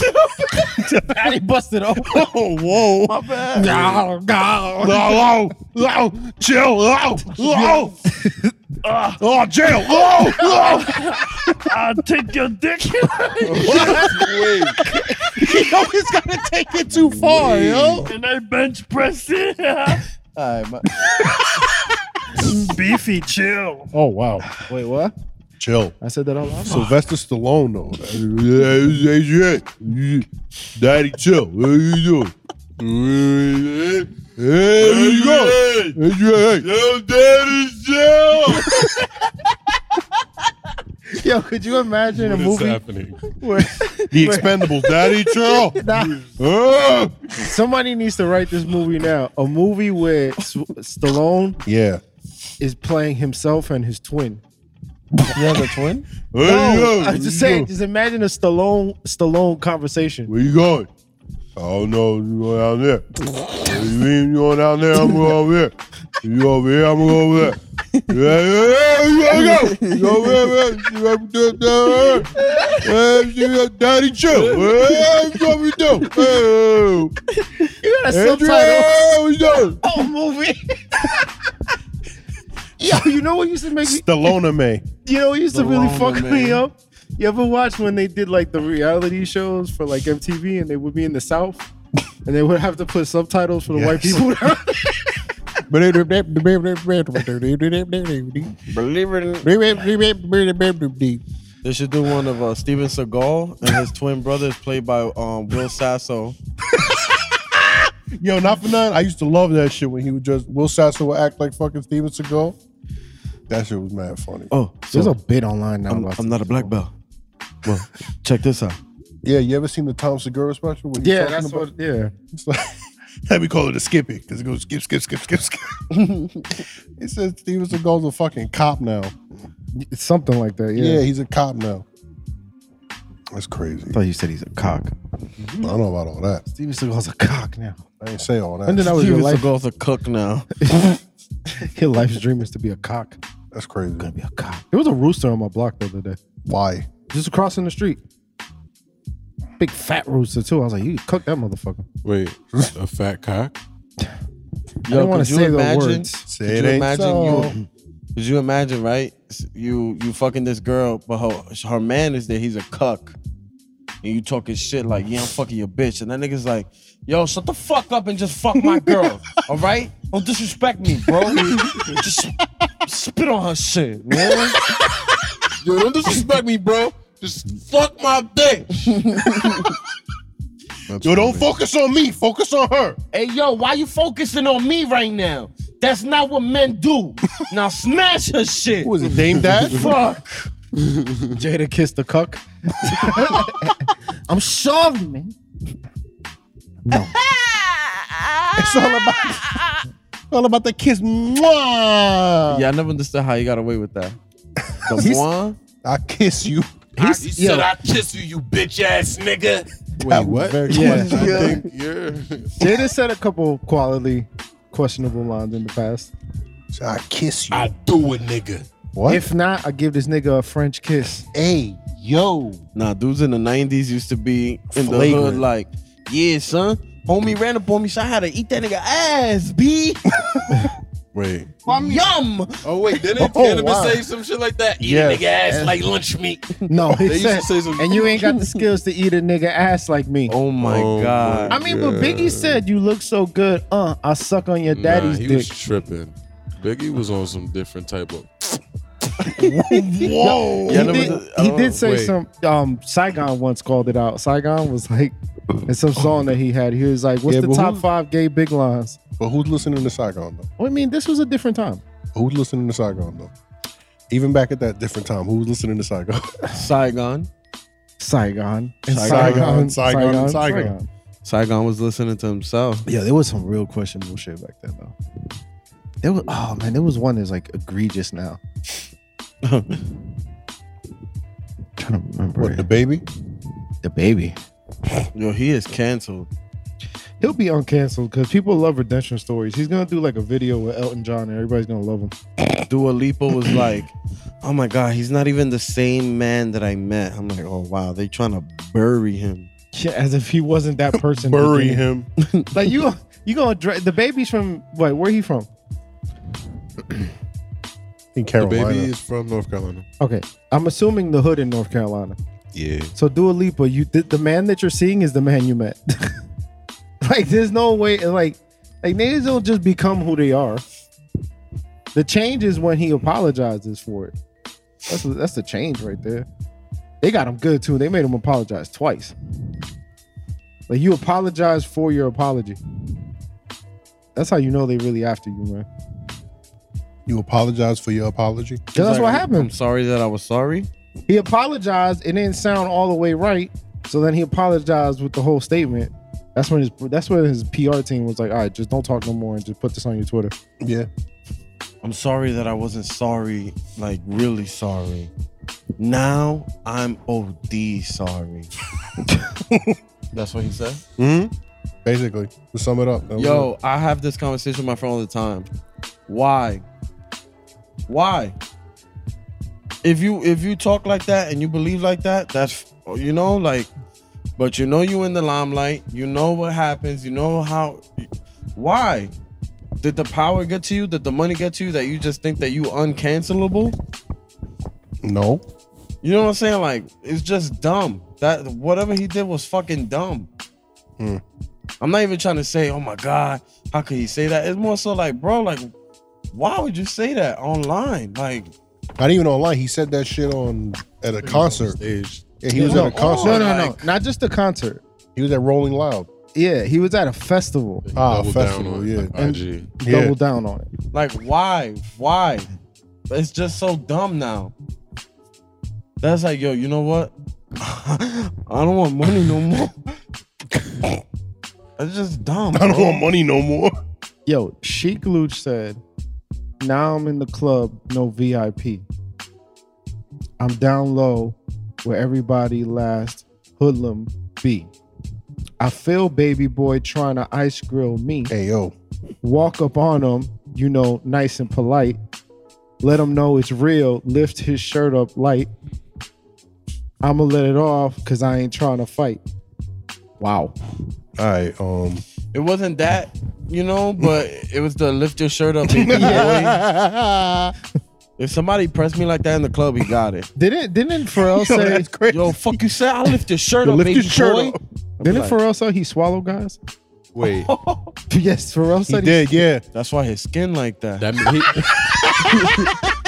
[SPEAKER 1] Daddy busted open.
[SPEAKER 2] oh, whoa.
[SPEAKER 3] My bad.
[SPEAKER 1] Oh, God.
[SPEAKER 2] No, no, no, chill, no, no. Uh, oh, jail, no, no.
[SPEAKER 1] I'll take your dick.
[SPEAKER 2] He always gotta take it too far, yo.
[SPEAKER 1] and I bench press it.
[SPEAKER 3] All right, my-
[SPEAKER 1] Beefy, chill.
[SPEAKER 2] Oh, wow.
[SPEAKER 6] Wait, what?
[SPEAKER 2] Chill.
[SPEAKER 6] I said that out loud.
[SPEAKER 2] Sylvester Stallone, though. Daddy, chill. What are you doing? There you go. There you go.
[SPEAKER 4] Yo, daddy, chill.
[SPEAKER 6] Yo, could you imagine a
[SPEAKER 4] What is
[SPEAKER 6] movie
[SPEAKER 4] happening?
[SPEAKER 6] where
[SPEAKER 2] The Expendables, Daddy, chill. Ah.
[SPEAKER 6] somebody needs to write this movie now? A movie where S- Stallone
[SPEAKER 2] Yeah.
[SPEAKER 6] is playing himself and his twin.
[SPEAKER 3] you have a twin?
[SPEAKER 2] There you go.
[SPEAKER 6] I was just saying, just imagine a Stallone Stallone conversation.
[SPEAKER 2] Where you going? I don't know. You going down there? What do you mean you going down there? I'm going over here. You over here? I'm going over there. Yeah, yeah, yeah, you gotta go. You over here, man. You gotta do it down here. Hey, you got Daddy, chill. Hey, what we do? Hey,
[SPEAKER 1] You got a subtitle.
[SPEAKER 2] Adrian, what you doing?
[SPEAKER 1] Oh, movie. Yo, you know what used to make me,
[SPEAKER 2] Stallone, man.
[SPEAKER 1] you know what used to really
[SPEAKER 3] Stallone,
[SPEAKER 1] fuck me
[SPEAKER 3] man.
[SPEAKER 1] up? You ever watch when they did like the reality shows for like MTV and they would be in the South and they would have to put subtitles for the white people?
[SPEAKER 3] Believe it or not. They should do one of uh, Steven Seagal and his twin brothers, played by um, Will Sasso.
[SPEAKER 2] Yo, not for none. I used to love that shit when he would just Will Sasso would act like fucking Steven Seagal. That shit was mad funny.
[SPEAKER 3] Oh,
[SPEAKER 1] There's a bit online now.
[SPEAKER 3] I'm,
[SPEAKER 1] about
[SPEAKER 3] I'm not a black belt. Well, check this out.
[SPEAKER 2] Yeah, you ever seen the Tom Segura special? When he's
[SPEAKER 1] yeah,
[SPEAKER 2] talking
[SPEAKER 1] that's
[SPEAKER 2] about-
[SPEAKER 1] what. Yeah,
[SPEAKER 2] It's like, let me call it a skippy because it goes skip, skip, skip, skip, skip. it says Steven Seagal's a fucking cop now.
[SPEAKER 1] it's something like that.
[SPEAKER 2] Yeah,
[SPEAKER 1] Yeah,
[SPEAKER 2] he's a cop now. That's crazy.
[SPEAKER 6] thought you said he's a cock.
[SPEAKER 2] I don't know about all that.
[SPEAKER 6] Steven Seagal's a cock now.
[SPEAKER 2] I ain't say all that.
[SPEAKER 1] and then I was your
[SPEAKER 3] Steven
[SPEAKER 1] life.
[SPEAKER 3] Seagal's a cook now.
[SPEAKER 1] Your life's dream is to be a cock.
[SPEAKER 2] That's crazy.
[SPEAKER 6] Be a cock.
[SPEAKER 1] There was a rooster on my block the other day,
[SPEAKER 2] Why?
[SPEAKER 1] just crossing the street. Big fat rooster too. I was like, you cook that motherfucker.
[SPEAKER 4] Wait, a fat cock?
[SPEAKER 1] I
[SPEAKER 3] Yo,
[SPEAKER 1] didn't want
[SPEAKER 3] could
[SPEAKER 1] to
[SPEAKER 3] you
[SPEAKER 1] say the
[SPEAKER 3] imagine?
[SPEAKER 1] words.
[SPEAKER 2] Say
[SPEAKER 3] Could
[SPEAKER 2] it
[SPEAKER 3] you
[SPEAKER 2] ain't
[SPEAKER 3] imagine
[SPEAKER 2] so.
[SPEAKER 3] you? Could you imagine, right? S- You you fucking this girl, but her, her man is there. He's a cuck, and you talking shit like, "Yeah, I'm fucking your bitch," and that nigga's like, "Yo, shut the fuck up and just fuck my girl, all right? Don't disrespect me, bro. just spit on her shit, man.
[SPEAKER 4] Yo, don't disrespect me, bro. Just fuck my dick.
[SPEAKER 2] Yo, don't focus on me. Focus on her.
[SPEAKER 5] Hey, yo, why you focusing on me right now? That's not what men do. Now smash her shit.
[SPEAKER 2] Who is it, Dame Dash?
[SPEAKER 5] Fuck.
[SPEAKER 1] Jada kissed the cuck.
[SPEAKER 6] I'm shoved, man.
[SPEAKER 2] It's all about, it's all about the kiss. Mwah!
[SPEAKER 3] Yeah, I never understood how you got away with that. The
[SPEAKER 2] He's-
[SPEAKER 3] one,
[SPEAKER 2] I kiss you.
[SPEAKER 4] you said I kiss you, you bitch ass nigga.
[SPEAKER 2] Wait, what?
[SPEAKER 1] Yeah.
[SPEAKER 4] I think you're.
[SPEAKER 1] Jada said a couple quality, questionable lines in the past.
[SPEAKER 2] I kiss you.
[SPEAKER 4] I do it, nigga.
[SPEAKER 2] what?
[SPEAKER 1] If not, I give this nigga a French kiss.
[SPEAKER 2] hey, yo.
[SPEAKER 3] nah, dudes in the '90s used to be in the
[SPEAKER 2] Flagrant.
[SPEAKER 3] hood like, "Yeah, son, homie ran up on me, so I had to eat that nigga ass, b."
[SPEAKER 2] Wait.
[SPEAKER 5] Yum.
[SPEAKER 4] Oh wait, didn't
[SPEAKER 2] Oh,
[SPEAKER 4] Cannabis
[SPEAKER 2] wow.
[SPEAKER 4] say some shit like that? Eat
[SPEAKER 2] Yes.
[SPEAKER 4] a nigga ass like lunch meat.
[SPEAKER 1] No, he
[SPEAKER 4] They used
[SPEAKER 1] said,
[SPEAKER 4] to say some-
[SPEAKER 1] and you ain't got the skills to eat a nigga ass like me.
[SPEAKER 3] Oh my
[SPEAKER 4] Oh,
[SPEAKER 3] god.
[SPEAKER 1] I mean, but Biggie said you look so good. Uh, I suck on your
[SPEAKER 4] nah,
[SPEAKER 1] daddy's
[SPEAKER 4] he
[SPEAKER 1] dick.
[SPEAKER 4] was tripping. Biggie was on some different type of.
[SPEAKER 2] Whoa.
[SPEAKER 1] he
[SPEAKER 3] that was
[SPEAKER 1] did,
[SPEAKER 3] a-
[SPEAKER 1] he
[SPEAKER 3] oh,
[SPEAKER 1] did say
[SPEAKER 4] wait.
[SPEAKER 1] some. Um, Saigon once called it out. Saigon was like, in some
[SPEAKER 4] Oh.
[SPEAKER 1] song that he had, he was like, "What's
[SPEAKER 2] Yeah,
[SPEAKER 1] the
[SPEAKER 2] but
[SPEAKER 1] top
[SPEAKER 2] who-
[SPEAKER 1] five gay big lines?"
[SPEAKER 2] But who's listening to Saigon though?
[SPEAKER 1] Well, I mean, this was a different time.
[SPEAKER 2] Who's listening to Saigon though? Even back at that different time, who was listening to Saigon?
[SPEAKER 3] Saigon.
[SPEAKER 1] Saigon and Saigon,
[SPEAKER 2] Saigon, Saigon, and Saigon.
[SPEAKER 3] Saigon was listening to himself.
[SPEAKER 1] Yeah, there was some real questionable shit back then though. There was oh man, there was one that's like egregious now. trying to remember
[SPEAKER 2] What the baby?
[SPEAKER 1] the baby.
[SPEAKER 3] Yo, he is canceled.
[SPEAKER 1] He'll be uncanceled because people love redemption stories. He's gonna do like a video with Elton John and everybody's gonna love him.
[SPEAKER 3] Dua Lipa was like, oh my god, he's not even the same man that I met. I'm like, oh wow, they trying to bury him.
[SPEAKER 1] Yeah, as if he wasn't that person.
[SPEAKER 2] Bury him.
[SPEAKER 1] Like you, you gonna dra- the baby's from what? Where he from?
[SPEAKER 2] In
[SPEAKER 4] The
[SPEAKER 2] Carolina.
[SPEAKER 4] baby is from North Carolina.
[SPEAKER 1] Okay, I'm assuming the hood in North Carolina.
[SPEAKER 4] Yeah.
[SPEAKER 1] So Dua Lipa, you the, the man that you're seeing is the man you met. like there's no way like like niggas don't just become who they are. The change is when he apologizes for it. That's that's the change right there. They got him good too. They made him apologize twice. Like you apologize for your apology. That's how you know they really after you, man. 'Cause
[SPEAKER 2] you apologize for your apology?
[SPEAKER 1] that's what
[SPEAKER 3] I'm
[SPEAKER 1] happened.
[SPEAKER 3] sorry that I was sorry.
[SPEAKER 1] He apologized. It didn't sound all the way right. So then he apologized with the whole statement. That's when his that's when his PR team was like, all right, just don't talk no more and just put this on your Twitter.
[SPEAKER 2] Yeah.
[SPEAKER 3] I'm sorry that I wasn't sorry, like really sorry. Now I'm OD sorry. That's what he said.
[SPEAKER 2] hmm Basically, to sum it up. that was it.
[SPEAKER 3] Yo, I have this conversation with my friend all the time. Why? Why? If you if you talk like that and you believe like that, that's you know like, but you know you in the limelight. You know what happens. You know how. Why? Did the power get to you? Did the money get to you? That you just think that you uncancelable?
[SPEAKER 2] no.
[SPEAKER 3] You know what I'm saying? Like it's just dumb. That whatever he did was fucking dumb.
[SPEAKER 2] Hmm.
[SPEAKER 3] I'm not even trying to say, oh my god, how could he say that? It's more so like, bro, like, why would you say that online? Like,
[SPEAKER 2] Not even online. He said that shit on at a concert.
[SPEAKER 4] Stage.
[SPEAKER 2] Yeah, he was at a concert.
[SPEAKER 1] No, no, no. Not just the concert.
[SPEAKER 2] He was at Rolling Loud.
[SPEAKER 1] Yeah, he was at a festival.
[SPEAKER 2] Ah,
[SPEAKER 4] Double down
[SPEAKER 2] festival,
[SPEAKER 4] on
[SPEAKER 2] yeah.
[SPEAKER 4] IG.
[SPEAKER 2] Yeah.
[SPEAKER 1] Double down on it.
[SPEAKER 3] Like, why? Why? It's just so dumb now. That's like, yo, you know what? I don't want money no more. That's just dumb.
[SPEAKER 2] I don't
[SPEAKER 3] bro.
[SPEAKER 2] want money no more.
[SPEAKER 1] Yo, Sheik Luch said, "Now I'm in the club, no VIP. I'm down low, where everybody last hoodlum be. I feel baby boy trying to ice grill me.
[SPEAKER 2] Hey yo,
[SPEAKER 1] walk up on him, you know, nice and polite. Let him know it's real. Lift his shirt up light. I'ma let it off because I ain't trying to fight. Wow.
[SPEAKER 2] all right. Um,
[SPEAKER 3] It wasn't that, you know, but it was the lift your shirt up. baby boy. If somebody pressed me like that in the club, he got it.
[SPEAKER 1] Didn't didn't Pharrell
[SPEAKER 2] yo,
[SPEAKER 1] say?
[SPEAKER 2] that's crazy.
[SPEAKER 3] Yo, fuck you said I lift your shirt
[SPEAKER 2] Yo,
[SPEAKER 3] up,
[SPEAKER 2] lift
[SPEAKER 3] baby
[SPEAKER 2] your shirt
[SPEAKER 3] boy.
[SPEAKER 2] up.
[SPEAKER 1] Didn't Pharrell say he swallowed guys?
[SPEAKER 4] Wait,
[SPEAKER 1] Yes, Pharrell
[SPEAKER 2] He
[SPEAKER 1] said.
[SPEAKER 2] did, yeah.
[SPEAKER 3] That's why his skin like that.
[SPEAKER 4] that mean he,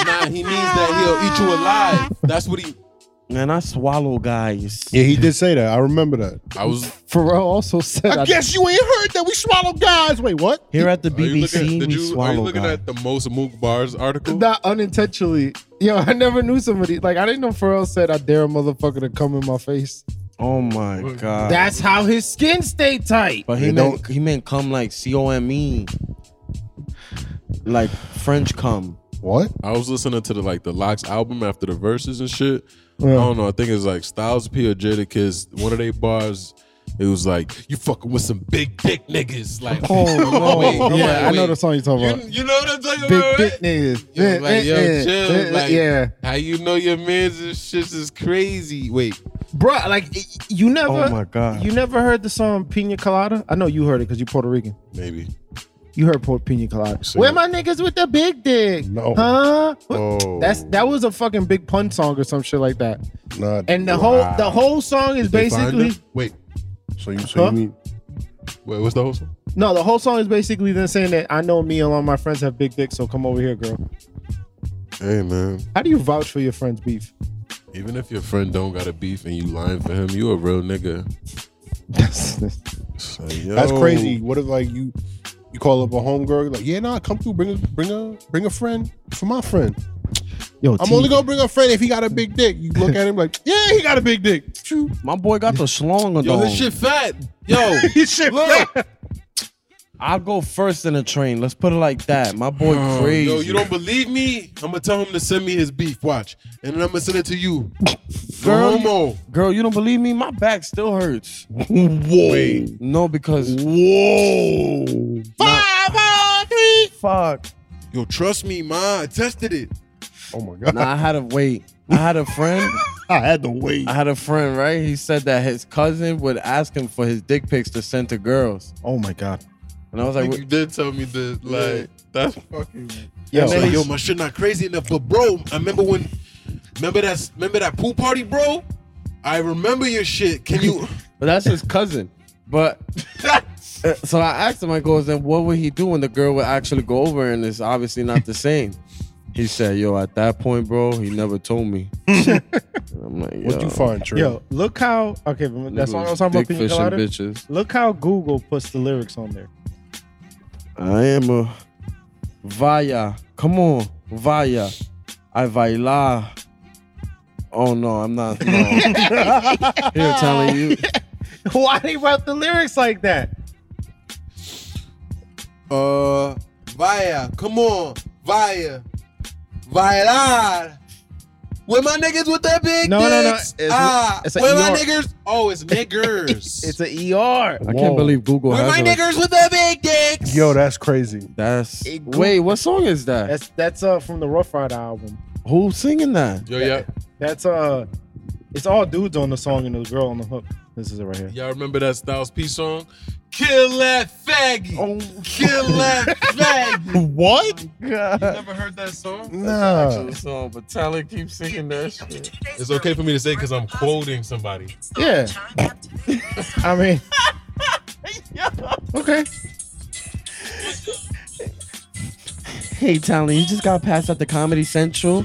[SPEAKER 4] nah, he means that he'll eat you alive. That's what he.
[SPEAKER 3] Man, I swallow guys.
[SPEAKER 2] Yeah, he did say that. I remember that.
[SPEAKER 4] I was.
[SPEAKER 1] Pharrell also said. I
[SPEAKER 2] guess you ain't heard that we swallow guys. Wait, what?
[SPEAKER 3] Here at the
[SPEAKER 4] Are you
[SPEAKER 3] BBC,
[SPEAKER 4] looking, did
[SPEAKER 3] we
[SPEAKER 4] you, are you
[SPEAKER 3] swallow
[SPEAKER 4] looking
[SPEAKER 3] guys.
[SPEAKER 4] at the most Mook Bars article?
[SPEAKER 1] not unintentionally. Yo, I never knew somebody like I didn't know Pharrell said I dare a motherfucker to come in my face.
[SPEAKER 3] Oh my god.
[SPEAKER 1] That's how his skin stayed tight.
[SPEAKER 3] but
[SPEAKER 2] They
[SPEAKER 3] he meant he meant come like C O M E. Like French come.
[SPEAKER 2] What?
[SPEAKER 4] I was listening to the like the Locks album after the verses and shit. I don't know. I think it's like Styles P or Jadakiss. One of their bars, it was like you fucking with some big dick niggas. Like,
[SPEAKER 1] Oh no!
[SPEAKER 4] wait,
[SPEAKER 1] yeah,
[SPEAKER 4] wait,
[SPEAKER 1] I know
[SPEAKER 4] wait.
[SPEAKER 1] the song you're talking about.
[SPEAKER 4] you, you know what I'm talking
[SPEAKER 1] big
[SPEAKER 4] about?
[SPEAKER 1] dick
[SPEAKER 4] Right?
[SPEAKER 1] niggas.
[SPEAKER 4] Yo,
[SPEAKER 1] Yeah,
[SPEAKER 4] like, yo,
[SPEAKER 1] yeah,
[SPEAKER 4] chill,
[SPEAKER 1] yeah,
[SPEAKER 4] like-
[SPEAKER 1] yeah,
[SPEAKER 4] How you know your man's and shits is crazy? Wait,
[SPEAKER 1] bro. Like y- you never,
[SPEAKER 3] Oh my god.
[SPEAKER 1] you never heard the song Pina Colada. I know you heard it because you Puerto Rican.
[SPEAKER 4] maybe.
[SPEAKER 1] You heard Pu- Pina Colada.
[SPEAKER 4] See
[SPEAKER 1] Where
[SPEAKER 4] it.
[SPEAKER 1] my niggas with the big dick?
[SPEAKER 2] No.
[SPEAKER 1] huh? What?
[SPEAKER 4] Oh,
[SPEAKER 1] That's that was a fucking big pun song or some shit like that.
[SPEAKER 2] Nah.
[SPEAKER 1] And the whole the whole song is
[SPEAKER 4] They find
[SPEAKER 1] basically
[SPEAKER 4] them? Wait,
[SPEAKER 2] so you so
[SPEAKER 1] Huh?
[SPEAKER 2] you mean
[SPEAKER 4] wait, what's the whole song?
[SPEAKER 1] no, the whole song is basically them saying that I know me and all my friends have big dicks, so come over here, girl.
[SPEAKER 4] Hey man,
[SPEAKER 1] How do you vouch for your friends' beef?
[SPEAKER 4] even if your friend don't got a beef and you lying for him, you a real nigga. It's like,
[SPEAKER 2] that's
[SPEAKER 4] yo.
[SPEAKER 2] crazy? What if like you you call up a homegirl? you're Like, yeah, nah, come through. Bring a bring a bring a friend for my friend.
[SPEAKER 1] Yo,
[SPEAKER 2] I'm
[SPEAKER 1] T,
[SPEAKER 2] only gonna bring a friend if he got a big dick. You look at him like, yeah, he got a big dick. Shoot.
[SPEAKER 3] My boy got the schlong
[SPEAKER 4] Yo, this
[SPEAKER 3] on.
[SPEAKER 4] shit fat. Yo,
[SPEAKER 2] His shit.
[SPEAKER 4] look.
[SPEAKER 3] I'll go first in the train. Let's put it like that. My boy crazy.
[SPEAKER 4] Yo, you don't believe me? I'm gonna tell him to send me his beef. Watch, and then I'm gonna send it to you.
[SPEAKER 3] Girl,
[SPEAKER 4] Girl, homo.
[SPEAKER 3] Girl, you don't believe me? My back still hurts.
[SPEAKER 2] Whoa.
[SPEAKER 3] No, because
[SPEAKER 2] Whoa.
[SPEAKER 3] fuck.
[SPEAKER 4] Yo, trust me, ma. I tested it.
[SPEAKER 2] Oh my god.
[SPEAKER 3] Nah, I had to wait. I had a friend.
[SPEAKER 2] I had to wait.
[SPEAKER 3] I had a friend, right? He said that his cousin would ask him for his dick pics to send to girls.
[SPEAKER 1] oh my god.
[SPEAKER 3] And I was like,
[SPEAKER 4] Like, you did tell me this. Like that's fucking.
[SPEAKER 1] Yo,
[SPEAKER 4] It's like, yo, my shit not crazy enough, but bro, I remember when. Remember that. Remember that pool party, bro. I remember your shit. Can you?
[SPEAKER 3] but that's his cousin. But Uh, so I asked him, I goes, then what would he do when the girl would actually go over and it's obviously not the same? He said, yo, at that point, bro, he never told me. And I'm like,
[SPEAKER 2] What'd you find, Trey?
[SPEAKER 1] Yo, look how okay. That's why I was talking about Pina
[SPEAKER 3] fishing
[SPEAKER 1] Colada.
[SPEAKER 3] bitches.
[SPEAKER 1] Look how Google puts the lyrics on there.
[SPEAKER 3] I am a vaya. Come on, vaya. I vaila. Oh no, I'm not. No. Here, telling you.
[SPEAKER 1] Why they wrote the lyrics like that?
[SPEAKER 4] Uh, via. Come on, via. Viola. Where my niggas with the big
[SPEAKER 1] No, no, no.
[SPEAKER 4] dicks?
[SPEAKER 1] It's-
[SPEAKER 4] ah,
[SPEAKER 1] it's a
[SPEAKER 4] where my
[SPEAKER 1] ER.
[SPEAKER 4] niggas? Oh, it's niggers.
[SPEAKER 1] It's an ER.
[SPEAKER 3] I can't believe Google
[SPEAKER 4] where
[SPEAKER 3] has
[SPEAKER 4] my
[SPEAKER 3] it like-
[SPEAKER 4] niggers with the big dicks?
[SPEAKER 2] Yo, that's crazy.
[SPEAKER 3] That's
[SPEAKER 1] It Goog-
[SPEAKER 3] wait. What song is that?
[SPEAKER 1] That's that's uh from the Rough Rider album.
[SPEAKER 3] Who's singing that?
[SPEAKER 4] yo, yeah.
[SPEAKER 1] That's uh, it's all dudes on the song and the girl on the hook. This is it right here.
[SPEAKER 4] Y'all remember that Styles P song? Kill that faggy.
[SPEAKER 3] Oh.
[SPEAKER 4] Kill that faggy.
[SPEAKER 2] What?
[SPEAKER 5] Oh
[SPEAKER 4] Never heard that song?
[SPEAKER 2] Nah.
[SPEAKER 3] song, but Tyler keeps singing that shit.
[SPEAKER 4] It's okay for me to say because I'm quoting somebody.
[SPEAKER 1] Yeah. I mean, okay.
[SPEAKER 3] Hey, Tyler, you just got passed at the Comedy Central.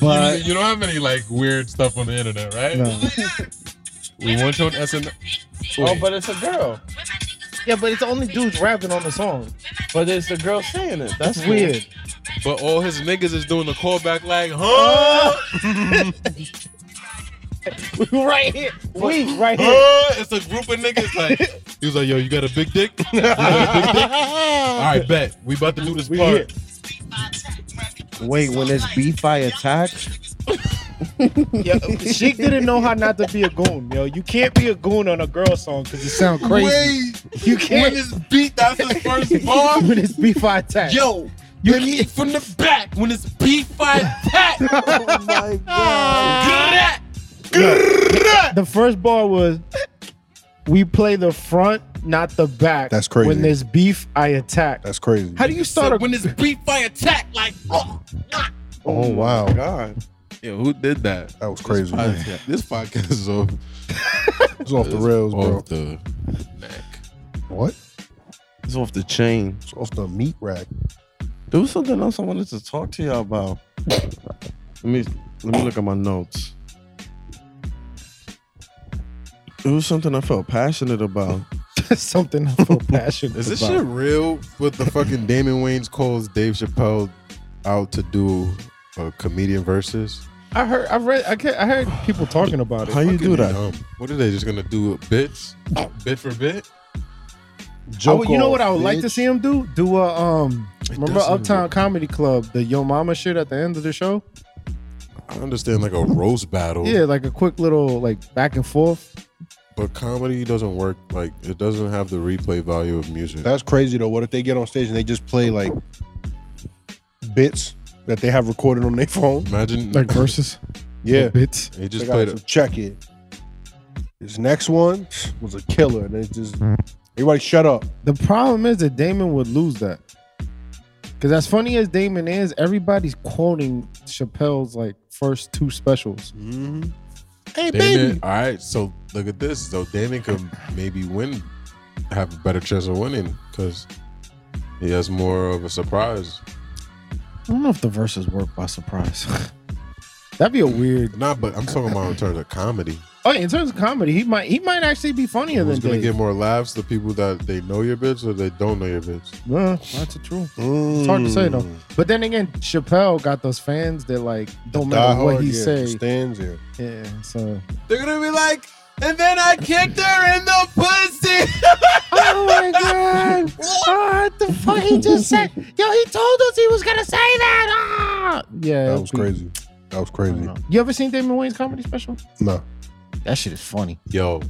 [SPEAKER 1] But
[SPEAKER 4] you, you don't have any like weird stuff on the internet, right?
[SPEAKER 1] no.
[SPEAKER 4] We want you on SNL.
[SPEAKER 3] Oh,
[SPEAKER 4] Wait.
[SPEAKER 3] but it's a girl.
[SPEAKER 1] yeah, but it's only dudes rapping on the song.
[SPEAKER 3] But it's the girl saying it. That's
[SPEAKER 1] That's weird.
[SPEAKER 4] But all his niggas is doing the callback like, huh?
[SPEAKER 1] right here, we right here.
[SPEAKER 4] huh? It's a group of niggas like. He was like, yo, you got a big dick? You got a big dick? All right, bet. We about to do this
[SPEAKER 1] We
[SPEAKER 4] part.
[SPEAKER 3] Wait, when it's B-Fi attack?
[SPEAKER 1] Yeah, Sheik didn't know how not to be a goon, yo. You can't be a goon on a girl song because it sound crazy.
[SPEAKER 4] Wait,
[SPEAKER 1] you
[SPEAKER 4] when
[SPEAKER 1] can't.
[SPEAKER 4] it's beat, that's his first bar?
[SPEAKER 1] when it's B5 attack.
[SPEAKER 4] Yo,
[SPEAKER 1] You
[SPEAKER 4] when
[SPEAKER 1] can't-
[SPEAKER 4] it's from the back, when it's B5 attack.
[SPEAKER 3] Oh my god.
[SPEAKER 4] grrrah,
[SPEAKER 1] The first bar was we play the front, not the back.
[SPEAKER 2] That's crazy.
[SPEAKER 1] When there's beef, I attack.
[SPEAKER 2] That's crazy.
[SPEAKER 1] how do you start a
[SPEAKER 4] when it's B5 attack, like, oh.
[SPEAKER 2] oh wow,
[SPEAKER 3] God.
[SPEAKER 4] Yo, who did that?
[SPEAKER 2] that was crazy.
[SPEAKER 4] Podcast- This podcast is off,
[SPEAKER 2] It's off the rails, bro.
[SPEAKER 4] off the neck.
[SPEAKER 2] What?
[SPEAKER 3] It's off the chain.
[SPEAKER 2] It's off the meat rack.
[SPEAKER 3] There was something else I wanted to talk to y'all about. let me let me look at my notes. It was something I felt passionate about.
[SPEAKER 1] something I feel passionate
[SPEAKER 4] Is this
[SPEAKER 1] about?
[SPEAKER 4] shit real? What the fucking Damon Wayans calls Dave Chappelle out to do a comedian versus?
[SPEAKER 1] I heard. I read. I, can't, I heard people talking about it.
[SPEAKER 3] How you do that?
[SPEAKER 4] Um, what are they just gonna do? Bits, bit for bit.
[SPEAKER 1] I would- you know what I would like to see him do? Do a um. Remember
[SPEAKER 4] doesn't
[SPEAKER 1] Uptown Comedy Club, the Yo Mama shit at the end of the show?
[SPEAKER 4] I understand like a roast battle.
[SPEAKER 1] Yeah, like a quick little like back and forth.
[SPEAKER 4] But comedy doesn't work. Like it doesn't have the replay value of music.
[SPEAKER 2] That's crazy though. What if they get on stage and they just play like bits that they have recorded on their phone?
[SPEAKER 4] Imagine
[SPEAKER 1] Like versus
[SPEAKER 2] Yeah.
[SPEAKER 1] bits.
[SPEAKER 4] He
[SPEAKER 2] They
[SPEAKER 4] just
[SPEAKER 2] got
[SPEAKER 4] played.
[SPEAKER 2] to
[SPEAKER 4] A,
[SPEAKER 2] check it. This next one was a killer. And it just everybody shut up.
[SPEAKER 1] The problem is that Damon would lose that. Cause as funny as Damon is, everybody's quoting Chappelle's like first two specials. Mm-hmm. Hey
[SPEAKER 4] Damon, all right. So look at this. So Damon could maybe win, have a better chance of winning because he has more of a surprise.
[SPEAKER 1] I don't know if the verses work by surprise. That'd be a weird.
[SPEAKER 4] Nah, but I'm talking about in terms of comedy.
[SPEAKER 1] Oh, yeah, in terms of comedy, he might he might actually be funnier
[SPEAKER 4] Who's
[SPEAKER 1] than
[SPEAKER 4] gonna
[SPEAKER 1] Dave.
[SPEAKER 4] get more laughs? The people that they know your bits or they don't know your bits.
[SPEAKER 1] Nah, that's the truth.
[SPEAKER 2] Mm.
[SPEAKER 1] It's hard to say though. But then again, Chappelle got those fans that like don't
[SPEAKER 2] Die
[SPEAKER 1] matter what
[SPEAKER 2] hard,
[SPEAKER 1] he
[SPEAKER 2] yeah,
[SPEAKER 1] say.
[SPEAKER 2] stands there.
[SPEAKER 1] Yeah, so
[SPEAKER 5] They're gonna be like, and then I kicked her in the pussy.
[SPEAKER 1] Oh my god! Ah, what the fuck he just said? Yo, he told us he was gonna say that. Ah! Yeah,
[SPEAKER 2] That
[SPEAKER 1] it'd
[SPEAKER 2] was
[SPEAKER 1] be-
[SPEAKER 2] crazy. That was
[SPEAKER 1] I
[SPEAKER 2] crazy.
[SPEAKER 1] don't know. You ever seen Damon Wayne's comedy special?
[SPEAKER 2] No.
[SPEAKER 1] That shit is funny.
[SPEAKER 4] Yo,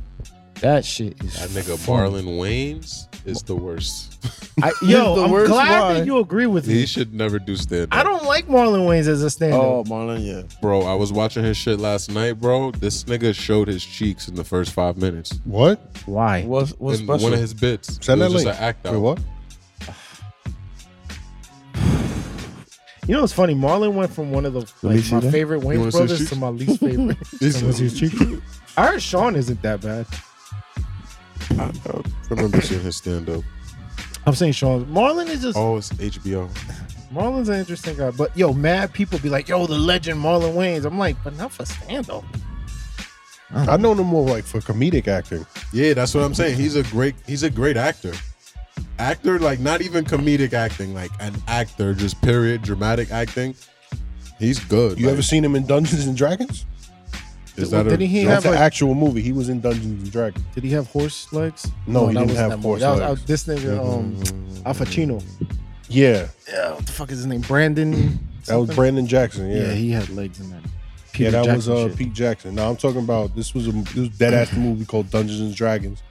[SPEAKER 1] That shit is.
[SPEAKER 4] that nigga
[SPEAKER 1] funny.
[SPEAKER 4] Marlon Wayans is the worst.
[SPEAKER 1] I, yo,
[SPEAKER 3] the
[SPEAKER 1] I'm
[SPEAKER 3] worst
[SPEAKER 1] glad
[SPEAKER 3] one.
[SPEAKER 1] that you agree with
[SPEAKER 4] he
[SPEAKER 1] me.
[SPEAKER 4] should never do stand
[SPEAKER 1] I don't like Marlon Wayne's as a stand-up.
[SPEAKER 3] Oh, Marlon, yeah.
[SPEAKER 4] bro. I was watching his shit last night, bro. This nigga showed his cheeks in the first five minutes.
[SPEAKER 2] What?
[SPEAKER 1] Why?
[SPEAKER 3] What's what's
[SPEAKER 4] in
[SPEAKER 3] special?
[SPEAKER 4] one of his bits.
[SPEAKER 2] Send
[SPEAKER 4] it
[SPEAKER 2] that
[SPEAKER 4] was
[SPEAKER 2] link.
[SPEAKER 4] just an act out.
[SPEAKER 2] Wait, what?
[SPEAKER 1] You know what's funny? Marlon went from one of the
[SPEAKER 3] me
[SPEAKER 1] like,
[SPEAKER 3] see
[SPEAKER 1] my
[SPEAKER 3] that.
[SPEAKER 1] favorite Wayne's
[SPEAKER 4] wanna see
[SPEAKER 1] brothers
[SPEAKER 4] shoes?
[SPEAKER 1] to my least favorite.
[SPEAKER 4] This
[SPEAKER 1] Was his
[SPEAKER 4] is-
[SPEAKER 1] cheek? I heard Sean isn't that bad.
[SPEAKER 4] I don't remember seeing his stand up.
[SPEAKER 1] I'm saying Sean. Marlon is just
[SPEAKER 4] Oh, it's HBO.
[SPEAKER 1] Marlon's an interesting guy, but yo, mad people be like, yo, the legend Marlon Wayans. I'm like, but not for stand up.
[SPEAKER 2] I know no more like for comedic acting.
[SPEAKER 4] Yeah, that's what I'm saying. He's a great he's a great actor. Actor, like not even comedic acting, like an actor, just period, dramatic acting. He's good.
[SPEAKER 2] You
[SPEAKER 4] Like,
[SPEAKER 2] ever seen him in Dungeons and Dragons?
[SPEAKER 4] is that a,
[SPEAKER 1] Didn't he
[SPEAKER 2] That's
[SPEAKER 1] have
[SPEAKER 2] an
[SPEAKER 1] like,
[SPEAKER 2] actual movie. He was in Dungeons and Dragons.
[SPEAKER 1] did he have horse legs?
[SPEAKER 2] No, he
[SPEAKER 1] that
[SPEAKER 2] didn't
[SPEAKER 1] wasn't
[SPEAKER 2] have
[SPEAKER 1] that movie.
[SPEAKER 2] horse
[SPEAKER 1] that was,
[SPEAKER 2] legs.
[SPEAKER 1] uh, this nigga, um, Al Pacino.
[SPEAKER 2] Yeah,
[SPEAKER 1] Yeah, what the fuck is his name? Brandon.
[SPEAKER 2] that was
[SPEAKER 1] something?
[SPEAKER 2] Brandon Jackson.
[SPEAKER 1] Yeah,
[SPEAKER 2] Yeah, yeah,
[SPEAKER 1] he had legs in that. Peter
[SPEAKER 2] that
[SPEAKER 1] Jackson
[SPEAKER 2] was uh,
[SPEAKER 1] shit.
[SPEAKER 2] Pete Jackson. Now I'm talking about this was a this was dead ass movie called Dungeons and Dragons.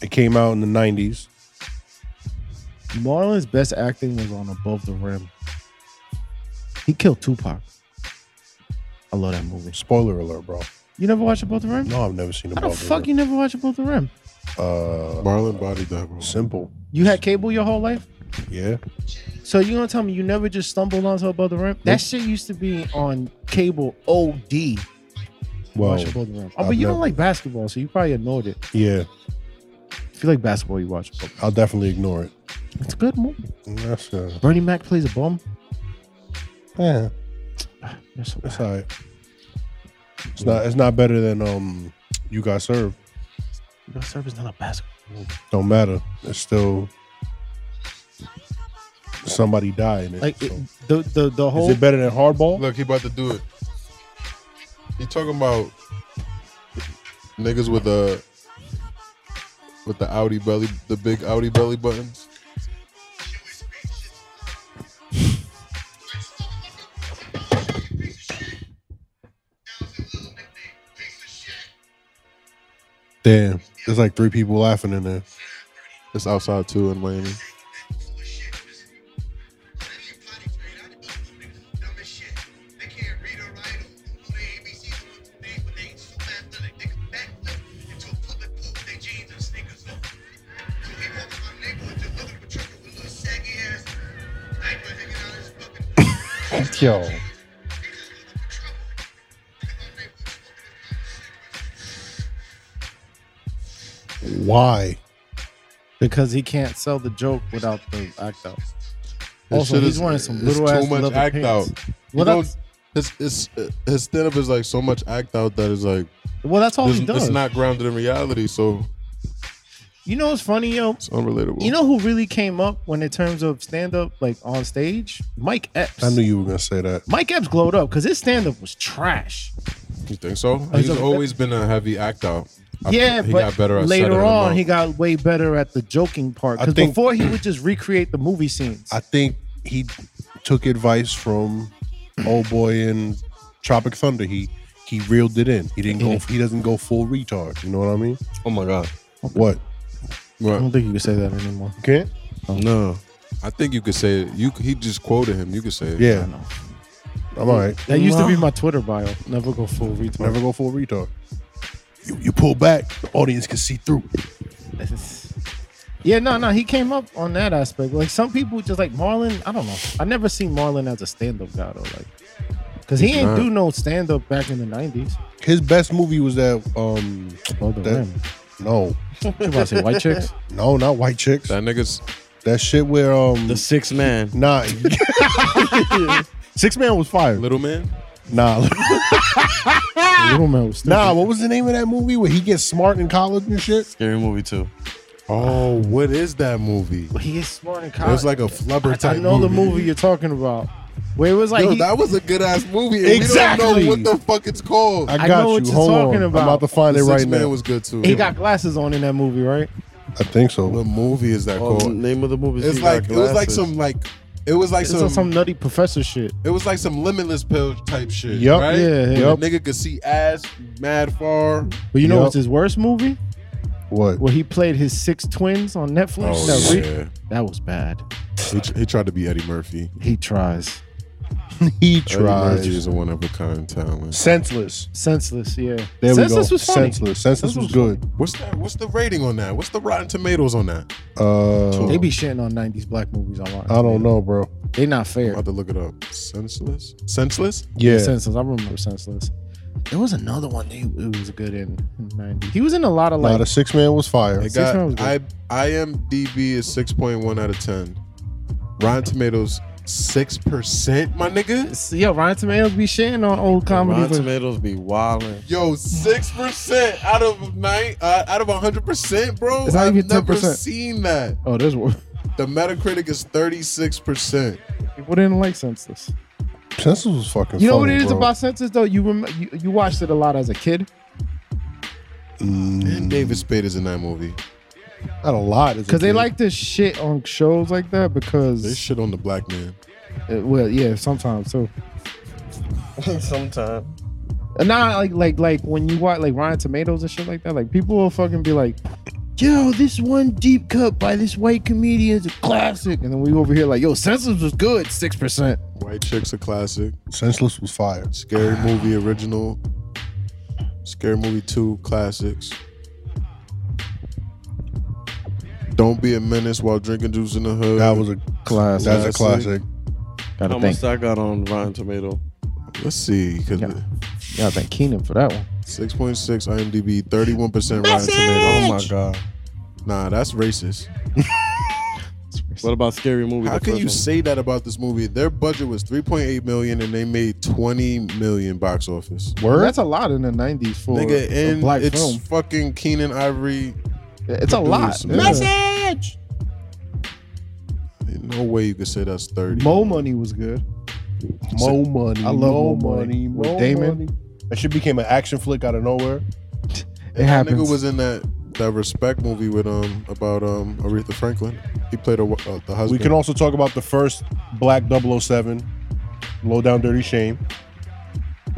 [SPEAKER 2] It came out in the '90s.
[SPEAKER 1] Marlon's best acting was on Above the Rim. He killed Tupac. I love that movie.
[SPEAKER 2] Spoiler alert, bro.
[SPEAKER 1] You never watched Above the Rim?
[SPEAKER 2] No, I've never seen him.
[SPEAKER 1] How the fuck you never watched Above the Rim?
[SPEAKER 2] Uh,
[SPEAKER 4] Marlon Body Double?
[SPEAKER 2] simple.
[SPEAKER 1] You had cable your whole life?
[SPEAKER 2] Yeah,
[SPEAKER 1] So you gonna tell me you never just stumbled onto above the rim? That shit used to be on cable OD.
[SPEAKER 2] Well,
[SPEAKER 1] watch above the rim. Oh,
[SPEAKER 2] I've
[SPEAKER 1] but you
[SPEAKER 2] never-
[SPEAKER 1] don't like basketball, so you probably ignored it.
[SPEAKER 2] yeah.
[SPEAKER 1] If you like basketball, you watch. Above.
[SPEAKER 2] I'll definitely ignore it.
[SPEAKER 1] It's a good movie.
[SPEAKER 2] That's uh,
[SPEAKER 1] Bernie Mac plays a bum.
[SPEAKER 2] yeah.
[SPEAKER 6] That's a-
[SPEAKER 2] It's all right. It's not. It's not better than um. You got served.
[SPEAKER 1] You know, service not a basketball.
[SPEAKER 2] Don't matter. It's still somebody died.
[SPEAKER 1] Like it, the the the
[SPEAKER 2] is
[SPEAKER 1] whole
[SPEAKER 2] it better than hardball?
[SPEAKER 4] Look, he about to do it. He talking about niggas with the with the Audi belly, the big Audi belly buttons.
[SPEAKER 2] Damn, there's like three people laughing in there.
[SPEAKER 4] It's outside too in Miami.
[SPEAKER 2] Yo, why?
[SPEAKER 6] because he can't sell the joke without the act out.
[SPEAKER 4] This
[SPEAKER 6] Also,
[SPEAKER 4] shit
[SPEAKER 6] he's
[SPEAKER 4] is-
[SPEAKER 6] wearing some
[SPEAKER 4] it's
[SPEAKER 6] little
[SPEAKER 4] too
[SPEAKER 6] ass
[SPEAKER 4] much
[SPEAKER 6] leather
[SPEAKER 4] act
[SPEAKER 6] pants.
[SPEAKER 4] out.
[SPEAKER 6] Well,
[SPEAKER 4] He don't-
[SPEAKER 6] that's-
[SPEAKER 4] his his his stand up is like so much act out that is like
[SPEAKER 6] Well,
[SPEAKER 1] Oh,
[SPEAKER 6] that's all
[SPEAKER 4] it's,
[SPEAKER 6] he does.
[SPEAKER 4] it's not grounded in reality, so
[SPEAKER 1] you know what's funny, yo?
[SPEAKER 4] it's unrelatable.
[SPEAKER 1] You know who really came up when in terms of stand up, like on stage? Mike Epps.
[SPEAKER 2] I knew you were gonna say that.
[SPEAKER 1] Mike Epps glowed up because his stand up was trash.
[SPEAKER 4] you think so?
[SPEAKER 1] Oh,
[SPEAKER 4] He's
[SPEAKER 1] so-
[SPEAKER 4] always been a heavy act out. I-
[SPEAKER 1] yeah,
[SPEAKER 4] he
[SPEAKER 1] but
[SPEAKER 4] got better at setting
[SPEAKER 1] later
[SPEAKER 4] him
[SPEAKER 1] on,
[SPEAKER 4] up.
[SPEAKER 1] he got way better at the joking part.
[SPEAKER 2] I
[SPEAKER 1] Because
[SPEAKER 2] think-
[SPEAKER 1] before he would just recreate the movie scenes.
[SPEAKER 2] I think he took advice from old boy in Tropic Thunder. He he reeled it in. He didn't go. He doesn't go full retard. You know what I mean?
[SPEAKER 4] Oh my god!
[SPEAKER 2] What?
[SPEAKER 1] I don't think you can say that anymore.
[SPEAKER 2] You can't?
[SPEAKER 4] No, I think you could say it. You c- he just quoted him. You could say it.
[SPEAKER 2] Yeah. I'm all right.
[SPEAKER 1] That used to be my Twitter bio. Never go full retard.
[SPEAKER 2] Never go full retard. You, you pull back, the audience can see through.
[SPEAKER 1] Yeah, no, no, he came up on that aspect. Like some people just like Marlon. I don't know. I never seen Marlon as a stand-up guy though. Like, cause he ain't
[SPEAKER 4] not.
[SPEAKER 1] do no stand-up back in the nineties.
[SPEAKER 2] His best movie was that. Um,
[SPEAKER 1] Oh, the
[SPEAKER 2] That-
[SPEAKER 1] rim.
[SPEAKER 2] no,
[SPEAKER 1] You about to say white chicks?
[SPEAKER 2] no, not White Chicks. That,
[SPEAKER 4] That nigga's
[SPEAKER 2] shit where um,
[SPEAKER 3] The six man.
[SPEAKER 2] nah, Six Man was fire.
[SPEAKER 4] little man.
[SPEAKER 2] Nah,
[SPEAKER 1] Little man was stupid.
[SPEAKER 2] nah. What was the name of that movie where he gets smart in college and shit?
[SPEAKER 3] Scary movie too.
[SPEAKER 4] Oh, what is that movie?
[SPEAKER 1] he is smart in
[SPEAKER 4] It
[SPEAKER 1] college.
[SPEAKER 4] was like a flubber
[SPEAKER 1] I
[SPEAKER 4] type.
[SPEAKER 1] know the movie you're talking about. Where it was like
[SPEAKER 4] Yo,
[SPEAKER 1] he,
[SPEAKER 4] that was a good ass movie. and
[SPEAKER 2] Exactly.
[SPEAKER 4] We don't know what the fuck it's called.
[SPEAKER 2] I
[SPEAKER 1] I
[SPEAKER 2] got
[SPEAKER 1] know what
[SPEAKER 2] you.
[SPEAKER 1] you're
[SPEAKER 2] Hold
[SPEAKER 1] talking
[SPEAKER 2] on.
[SPEAKER 1] about.
[SPEAKER 2] I'm about to find
[SPEAKER 4] the
[SPEAKER 2] it
[SPEAKER 4] Six
[SPEAKER 2] right
[SPEAKER 4] man
[SPEAKER 2] now.
[SPEAKER 4] was good too.
[SPEAKER 1] he got glasses on in that movie, right?
[SPEAKER 2] I think so.
[SPEAKER 4] what movie is that
[SPEAKER 3] Oh,
[SPEAKER 4] called?
[SPEAKER 3] name of the movie.
[SPEAKER 4] It's like it was like some like it was like
[SPEAKER 1] It's on
[SPEAKER 4] some,
[SPEAKER 1] some nutty professor shit.
[SPEAKER 4] it was like some limitless pill type shit.
[SPEAKER 2] Yup.
[SPEAKER 4] Right?
[SPEAKER 1] Yeah,
[SPEAKER 4] Where
[SPEAKER 1] yup.
[SPEAKER 4] The nigga could see ass mad far.
[SPEAKER 1] But you know
[SPEAKER 2] Yup.
[SPEAKER 1] what's his worst movie?
[SPEAKER 2] What?
[SPEAKER 1] Where he played his six twins on Netflix.
[SPEAKER 2] Oh,
[SPEAKER 1] that, re-
[SPEAKER 4] yeah.
[SPEAKER 1] that was bad.
[SPEAKER 4] He, tr- he tried to be Eddie Murphy.
[SPEAKER 1] He tries.
[SPEAKER 2] He
[SPEAKER 4] Eddie Murphy
[SPEAKER 2] tries.
[SPEAKER 4] is a one of a kind talent.
[SPEAKER 2] Senseless.
[SPEAKER 1] Senseless, yeah.
[SPEAKER 2] There
[SPEAKER 1] Senseless
[SPEAKER 2] we go.
[SPEAKER 1] was funny.
[SPEAKER 2] Senseless. Senseless was good.
[SPEAKER 4] What's that? What's the rating on that? What's the Rotten Tomatoes on that?
[SPEAKER 2] Uh,
[SPEAKER 1] They be shitting on '90s black movies online.
[SPEAKER 2] I don't know, bro.
[SPEAKER 1] They not
[SPEAKER 4] I'm
[SPEAKER 1] fair.
[SPEAKER 4] about to look it up. Senseless. Senseless.
[SPEAKER 2] Yeah.
[SPEAKER 1] Senseless. I remember Senseless. There was another one. He it was good in '90s. He was in a lot of
[SPEAKER 2] Nah,
[SPEAKER 1] like.
[SPEAKER 2] the six man was fire.
[SPEAKER 4] It
[SPEAKER 1] Six Man was
[SPEAKER 4] got
[SPEAKER 1] good.
[SPEAKER 4] I IMDb is six point one out of ten. Rotten Tomatoes six percent, my nigga.
[SPEAKER 1] Yo, Ryan Tomatoes be shitting on old comedy.
[SPEAKER 3] Rotten
[SPEAKER 1] but-
[SPEAKER 3] Tomatoes be wildin'.
[SPEAKER 4] Yo, six percent out of nine uh, out of hundred percent, bro.
[SPEAKER 6] It's not
[SPEAKER 4] I've
[SPEAKER 6] even
[SPEAKER 4] never
[SPEAKER 6] 10%.
[SPEAKER 4] seen that.
[SPEAKER 6] Oh, there's one.
[SPEAKER 4] The Metacritic is thirty six percent.
[SPEAKER 6] People didn't like senseless.
[SPEAKER 2] Senseless was fucking.
[SPEAKER 1] You know what
[SPEAKER 2] funny,
[SPEAKER 1] it is
[SPEAKER 2] bro.
[SPEAKER 1] about Senseless though. You, rem- you you watched it a lot as a kid
[SPEAKER 2] Mm.
[SPEAKER 4] And David Spade is in that movie.
[SPEAKER 2] Not a lot. is it,
[SPEAKER 6] Because they
[SPEAKER 2] dude?
[SPEAKER 6] like to shit on shows like that
[SPEAKER 4] They
[SPEAKER 6] because,
[SPEAKER 4] shit on the black man.
[SPEAKER 6] uh, well, yeah, sometimes too.
[SPEAKER 3] Sometime.
[SPEAKER 6] Nah, like like like when you watch like Ryan Tomatoes and shit like that, like people will fucking be like, "Yo, this one deep cut by this white comedian is a classic," and then we over here like, "Yo, Senseless was good, six percent."
[SPEAKER 4] White Chicks a classic.
[SPEAKER 2] Senseless was fire.
[SPEAKER 4] Scary movie original. Scary movie two classics. Don't be a menace while drinking juice in the hood.
[SPEAKER 2] That was a
[SPEAKER 6] Classic.
[SPEAKER 2] That's a classic.
[SPEAKER 4] Classic.
[SPEAKER 6] Gotta
[SPEAKER 3] How
[SPEAKER 6] thank
[SPEAKER 3] much I got on Rotten Tomato?
[SPEAKER 4] Let's see, cause
[SPEAKER 6] Yeah. gotta thank Keenan for that one.
[SPEAKER 4] six point six IMDb, thirty
[SPEAKER 6] Oh
[SPEAKER 4] one percent Rotten Tomato. Oh my god. Nah, that's racist.
[SPEAKER 1] years.
[SPEAKER 3] What about scary movie?
[SPEAKER 4] How
[SPEAKER 3] the
[SPEAKER 4] can
[SPEAKER 3] first
[SPEAKER 4] you
[SPEAKER 3] one?
[SPEAKER 4] say that about this movie? Their budget was 3.8 million and they made 20 million box office.
[SPEAKER 1] Word? That's a lot in the '90s for
[SPEAKER 4] Nigga,
[SPEAKER 1] a
[SPEAKER 4] and
[SPEAKER 1] black
[SPEAKER 4] it's
[SPEAKER 1] film.
[SPEAKER 4] fucking Keenan Ivory.
[SPEAKER 1] It's a lot.
[SPEAKER 4] produced,
[SPEAKER 1] Yeah.
[SPEAKER 4] Ain't No way you could say that's 30.
[SPEAKER 1] Mo Money was good.
[SPEAKER 2] Mo money.
[SPEAKER 1] I love Mo Money. With
[SPEAKER 2] Mo
[SPEAKER 1] Damon,
[SPEAKER 2] Money. That shit became an action flick out of nowhere.
[SPEAKER 1] it
[SPEAKER 4] That
[SPEAKER 1] happens.
[SPEAKER 4] nigga was in that that respect movie with um about um Aretha Franklin. He played a, uh, the husband.
[SPEAKER 2] We can also talk about the first Black 007, Low Down Dirty Shame.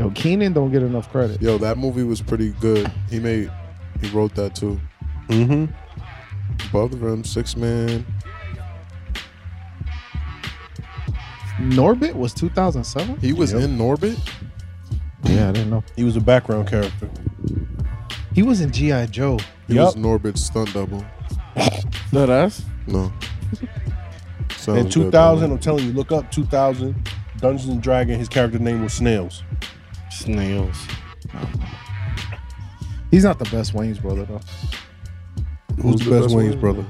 [SPEAKER 1] Yo, Keenan don't get enough credit.
[SPEAKER 4] Yo, that movie was pretty good. He made he wrote that too.
[SPEAKER 2] Mm-hmm.
[SPEAKER 4] Both of them, Six Man.
[SPEAKER 1] Norbit was 2007.
[SPEAKER 4] He was
[SPEAKER 2] Yep.
[SPEAKER 4] in Norbit.
[SPEAKER 1] Yeah, I didn't know.
[SPEAKER 2] He was a background character.
[SPEAKER 1] He was in GI Joe.
[SPEAKER 4] He
[SPEAKER 2] Yep.
[SPEAKER 4] was Norbit's stunt double.
[SPEAKER 3] That ass?
[SPEAKER 4] No. Sounds
[SPEAKER 2] In
[SPEAKER 4] good, though,
[SPEAKER 2] 2000,
[SPEAKER 4] man.
[SPEAKER 2] I'm telling you, look up 2000, Dungeons and Dragon. His character name was Snails.
[SPEAKER 3] Snails.
[SPEAKER 1] He's not the best Wayne's brother though.
[SPEAKER 2] Who's, the best, Wayne's
[SPEAKER 4] Wayne?
[SPEAKER 2] brother?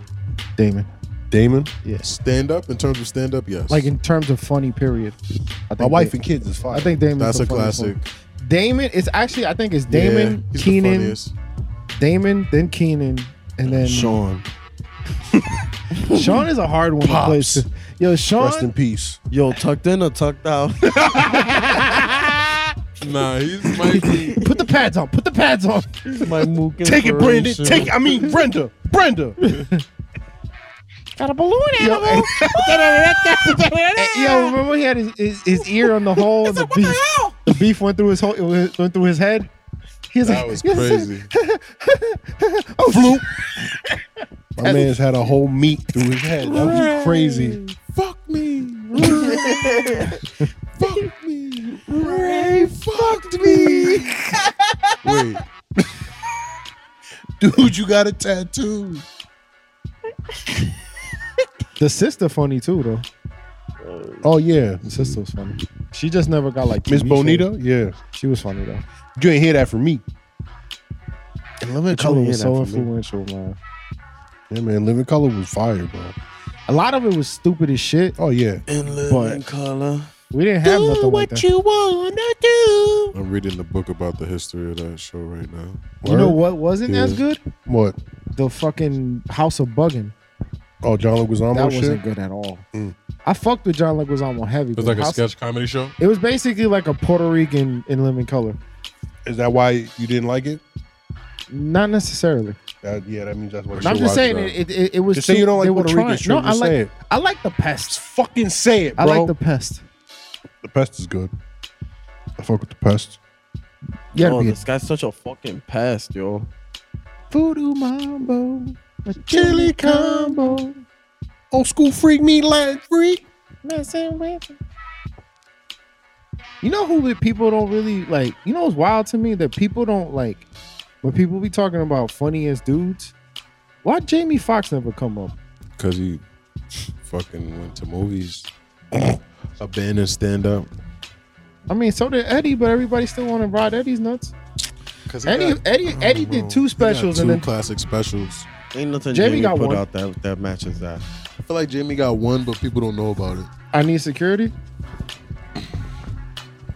[SPEAKER 1] Damon.
[SPEAKER 2] Damon.
[SPEAKER 4] Stand up in terms of stand up, yes.
[SPEAKER 1] Like in terms of funny, period. I think
[SPEAKER 2] My wife
[SPEAKER 1] Da-
[SPEAKER 2] and kids is fire.
[SPEAKER 1] I think Damon.
[SPEAKER 4] that's a classic.
[SPEAKER 1] Damon. It's actually I think it's
[SPEAKER 4] Yeah,
[SPEAKER 1] Damon,
[SPEAKER 4] he's the
[SPEAKER 1] Keenan,
[SPEAKER 4] funniest.
[SPEAKER 1] Damon, then Keenan, and then Sean.
[SPEAKER 3] Sean.
[SPEAKER 1] is a hard one to play.
[SPEAKER 2] Pops.
[SPEAKER 1] too. Yo,
[SPEAKER 2] Rest in
[SPEAKER 1] Sean.
[SPEAKER 2] peace.
[SPEAKER 3] Yo, tucked in or tucked out?
[SPEAKER 4] Nah, he's Mikey.
[SPEAKER 1] Put the pads on. Put the pads on.
[SPEAKER 3] My mook
[SPEAKER 2] Take it, Brandon. Take it. I mean, Brenda. Brenda.
[SPEAKER 1] Yo, hey, hey, yo, remember he had his, his, his ear on the hole and the beef. The, beef went through his hole. It went went through his head. He was
[SPEAKER 4] that
[SPEAKER 1] like,
[SPEAKER 4] was
[SPEAKER 1] he
[SPEAKER 4] crazy.
[SPEAKER 1] Oh, flute.
[SPEAKER 2] My man's had a whole meat through his head. That was crazy.
[SPEAKER 4] Fuck me. Fuck me. Ray fucked me. Wait.
[SPEAKER 2] Dude, you got a tattoo.
[SPEAKER 1] The sister funny too though.
[SPEAKER 2] Oh, yeah.
[SPEAKER 1] The sister was funny. She just never got like
[SPEAKER 2] Miss
[SPEAKER 1] TV shows.
[SPEAKER 2] Bonita? Yeah.
[SPEAKER 1] She was funny though.
[SPEAKER 2] You ain't hear that from me.
[SPEAKER 1] Living
[SPEAKER 2] Oh,
[SPEAKER 1] Color was so influential, man.
[SPEAKER 2] Yeah, man. Living Color was fire, bro.
[SPEAKER 1] A lot of it was stupid as shit.
[SPEAKER 2] Oh, yeah.
[SPEAKER 3] In
[SPEAKER 1] But-
[SPEAKER 3] living color.
[SPEAKER 1] We didn't have nothing like that. You,
[SPEAKER 3] wanna do.
[SPEAKER 4] I'm reading the book about the history of that show right now.
[SPEAKER 1] know what wasn't as
[SPEAKER 4] Yeah.
[SPEAKER 1] good?
[SPEAKER 2] What?
[SPEAKER 1] The fucking House of Bugging.
[SPEAKER 2] Oh, John Leguizamo
[SPEAKER 1] that
[SPEAKER 2] shit?
[SPEAKER 1] wasn't good at all.
[SPEAKER 2] Mm.
[SPEAKER 1] I fucked with John Leguizamo heavy.
[SPEAKER 4] It was
[SPEAKER 1] but
[SPEAKER 4] like a
[SPEAKER 1] House-
[SPEAKER 4] sketch comedy show.
[SPEAKER 1] It was basically like a Puerto Rican in living color.
[SPEAKER 2] Is that why you didn't like it?
[SPEAKER 1] Not necessarily.
[SPEAKER 2] That- yeah, that means that's what
[SPEAKER 4] You
[SPEAKER 1] I'm
[SPEAKER 4] should
[SPEAKER 1] just
[SPEAKER 4] watch
[SPEAKER 1] saying
[SPEAKER 4] that.
[SPEAKER 1] it, it, it, it was.
[SPEAKER 2] Just say
[SPEAKER 1] too-
[SPEAKER 2] you don't like
[SPEAKER 1] they were
[SPEAKER 2] Puerto
[SPEAKER 1] trying-
[SPEAKER 2] Ricans,
[SPEAKER 1] No,
[SPEAKER 2] sure,
[SPEAKER 1] I
[SPEAKER 2] just
[SPEAKER 1] like.
[SPEAKER 2] say it.
[SPEAKER 1] I like the pest.
[SPEAKER 2] Fucking say it,
[SPEAKER 1] I
[SPEAKER 2] bro.
[SPEAKER 1] like the pest.
[SPEAKER 2] the pest is good. I fuck with the pest.
[SPEAKER 1] You gotta
[SPEAKER 3] Yo,
[SPEAKER 1] be a
[SPEAKER 3] this guy's such a fucking pest, yo.
[SPEAKER 1] voodoo mambo, a chili combo.
[SPEAKER 2] Old school freak me Latin freak.
[SPEAKER 1] You know who the people don't really like? You know what's wild to me that people don't like when people be talking about funniest dudes. Why Jamie Foxx never come up?
[SPEAKER 4] Because he fucking went to movies, abandoned stand up.
[SPEAKER 1] I mean, so did Eddie, but everybody still want to ride Eddie's nuts.
[SPEAKER 4] Because
[SPEAKER 1] Eddie, Eddie, Eddie did two specials,
[SPEAKER 4] two
[SPEAKER 1] and then
[SPEAKER 4] classic specials.
[SPEAKER 3] Ain't nothing
[SPEAKER 1] Jamie
[SPEAKER 3] Jamie,
[SPEAKER 1] got
[SPEAKER 3] put
[SPEAKER 1] one.
[SPEAKER 3] out that, that matches that.
[SPEAKER 4] I feel like Jamie got one, but people don't know about it.
[SPEAKER 1] I need security.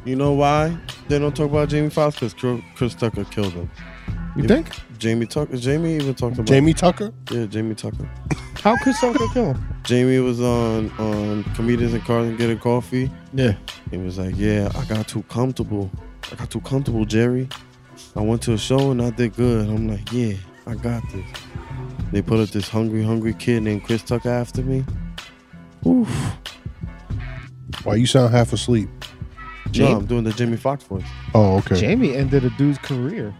[SPEAKER 3] You know why they don't talk about Jamie Foxx? Because Chris Tucker killed him.
[SPEAKER 1] You
[SPEAKER 3] If-
[SPEAKER 1] think?
[SPEAKER 3] Jamie Tucker. Jamie even talked about.
[SPEAKER 2] Jamie Tucker?
[SPEAKER 3] Yeah, Jamie Tucker.
[SPEAKER 1] How could someone kill him?
[SPEAKER 3] Jamie was on on comedians in cars and getting coffee.
[SPEAKER 1] Yeah.
[SPEAKER 3] He was like, "Yeah, I got too comfortable. I got too comfortable, Jerry. I went to a show and I did good. I'm like, yeah, I got this." They put up this hungry, hungry kid named Chris Tucker after me. Oof.
[SPEAKER 2] Why you sound half asleep?
[SPEAKER 3] No, I'm doing the Jamie Foxx voice.
[SPEAKER 2] Oh, okay.
[SPEAKER 1] Jamie ended a dude's career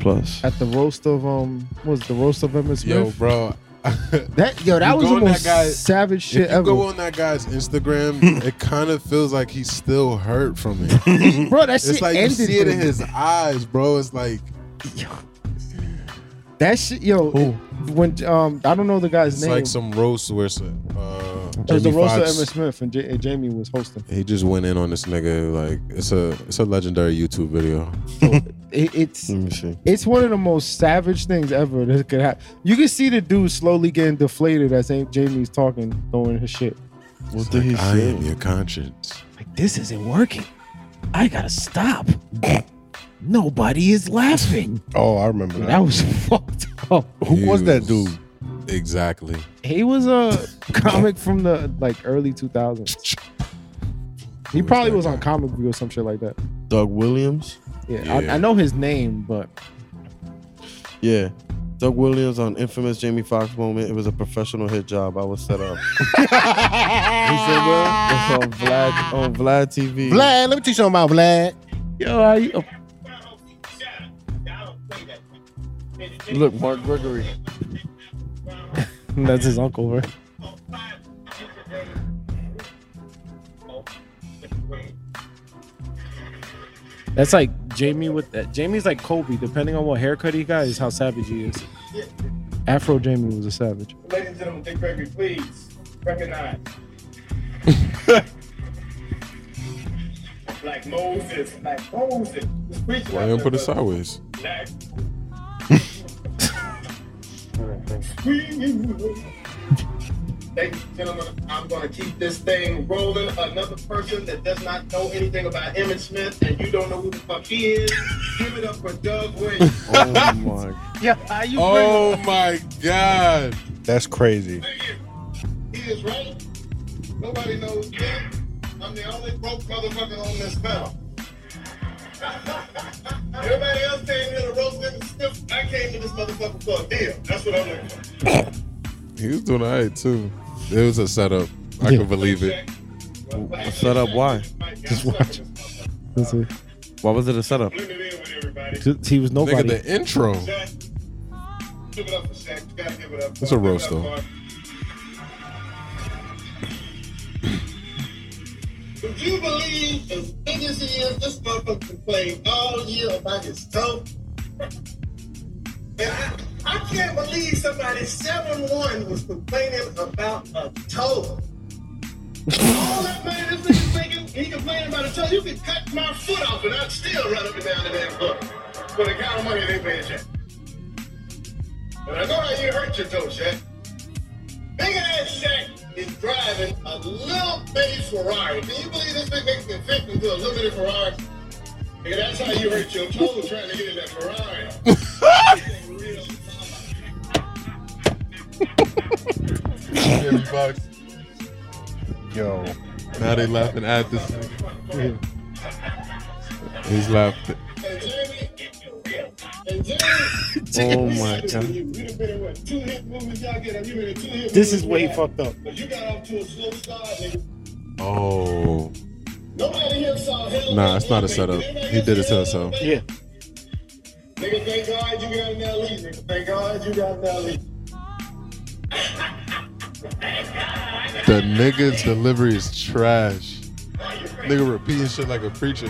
[SPEAKER 3] Plus,
[SPEAKER 1] at the roast of um, what was it, the roast of Emmett Smith?
[SPEAKER 4] Yo, bro.
[SPEAKER 1] that yo, that
[SPEAKER 4] You
[SPEAKER 1] was
[SPEAKER 4] go
[SPEAKER 1] the
[SPEAKER 4] on that
[SPEAKER 1] most
[SPEAKER 4] guy-
[SPEAKER 1] savage
[SPEAKER 4] If you
[SPEAKER 1] shit ever.
[SPEAKER 4] go on that guy's Instagram, it kind of feels like he's still hurt from it.
[SPEAKER 1] Bro, that shit
[SPEAKER 4] It's like you
[SPEAKER 1] ended.
[SPEAKER 4] see it
[SPEAKER 1] for
[SPEAKER 4] in
[SPEAKER 1] me.
[SPEAKER 4] his eyes, bro. It's like
[SPEAKER 1] that shit, yo. When um, I don't know the guy's
[SPEAKER 4] it's
[SPEAKER 1] name.
[SPEAKER 4] like some roast where it's, uh,
[SPEAKER 1] it was the
[SPEAKER 4] Jamie
[SPEAKER 1] roast of
[SPEAKER 4] Foxx-
[SPEAKER 1] Emmett Smith, and, J- and Jamie was hosting.
[SPEAKER 4] He just went in on this nigga like it's a it's a legendary YouTube video.
[SPEAKER 6] It, it's
[SPEAKER 4] Hmm.
[SPEAKER 3] Let me see.
[SPEAKER 6] it's one of the most savage things ever that could happen. You can see the dude slowly getting deflated as Aunt Jamie's talking, throwing his shit.
[SPEAKER 3] What did he
[SPEAKER 4] I
[SPEAKER 3] say?
[SPEAKER 4] am your conscience.
[SPEAKER 1] Like this isn't working. I gotta stop. Nobody is laughing.
[SPEAKER 2] Oh, I remember that.
[SPEAKER 1] That was fucked up.
[SPEAKER 2] Who
[SPEAKER 4] He
[SPEAKER 2] was that dude?
[SPEAKER 4] Exactly.
[SPEAKER 6] He was a comic from the like early 2000s. He probably was on Comic View or some shit like that.
[SPEAKER 3] Doug Williams.
[SPEAKER 6] Yeah,
[SPEAKER 4] Yeah.
[SPEAKER 6] I, I know his name, but
[SPEAKER 3] Yeah. Doug Williams on infamous Jamie Foxx moment. It was a professional hit job. I was set up. he said, well, it's on Vlad on Vlad TV.
[SPEAKER 2] Vlad, let me teach you something about Vlad.
[SPEAKER 1] Yo, I, oh,
[SPEAKER 3] Look, Mark Gregory.
[SPEAKER 6] that's his uncle, right?
[SPEAKER 1] that's like Jamie with that. Jamie's like Kobe. Depending on what haircut he got, is how savage he is.
[SPEAKER 6] Afro Jamie was a savage.
[SPEAKER 9] Ladies and gentlemen, Dick Gregory, please recognize. like Moses, like Moses. was preaching
[SPEAKER 4] Why
[SPEAKER 9] out
[SPEAKER 4] you don't
[SPEAKER 9] there,
[SPEAKER 4] put it
[SPEAKER 9] brother.
[SPEAKER 4] sideways?
[SPEAKER 9] Black. Ladies and gentlemen, I'm going to keep this thing rolling. Another person that does not know anything about Emmett Smith and you don't know who the fuck he is, give it up for Doug Williams.
[SPEAKER 3] Oh my
[SPEAKER 1] Yeah, how you
[SPEAKER 4] Oh my god.
[SPEAKER 2] That's crazy.
[SPEAKER 9] he is wrong. Nobody knows him. I'm the only broke motherfucker on this panel. Everybody else came here to roast niggas and stiff. I came to this motherfucker for a deal. That's what I'm looking for.
[SPEAKER 4] He was doing all right too. It was a setup. I
[SPEAKER 6] Yeah.
[SPEAKER 4] could believe it.
[SPEAKER 9] it.
[SPEAKER 3] Set up why?
[SPEAKER 9] Just watch.
[SPEAKER 6] That's it.
[SPEAKER 3] Why was it a setup?
[SPEAKER 9] Blend it in with everybody.
[SPEAKER 6] T- He was
[SPEAKER 4] Nigga,
[SPEAKER 6] nobody.
[SPEAKER 4] the intro.
[SPEAKER 9] Shaq. Give it up for Shaq. You gotta give it up.
[SPEAKER 4] It's a
[SPEAKER 9] Give it
[SPEAKER 4] roast,
[SPEAKER 9] up,
[SPEAKER 4] though.
[SPEAKER 9] Mark. Would you believe as big as he is, this motherfucker complained all year about his throat? And I, I can't believe somebody 7-1 was complaining about a toe. All that man, this nigga thinking, he complaining about a toe. You could cut my foot off and I'd still run up and down the damn foot. For the kind of money they paying Shaq. But I know how you hurt your toe, Shaq. Big ass Shaq is driving a little bitty Ferrari. Can you believe this big nigga can fit into a little bitty Ferrari? Nigga, that's how you hurt your toe trying to get in that Ferrari. Real mama.
[SPEAKER 4] Jamie Foxx.
[SPEAKER 2] Yo,
[SPEAKER 4] Now they laughing at this. He's laughing.
[SPEAKER 9] And Jamie, and Jamie,
[SPEAKER 3] Oh my god.
[SPEAKER 9] We'd have been in what, two hit movies y'all get? Have you been in two hit
[SPEAKER 1] This
[SPEAKER 9] movies
[SPEAKER 1] is way
[SPEAKER 9] now?
[SPEAKER 1] fucked up.
[SPEAKER 9] But you got off to a slow start, nigga.
[SPEAKER 4] Oh.
[SPEAKER 9] Nobody here saw hell.
[SPEAKER 4] Nah, it's not a setup. He did it to himself.
[SPEAKER 1] Yeah,
[SPEAKER 9] Nigga, thank God you got an LE. Nigga, thank God you got an E. LE.
[SPEAKER 4] The nigga's delivery is trash. Nigga repeating shit like a preacher.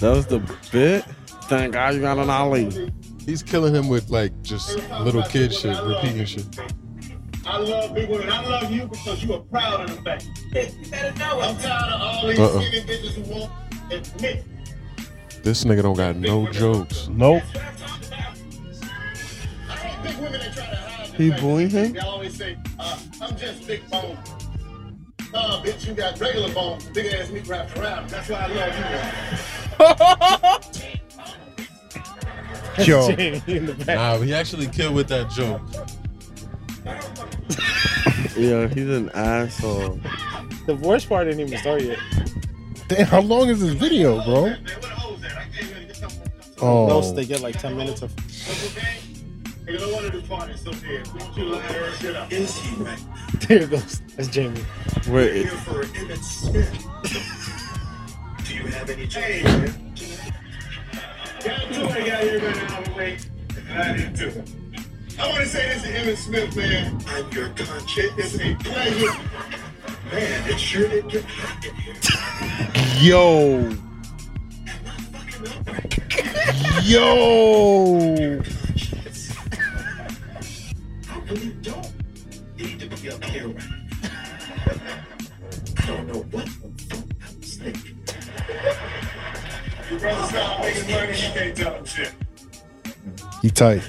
[SPEAKER 3] That was the bit? Thank God you got an Ollie.
[SPEAKER 4] He's killing him with like just little kid shit, repeating shit.
[SPEAKER 9] I love Big Women. I love you because you are proud of the fact. You better know it. I'm tired of all these
[SPEAKER 4] Uh-uh.
[SPEAKER 9] skinny bitches who won't admit.
[SPEAKER 3] Oh.
[SPEAKER 4] This nigga don't got no jokes.
[SPEAKER 2] nope.
[SPEAKER 9] That's what I'm talking about. I hate big women that try to hide the
[SPEAKER 3] He
[SPEAKER 9] fact
[SPEAKER 3] bullying
[SPEAKER 9] that
[SPEAKER 3] him?
[SPEAKER 9] They always say, uh, I'm just big bone. Nah, bitch, you got regular bones, big ass meat wrapped around. That's why I love you. man.
[SPEAKER 2] Yo,
[SPEAKER 1] in the back.
[SPEAKER 4] Nah, he actually killed with that joke.
[SPEAKER 3] Yeah, he's an asshole.
[SPEAKER 1] The worst part didn't even start yet.
[SPEAKER 2] damn, how long is this video, bro?
[SPEAKER 9] Man, what a hoes at? I can't even get something.
[SPEAKER 1] No,
[SPEAKER 2] Oh,
[SPEAKER 1] they get like ten minutes of.
[SPEAKER 9] That's okay? You don't want to do parties, so dead. We want you to line her shit up. Is he right
[SPEAKER 1] There it goes. That's Jamie.
[SPEAKER 3] Wait,
[SPEAKER 9] for Emmett Smith? do you have any change? man? Got two I got here right now, I'm awake. I didn't do it. I want to say this to Emmett Smith, man. I'm your conscience. It is a pleasure. Man, it sure did get hot in here.
[SPEAKER 2] yo, yo.
[SPEAKER 9] I really don't need to be up here right now. I don't know what the fuck I was thinking. Your brother stop making money, he can't tell him shit.
[SPEAKER 2] He tight.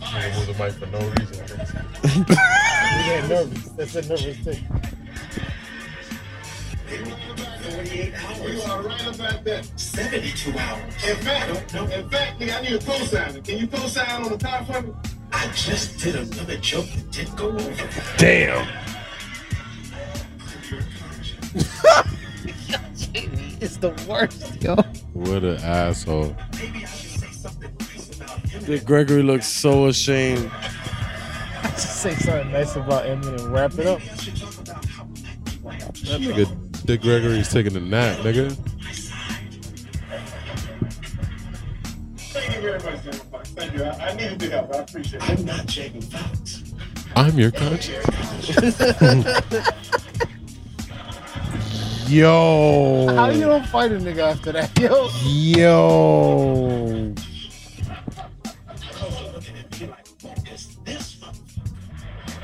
[SPEAKER 4] Hold the mic for no reason.
[SPEAKER 6] Yeah, nervous. That's a nervous thing.
[SPEAKER 9] You are right about that. 72 hours. In fact, in fact, nigga, I need a cosigner. Can you cosign on the top of it? I just did another joke that didn't go over.
[SPEAKER 2] Damn.
[SPEAKER 1] It's the worst, yo.
[SPEAKER 4] What an asshole.
[SPEAKER 9] Maybe I should say something nice about him.
[SPEAKER 3] Dick Gregory looks so ashamed.
[SPEAKER 6] Just say something nice about Eminem and wrap it up.
[SPEAKER 9] Maybe I should talk about how black people have
[SPEAKER 4] That nigga Dick Gregory's taking a nap, nigga.
[SPEAKER 9] Thank you very much, Jacob Fox. Thank you. I, I needed the help. I appreciate it. I'm not Jacob Fox.
[SPEAKER 4] I'm your conscience.
[SPEAKER 6] How you
[SPEAKER 2] Yo.
[SPEAKER 6] don't fight a nigga after that, yo?
[SPEAKER 2] Yo.
[SPEAKER 9] looking at me like, what is this motherfucker?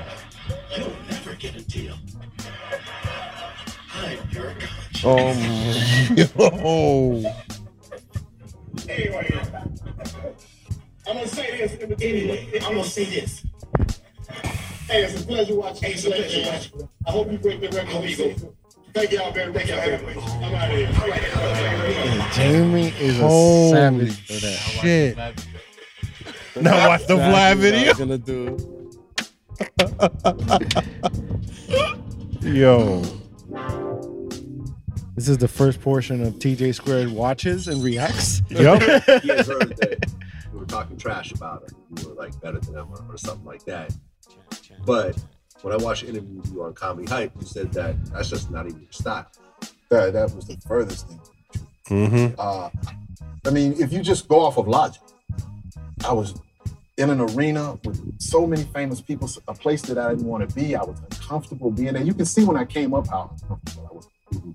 [SPEAKER 9] You'll never get a deal. I'm your conscience.
[SPEAKER 2] Yo.
[SPEAKER 9] Anyway, I'm gonna say this. in the- Anyway, I'm gonna say this. Hey, it's a pleasure watching. It's a pleasure watching. I hope you break the record. Thank y'all very much. I'm out of here. All right.
[SPEAKER 6] Jamie is a
[SPEAKER 2] Holy
[SPEAKER 6] savage for that.
[SPEAKER 2] shit. Now watch the fly video.
[SPEAKER 3] Gonna do.
[SPEAKER 2] Yo.
[SPEAKER 1] This is the first portion of TJ Squared watches and reacts.
[SPEAKER 2] Yep.
[SPEAKER 10] he had heard that you were talking trash about her. You were like better than them or, or something like that. But when I watched an interview with you on Comedy Hype, you said that that's just not even your style. That that was the furthest thing.
[SPEAKER 2] Mm-hmm.
[SPEAKER 10] Uh, I mean, if you just go off of logic, I was in an arena with so many famous people, a place that I didn't want to be. I was uncomfortable being there. You can see when I came up how uncomfortable I was.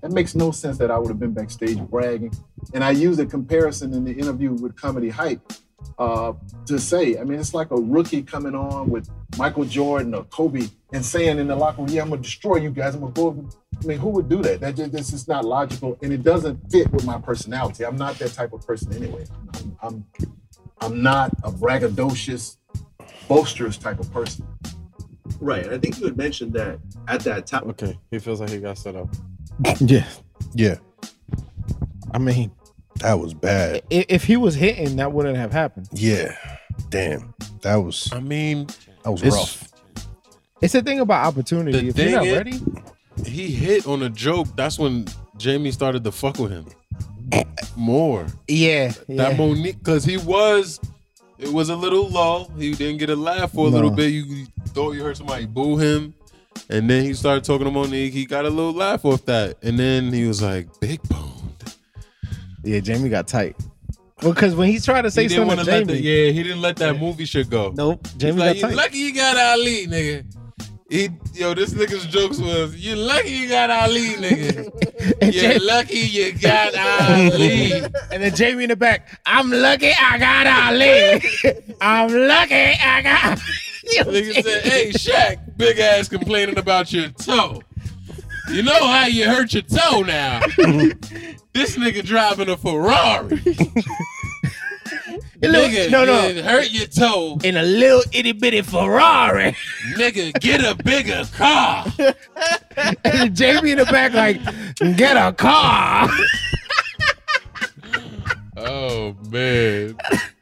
[SPEAKER 10] That makes no sense that I would have been backstage bragging. And I used a comparison in the interview with Comedy Hype uh, to say, I mean, it's like a rookie coming on with Michael Jordan or Kobe and saying in the locker room, yeah, I'm going to destroy you guys. I'm going to go. over-" I mean, who would do that? That just, this is not logical and it doesn't fit with my personality. I'm not that type of person anyway. I'm, I'm, I'm not a braggadocious, boisterous type of person.
[SPEAKER 7] Right. I think you had mentioned that at that time.
[SPEAKER 3] Okay, he feels like he got set up.
[SPEAKER 1] Yeah,
[SPEAKER 2] Yeah.
[SPEAKER 1] I mean,
[SPEAKER 2] That was bad.
[SPEAKER 1] i- if he was hitting, that wouldn't have happened.
[SPEAKER 2] Yeah. Damn. That was
[SPEAKER 4] I mean,
[SPEAKER 2] that was
[SPEAKER 4] it's-
[SPEAKER 2] rough.
[SPEAKER 1] It's the thing about opportunity.
[SPEAKER 4] The
[SPEAKER 1] if you're
[SPEAKER 4] thing
[SPEAKER 1] not
[SPEAKER 4] is-
[SPEAKER 1] ready,
[SPEAKER 4] he hit on a joke. That's when Jamie started to fuck with him more.
[SPEAKER 1] yeah,
[SPEAKER 4] That Monique, because he was, it was a little low. He didn't get a laugh for a
[SPEAKER 1] No.
[SPEAKER 4] little bit. You, you thought you heard somebody boo him, and then he started talking to Monique. He got a little laugh off that, and then he was like, "Big boned."
[SPEAKER 1] yeah. Jamie got tight. Well, because when he's trying to say
[SPEAKER 4] he didn't
[SPEAKER 1] something to
[SPEAKER 4] wanna let the,
[SPEAKER 1] Jamie,
[SPEAKER 4] yeah, he didn't let that movie shit go.
[SPEAKER 1] nope,
[SPEAKER 4] He's
[SPEAKER 1] Jamie
[SPEAKER 4] like,
[SPEAKER 1] got
[SPEAKER 4] you
[SPEAKER 1] tight.
[SPEAKER 4] lucky you got Ali, nigga. He, yo, this nigga's jokes was, you lucky you got Ali, nigga. You're
[SPEAKER 1] Jamie-
[SPEAKER 4] lucky you got Ali.
[SPEAKER 1] and then Jamie in the back, I'm lucky I got Ali. I'm lucky I got.
[SPEAKER 4] Nigga said, hey, Shaq, big ass complaining about your toe. You know how you hurt your toe now. this nigga driving a Ferrari. nigga,
[SPEAKER 1] no, no.
[SPEAKER 4] it hurt your toe.
[SPEAKER 1] in a little itty bitty Ferrari.
[SPEAKER 4] nigga, get a bigger car.
[SPEAKER 1] and then Jamie in the back, like, get a car.
[SPEAKER 4] Oh man.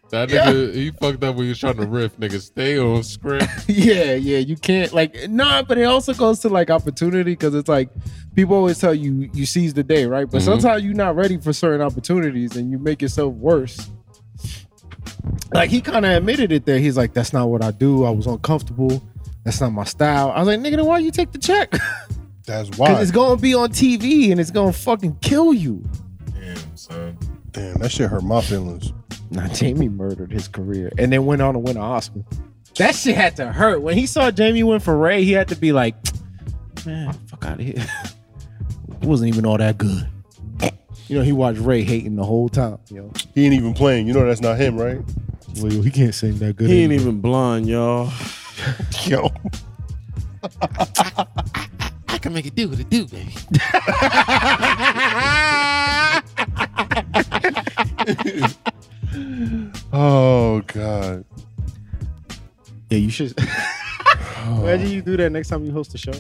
[SPEAKER 4] That nigga, he fucked up when he was trying to riff, nigga. Stay on script.
[SPEAKER 1] yeah, yeah, you can't like nah, but it also goes to like opportunity because it's like people always tell you you seize the day, right? But
[SPEAKER 4] Mhm.
[SPEAKER 1] sometimes you're not ready for certain opportunities and you make yourself worse. Like he kind of admitted it there. He's like, "That's not what I do. I was uncomfortable. That's not my style." I was like, "Nigga, then why you take the check? Because
[SPEAKER 2] That's why.
[SPEAKER 1] it's gonna be on TV and it's gonna fucking kill you."
[SPEAKER 4] Damn, son.
[SPEAKER 2] Damn, that shit hurt my feelings.
[SPEAKER 1] Nah, Jamie murdered his career and then went on to win an Oscar. That shit had to hurt. When he saw Jamie win for Ray, he had to be like, man, fuck out of here. It wasn't even all that good. You know, he watched Ray hating the whole time. Yo,
[SPEAKER 2] He ain't even playing. You know that's not him, right?
[SPEAKER 1] well, yo, he can't sing that good.
[SPEAKER 3] He ain't even blonde, y'all.
[SPEAKER 2] Yo.
[SPEAKER 4] I can make it do what it do, baby.
[SPEAKER 2] Oh God.
[SPEAKER 1] Yeah, you should.
[SPEAKER 11] Imagine you do that next time you host a show.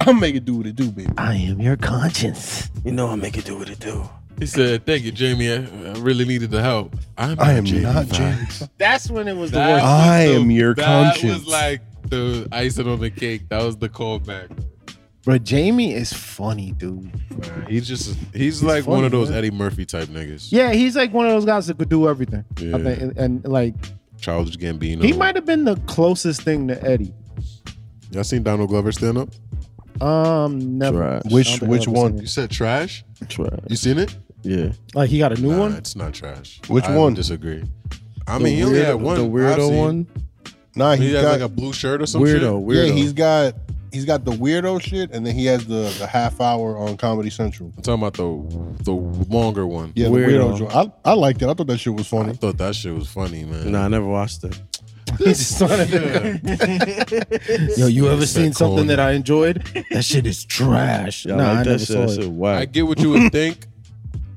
[SPEAKER 2] I'm making do what it do, baby.
[SPEAKER 11] I am your conscience.
[SPEAKER 3] You know I make it do what it do.
[SPEAKER 4] He said, "Thank you, Jamie. I, I really needed the help. I'm
[SPEAKER 2] I am not
[SPEAKER 4] Vines."
[SPEAKER 2] Jamie.
[SPEAKER 11] That's when it was the
[SPEAKER 4] That
[SPEAKER 11] worst.
[SPEAKER 4] was
[SPEAKER 2] I
[SPEAKER 4] the-
[SPEAKER 2] am your
[SPEAKER 4] that
[SPEAKER 2] conscience.
[SPEAKER 4] was like the icing on the cake. That was the callback.
[SPEAKER 1] Bro, Jamie is funny, dude.
[SPEAKER 4] He's just he's, like one
[SPEAKER 1] funny,
[SPEAKER 4] of those
[SPEAKER 1] man.
[SPEAKER 4] Eddie Murphy type niggas.
[SPEAKER 1] Yeah, he's like one of those guys that could do everything.
[SPEAKER 4] Yeah.
[SPEAKER 1] I think, and, and, like
[SPEAKER 4] Childish Gambino.
[SPEAKER 1] he might have been the closest thing to Eddie.
[SPEAKER 4] Y'all seen Donald Glover stand up?
[SPEAKER 1] Um, never.
[SPEAKER 3] Trash.
[SPEAKER 1] I
[SPEAKER 2] Which
[SPEAKER 1] don't think
[SPEAKER 2] which
[SPEAKER 1] I've ever
[SPEAKER 2] one?
[SPEAKER 1] seen
[SPEAKER 4] You said trash.
[SPEAKER 3] Trash.
[SPEAKER 4] You seen it?
[SPEAKER 3] Yeah.
[SPEAKER 1] Like he got a new
[SPEAKER 4] Nah,
[SPEAKER 1] one.
[SPEAKER 4] It's not trash.
[SPEAKER 2] Which
[SPEAKER 4] I
[SPEAKER 2] one?
[SPEAKER 4] Disagree. I mean, he only had one.
[SPEAKER 3] The
[SPEAKER 4] I've
[SPEAKER 3] weirdo
[SPEAKER 4] seen.
[SPEAKER 3] one.
[SPEAKER 2] Nah,
[SPEAKER 4] He
[SPEAKER 2] he's
[SPEAKER 4] has
[SPEAKER 2] got
[SPEAKER 4] like a blue shirt or some
[SPEAKER 3] Weirdo.
[SPEAKER 4] shit.
[SPEAKER 3] Weirdo.
[SPEAKER 2] yeah, he's got he's got the weirdo shit, and then he has the the half hour on Comedy Central.
[SPEAKER 4] I'm talking about the the longer one.
[SPEAKER 2] Yeah,
[SPEAKER 3] Weirdo.
[SPEAKER 2] the weirdo. joint. I I liked it. I thought that shit was
[SPEAKER 4] I
[SPEAKER 2] funny.
[SPEAKER 4] thought that shit was funny, man.
[SPEAKER 3] Nah, I never watched it.
[SPEAKER 1] Yo, you ever
[SPEAKER 4] It's that
[SPEAKER 1] seen something
[SPEAKER 4] corny.
[SPEAKER 1] that I enjoyed? That shit is trash.
[SPEAKER 3] Yeah,
[SPEAKER 1] nah,
[SPEAKER 3] I
[SPEAKER 1] I
[SPEAKER 3] like
[SPEAKER 1] never
[SPEAKER 3] that shit.
[SPEAKER 1] saw
[SPEAKER 3] That
[SPEAKER 1] it.
[SPEAKER 3] shit whack.
[SPEAKER 4] I get what you would think.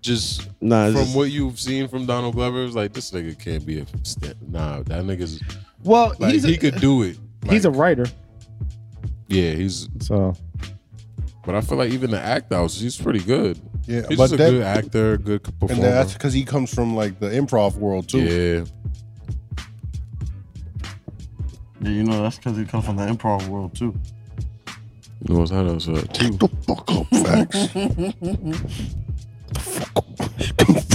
[SPEAKER 4] Just
[SPEAKER 3] nah, it's
[SPEAKER 4] from
[SPEAKER 3] just-
[SPEAKER 4] what you've seen from Donald Glover, it's like this nigga can't be a st- nah. That nigga's
[SPEAKER 1] Well,
[SPEAKER 4] like
[SPEAKER 1] he's a,
[SPEAKER 4] he could do it.
[SPEAKER 1] he's a
[SPEAKER 4] Like,
[SPEAKER 1] writer,
[SPEAKER 4] yeah. He's
[SPEAKER 1] so
[SPEAKER 4] but I feel like even the act out, he's pretty good.
[SPEAKER 2] Yeah,
[SPEAKER 4] He's
[SPEAKER 2] but
[SPEAKER 4] just a
[SPEAKER 2] that
[SPEAKER 4] good actor, good performer.
[SPEAKER 2] and that's because he comes from like the improv world too.
[SPEAKER 4] yeah,
[SPEAKER 3] Yeah, you know, that's because he comes from the improv world too.
[SPEAKER 4] you know what's hot outside too.
[SPEAKER 2] The fuck up facts. the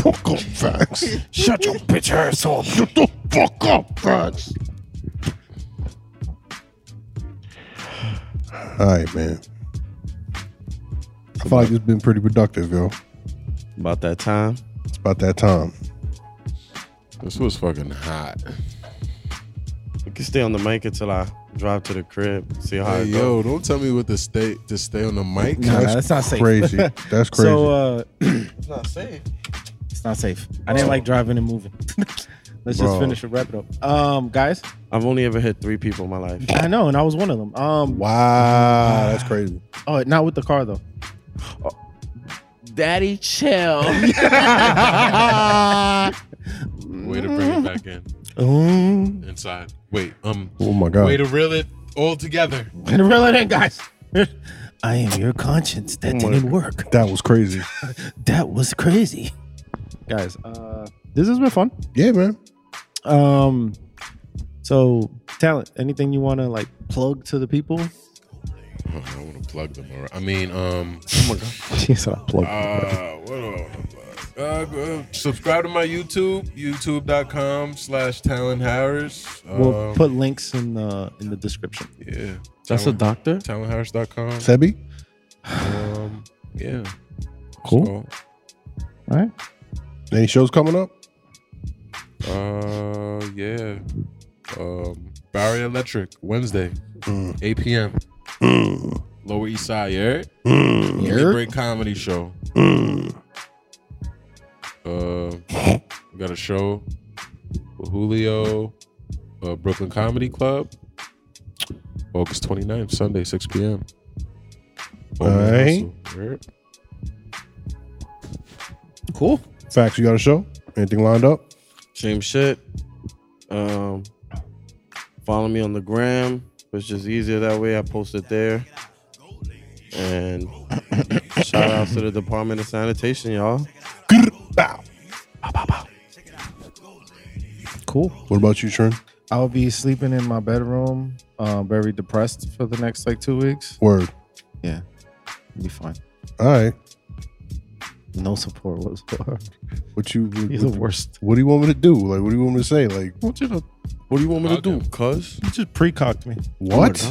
[SPEAKER 2] fuck up facts.
[SPEAKER 1] shut your bitch ass off.
[SPEAKER 2] Shut the fuck up facts. All right, man. I feel like it's been pretty productive, yo.
[SPEAKER 3] About that time.
[SPEAKER 2] It's about that time.
[SPEAKER 4] This was fucking hot.
[SPEAKER 3] You can stay on the mic until I drive to the crib, see how
[SPEAKER 4] Hey,
[SPEAKER 3] it
[SPEAKER 4] yo,
[SPEAKER 3] goes.
[SPEAKER 4] don't tell me what to stay to stay on the mic.
[SPEAKER 1] Nah, that's not safe.
[SPEAKER 2] Crazy. That's crazy.
[SPEAKER 1] So uh,
[SPEAKER 3] It's not safe.
[SPEAKER 1] it's not safe. I didn't like driving and moving. Let's just
[SPEAKER 2] Bro.
[SPEAKER 1] finish and wrap it up. Um, guys,
[SPEAKER 3] I've only ever hit three people in my life.
[SPEAKER 1] I know, and I was one of them. Um,
[SPEAKER 2] wow, that's crazy.
[SPEAKER 1] oh, not with the car though.
[SPEAKER 12] Daddy, chill.
[SPEAKER 4] Way to bring it back in inside. Wait, um,
[SPEAKER 2] Oh my god.
[SPEAKER 4] way to reel it all together.
[SPEAKER 1] And reel it in, guys. I am your conscience. That didn't work.
[SPEAKER 2] That was crazy.
[SPEAKER 1] That was crazy. Guys, uh, this has been fun.
[SPEAKER 2] Yeah, man.
[SPEAKER 1] Um, so talent. Anything you want to like plug to the people?
[SPEAKER 4] I want to plug them. All right. I mean, um,
[SPEAKER 1] Jeez, I plug.
[SPEAKER 4] uh, what do I want to plug? Uh, uh, subscribe to my YouTube, youtube.com slash Talon Harris. Um,
[SPEAKER 1] we'll put links in the in the description.
[SPEAKER 4] yeah,
[SPEAKER 3] That's a doctor?
[SPEAKER 4] TalonHarris.com.
[SPEAKER 2] Sebi?
[SPEAKER 4] Um, yeah.
[SPEAKER 1] Cool. All right.
[SPEAKER 2] Any shows coming up?
[SPEAKER 4] So, uh, yeah. Um, Barry Electric Wednesday, 8 p.m. Lower East Side. Yeah. Great comedy show. Uh, we got a show with Julio, uh, Brooklyn Comedy Club, August 29th, Sunday, 6 p.m.
[SPEAKER 2] Alright.
[SPEAKER 4] Alright.
[SPEAKER 1] Cool.
[SPEAKER 2] Facts, you got a show? Anything lined up?
[SPEAKER 3] Same shit. Um, follow me on the gram. It's just easier that way. I post it there. And shout out to the Department of Sanitation, y'all.
[SPEAKER 1] Cool.
[SPEAKER 2] What about you, Trin?
[SPEAKER 1] I'll be sleeping in my bedroom, um, very depressed for the next like two weeks.
[SPEAKER 2] Word.
[SPEAKER 1] It'll be fine.
[SPEAKER 2] All right.
[SPEAKER 1] No support whatsoever.
[SPEAKER 2] What you what,
[SPEAKER 1] He's the worst.
[SPEAKER 2] what do you want me to do? Like what do you want me to say? Like
[SPEAKER 3] What do you want me to
[SPEAKER 4] Okay.
[SPEAKER 3] do, cuz?
[SPEAKER 1] You just precocked me.
[SPEAKER 2] what?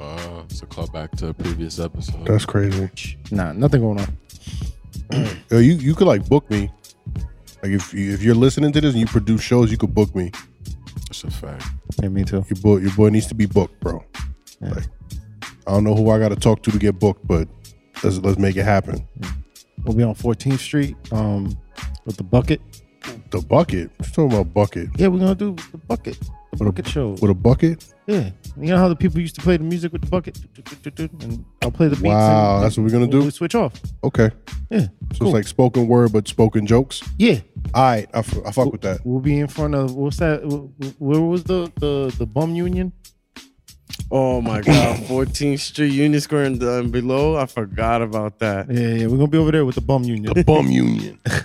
[SPEAKER 4] Uh, it's a callback to a previous episode.
[SPEAKER 2] That's crazy.
[SPEAKER 1] Nah, nothing going on.
[SPEAKER 2] Yo, you you could like book me. Like if you, if you're listening to this and you produce shows, you could book me.
[SPEAKER 4] That's a fact.
[SPEAKER 1] Yeah, me too.
[SPEAKER 2] Your boy your boy needs to be booked, bro. Like I don't know who I got to talk to to get booked, but let's let's make it happen.
[SPEAKER 1] We'll be on 14th Street um, with the bucket.
[SPEAKER 2] The bucket. What you talking about bucket?
[SPEAKER 1] Yeah, we're gonna do the bucket. bucket show.
[SPEAKER 2] with a bucket.
[SPEAKER 1] Yeah, you know how the people used to play the music with the bucket, and I'll play the beats.
[SPEAKER 2] Wow,
[SPEAKER 1] and-
[SPEAKER 2] that's what we're gonna do?
[SPEAKER 1] We switch off.
[SPEAKER 2] Okay.
[SPEAKER 1] Yeah. So
[SPEAKER 2] it's like spoken word, but spoken jokes.
[SPEAKER 1] Yeah.
[SPEAKER 2] All right, I, f- I fuck with that.
[SPEAKER 1] We'll be in front of what's that? wh- wh- Where was the the, the bum union?
[SPEAKER 3] Oh my God, 14th Street, Union Square, and, uh, and below. I forgot about that.
[SPEAKER 1] Yeah, yeah, we're gonna be over there with the bum union.
[SPEAKER 2] The bum union.
[SPEAKER 1] but uh,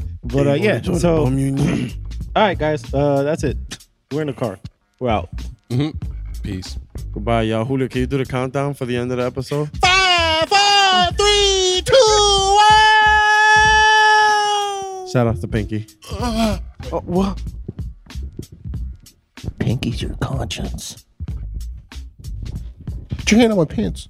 [SPEAKER 3] You wanna
[SPEAKER 1] yeah,
[SPEAKER 3] join the
[SPEAKER 1] so all
[SPEAKER 3] bum union?
[SPEAKER 1] right, guys, uh, that's it. We're in the car. We're out.
[SPEAKER 4] Peace.
[SPEAKER 3] Goodbye, y'all. Julio, can you do the countdown for the end of the episode?
[SPEAKER 5] Five, four, three, two, one.
[SPEAKER 3] Shout out to Pinky.
[SPEAKER 5] Uh,
[SPEAKER 1] oh, what?
[SPEAKER 5] Pinky's your conscience.
[SPEAKER 2] Put your hand on my pants.